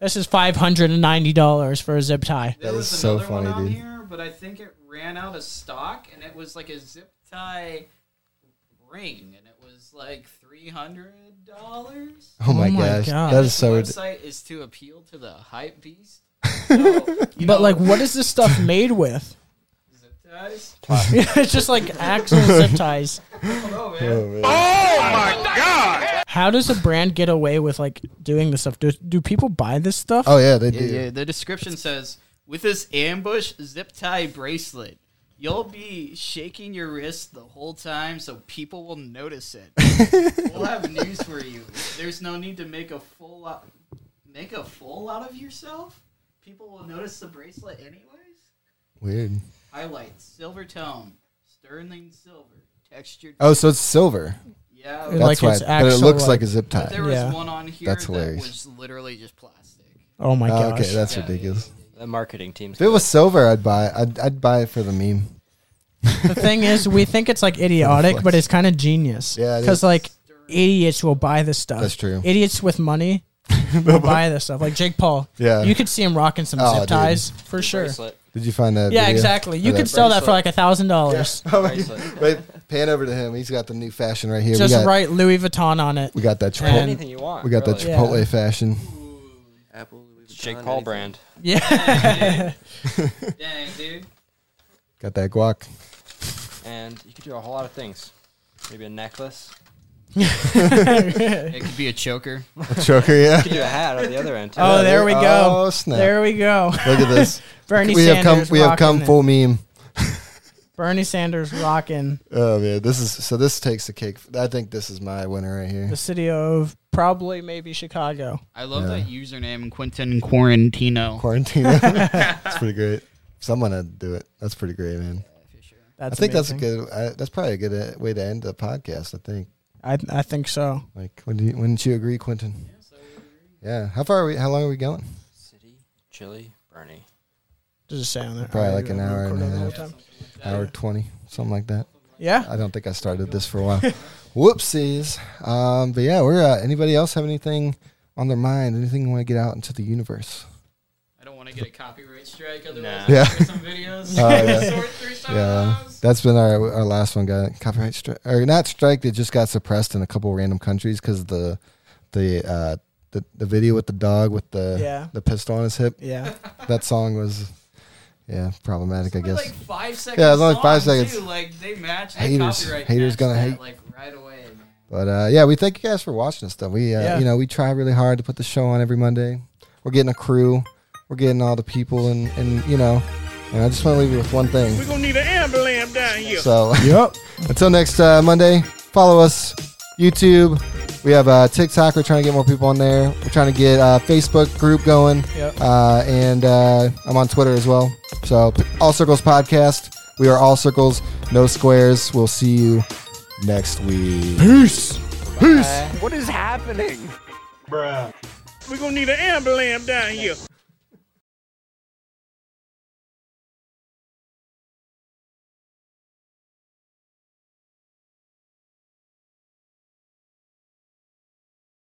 S3: This is five hundred and ninety dollars for a zip tie.
S1: (laughs) That
S2: There
S1: is
S2: was
S1: so
S2: another one
S1: funny,
S2: on
S1: dude.
S2: Here, but I think it ran out of stock, and it was like a zip tie ring, and it was like three hundred dollars.
S1: Oh my,
S3: Oh my
S1: gosh,
S3: God.
S1: that is so.
S4: the
S1: rid-
S4: website is to appeal to the hype beast.
S3: (laughs) But like, what is this stuff made with?
S2: Guys,
S3: (laughs) it's just like actual zip
S2: (laughs)
S3: ties.
S1: Oh, man.
S3: How does a brand get away with like doing this stuff? Do, do people buy this stuff?
S1: Oh, yeah, they
S4: Yeah,
S1: do.
S4: yeah. The description says with this ambush zip tie bracelet, you'll be shaking your wrist the whole time so people will notice
S1: (laughs)
S4: it. we'll have news for you. There's no need to make a full lot, make a fool out of yourself. People will notice the bracelet anyways.
S1: Weird.
S4: Highlights: silver tone, sterling silver, textured.
S1: Oh, so it's silver.
S4: yeah.
S3: It
S1: That's
S3: like
S1: why,
S3: it's
S1: but it
S3: actual,
S1: looks
S3: like-
S1: like, a zip
S4: But there
S1: tie.
S3: Yeah.
S4: was one on here
S1: That's
S4: that
S1: hilarious.
S4: was literally just plastic.
S3: Oh my
S1: Oh,
S3: gosh!
S1: okay, that's ridiculous.
S6: The marketing team's
S1: If it was silver, I'd buy. it. I'd I'd buy it for the meme.
S3: The thing is, we think it's like idiotic, but it's kind of genius.
S1: Yeah, it
S3: because
S1: is.
S3: like idiots will buy this stuff.
S1: That's true.
S3: Idiots
S1: (laughs)
S3: with money will buy this stuff. Like Jake Paul.
S1: Yeah.
S3: you could see him rocking some
S1: Oh,
S3: zip
S1: dude.
S3: ties for sure.
S6: bracelet.
S1: Did you find that?
S3: Yeah,
S1: video?
S3: exactly. You
S1: Or
S3: could sell that for like a thousand dollars.
S1: (laughs) Oh my
S6: Bracelet.
S1: God. Wait, pan over to him. He's got the new fashion right here.
S3: Just
S1: we got,
S3: write Louis Vuitton on it.
S1: We got that
S3: And-
S1: Chipotle.
S6: Anything you want.
S1: We got that
S6: really.
S3: Yeah.
S1: Chipotle fashion.
S5: Apple, Louis Vuitton,
S6: Jake Paul
S5: anything.
S6: brand.
S3: Yeah. (laughs)
S2: dang dude,
S1: Got that guac.
S6: And you could do a whole lot of things. Maybe
S1: (laughs)
S6: a necklace.
S4: It could be a choker.
S1: A choker, yeah.
S6: You could do a hat on the other end, too.
S3: oh, there we go.
S1: Oh, snap.
S3: There we go.
S1: Look at this.
S3: (laughs) Bernie
S1: we
S3: Sanders.
S1: have come. We have come
S3: rocking it.
S1: full meme.
S3: Bernie Sanders rocking
S1: Oh man, this is so. This takes the cake. I think this is my winner right here.
S3: the city of probably maybe Chicago.
S4: I love
S1: Yeah.
S4: that username, Quentin Quarantino.
S1: Quarantine.
S3: (laughs)
S1: that's pretty great. Someone had to do it. That's pretty great, man. I
S3: That's
S1: think that's a
S3: amazing.
S1: good. I, that's probably a good uh, way to end the podcast. I think.
S3: I I think so.
S1: Like, would you, wouldn't you agree, Quentin? Yeah. How far are we? How long are we going?
S6: City, chili, Bernie.
S3: Does it say on
S6: Uh,
S3: there?
S1: Probably like an hour and a
S3: Recorded the whole
S1: half,
S3: time.
S1: hour twenty, something like that.
S3: Yeah.
S1: I don't think I started this for a while. Whoopsies. Um, but yeah, we're. Uh, anybody else have anything on their mind? Anything want to get out into the universe?
S2: I don't want to get a copyright strike. Otherwise, yeah.
S1: Nah. Yeah. (laughs)
S2: some videos.
S1: Oh, yeah.
S2: Sort through some
S1: yeah, that's been our our last one. Got copyright strike or not strike? It just got suppressed in a couple random countries because the the uh, the the video with the dog with the
S2: Yeah.
S1: the pistol on his hip.
S2: Yeah.
S1: that song was yeah problematic. I guess
S2: like five seconds.
S1: Yeah, it's only five
S2: long,
S1: seconds.
S2: Too. Like they match. They
S1: haters
S2: copyright
S1: haters
S2: match
S1: gonna
S2: that,
S1: hate.
S2: like right away.
S1: But uh, yeah, we thank you guys for watching us. Though we, uh,
S2: Yeah.
S1: you know, we try really hard to put the show on every Monday. We're getting a crew, we're getting all the people, and and you know, and I just want to leave you with one thing.
S20: We're gonna need an ambulance down here.
S1: So (laughs)
S4: (laughs)
S1: yep. until next uh, Monday, follow us YouTube. We have uh, TikTok. We're trying to get more people on there. We're trying to get uh, Facebook group going.
S3: Yep.
S1: Uh, and uh, I'm on Twitter as well. So p- All Circles Podcast. We are All Circles, no squares. We'll see you next week. Peace. Peace.
S20: What is happening? Bruh. We're gonna need an ambulance down here.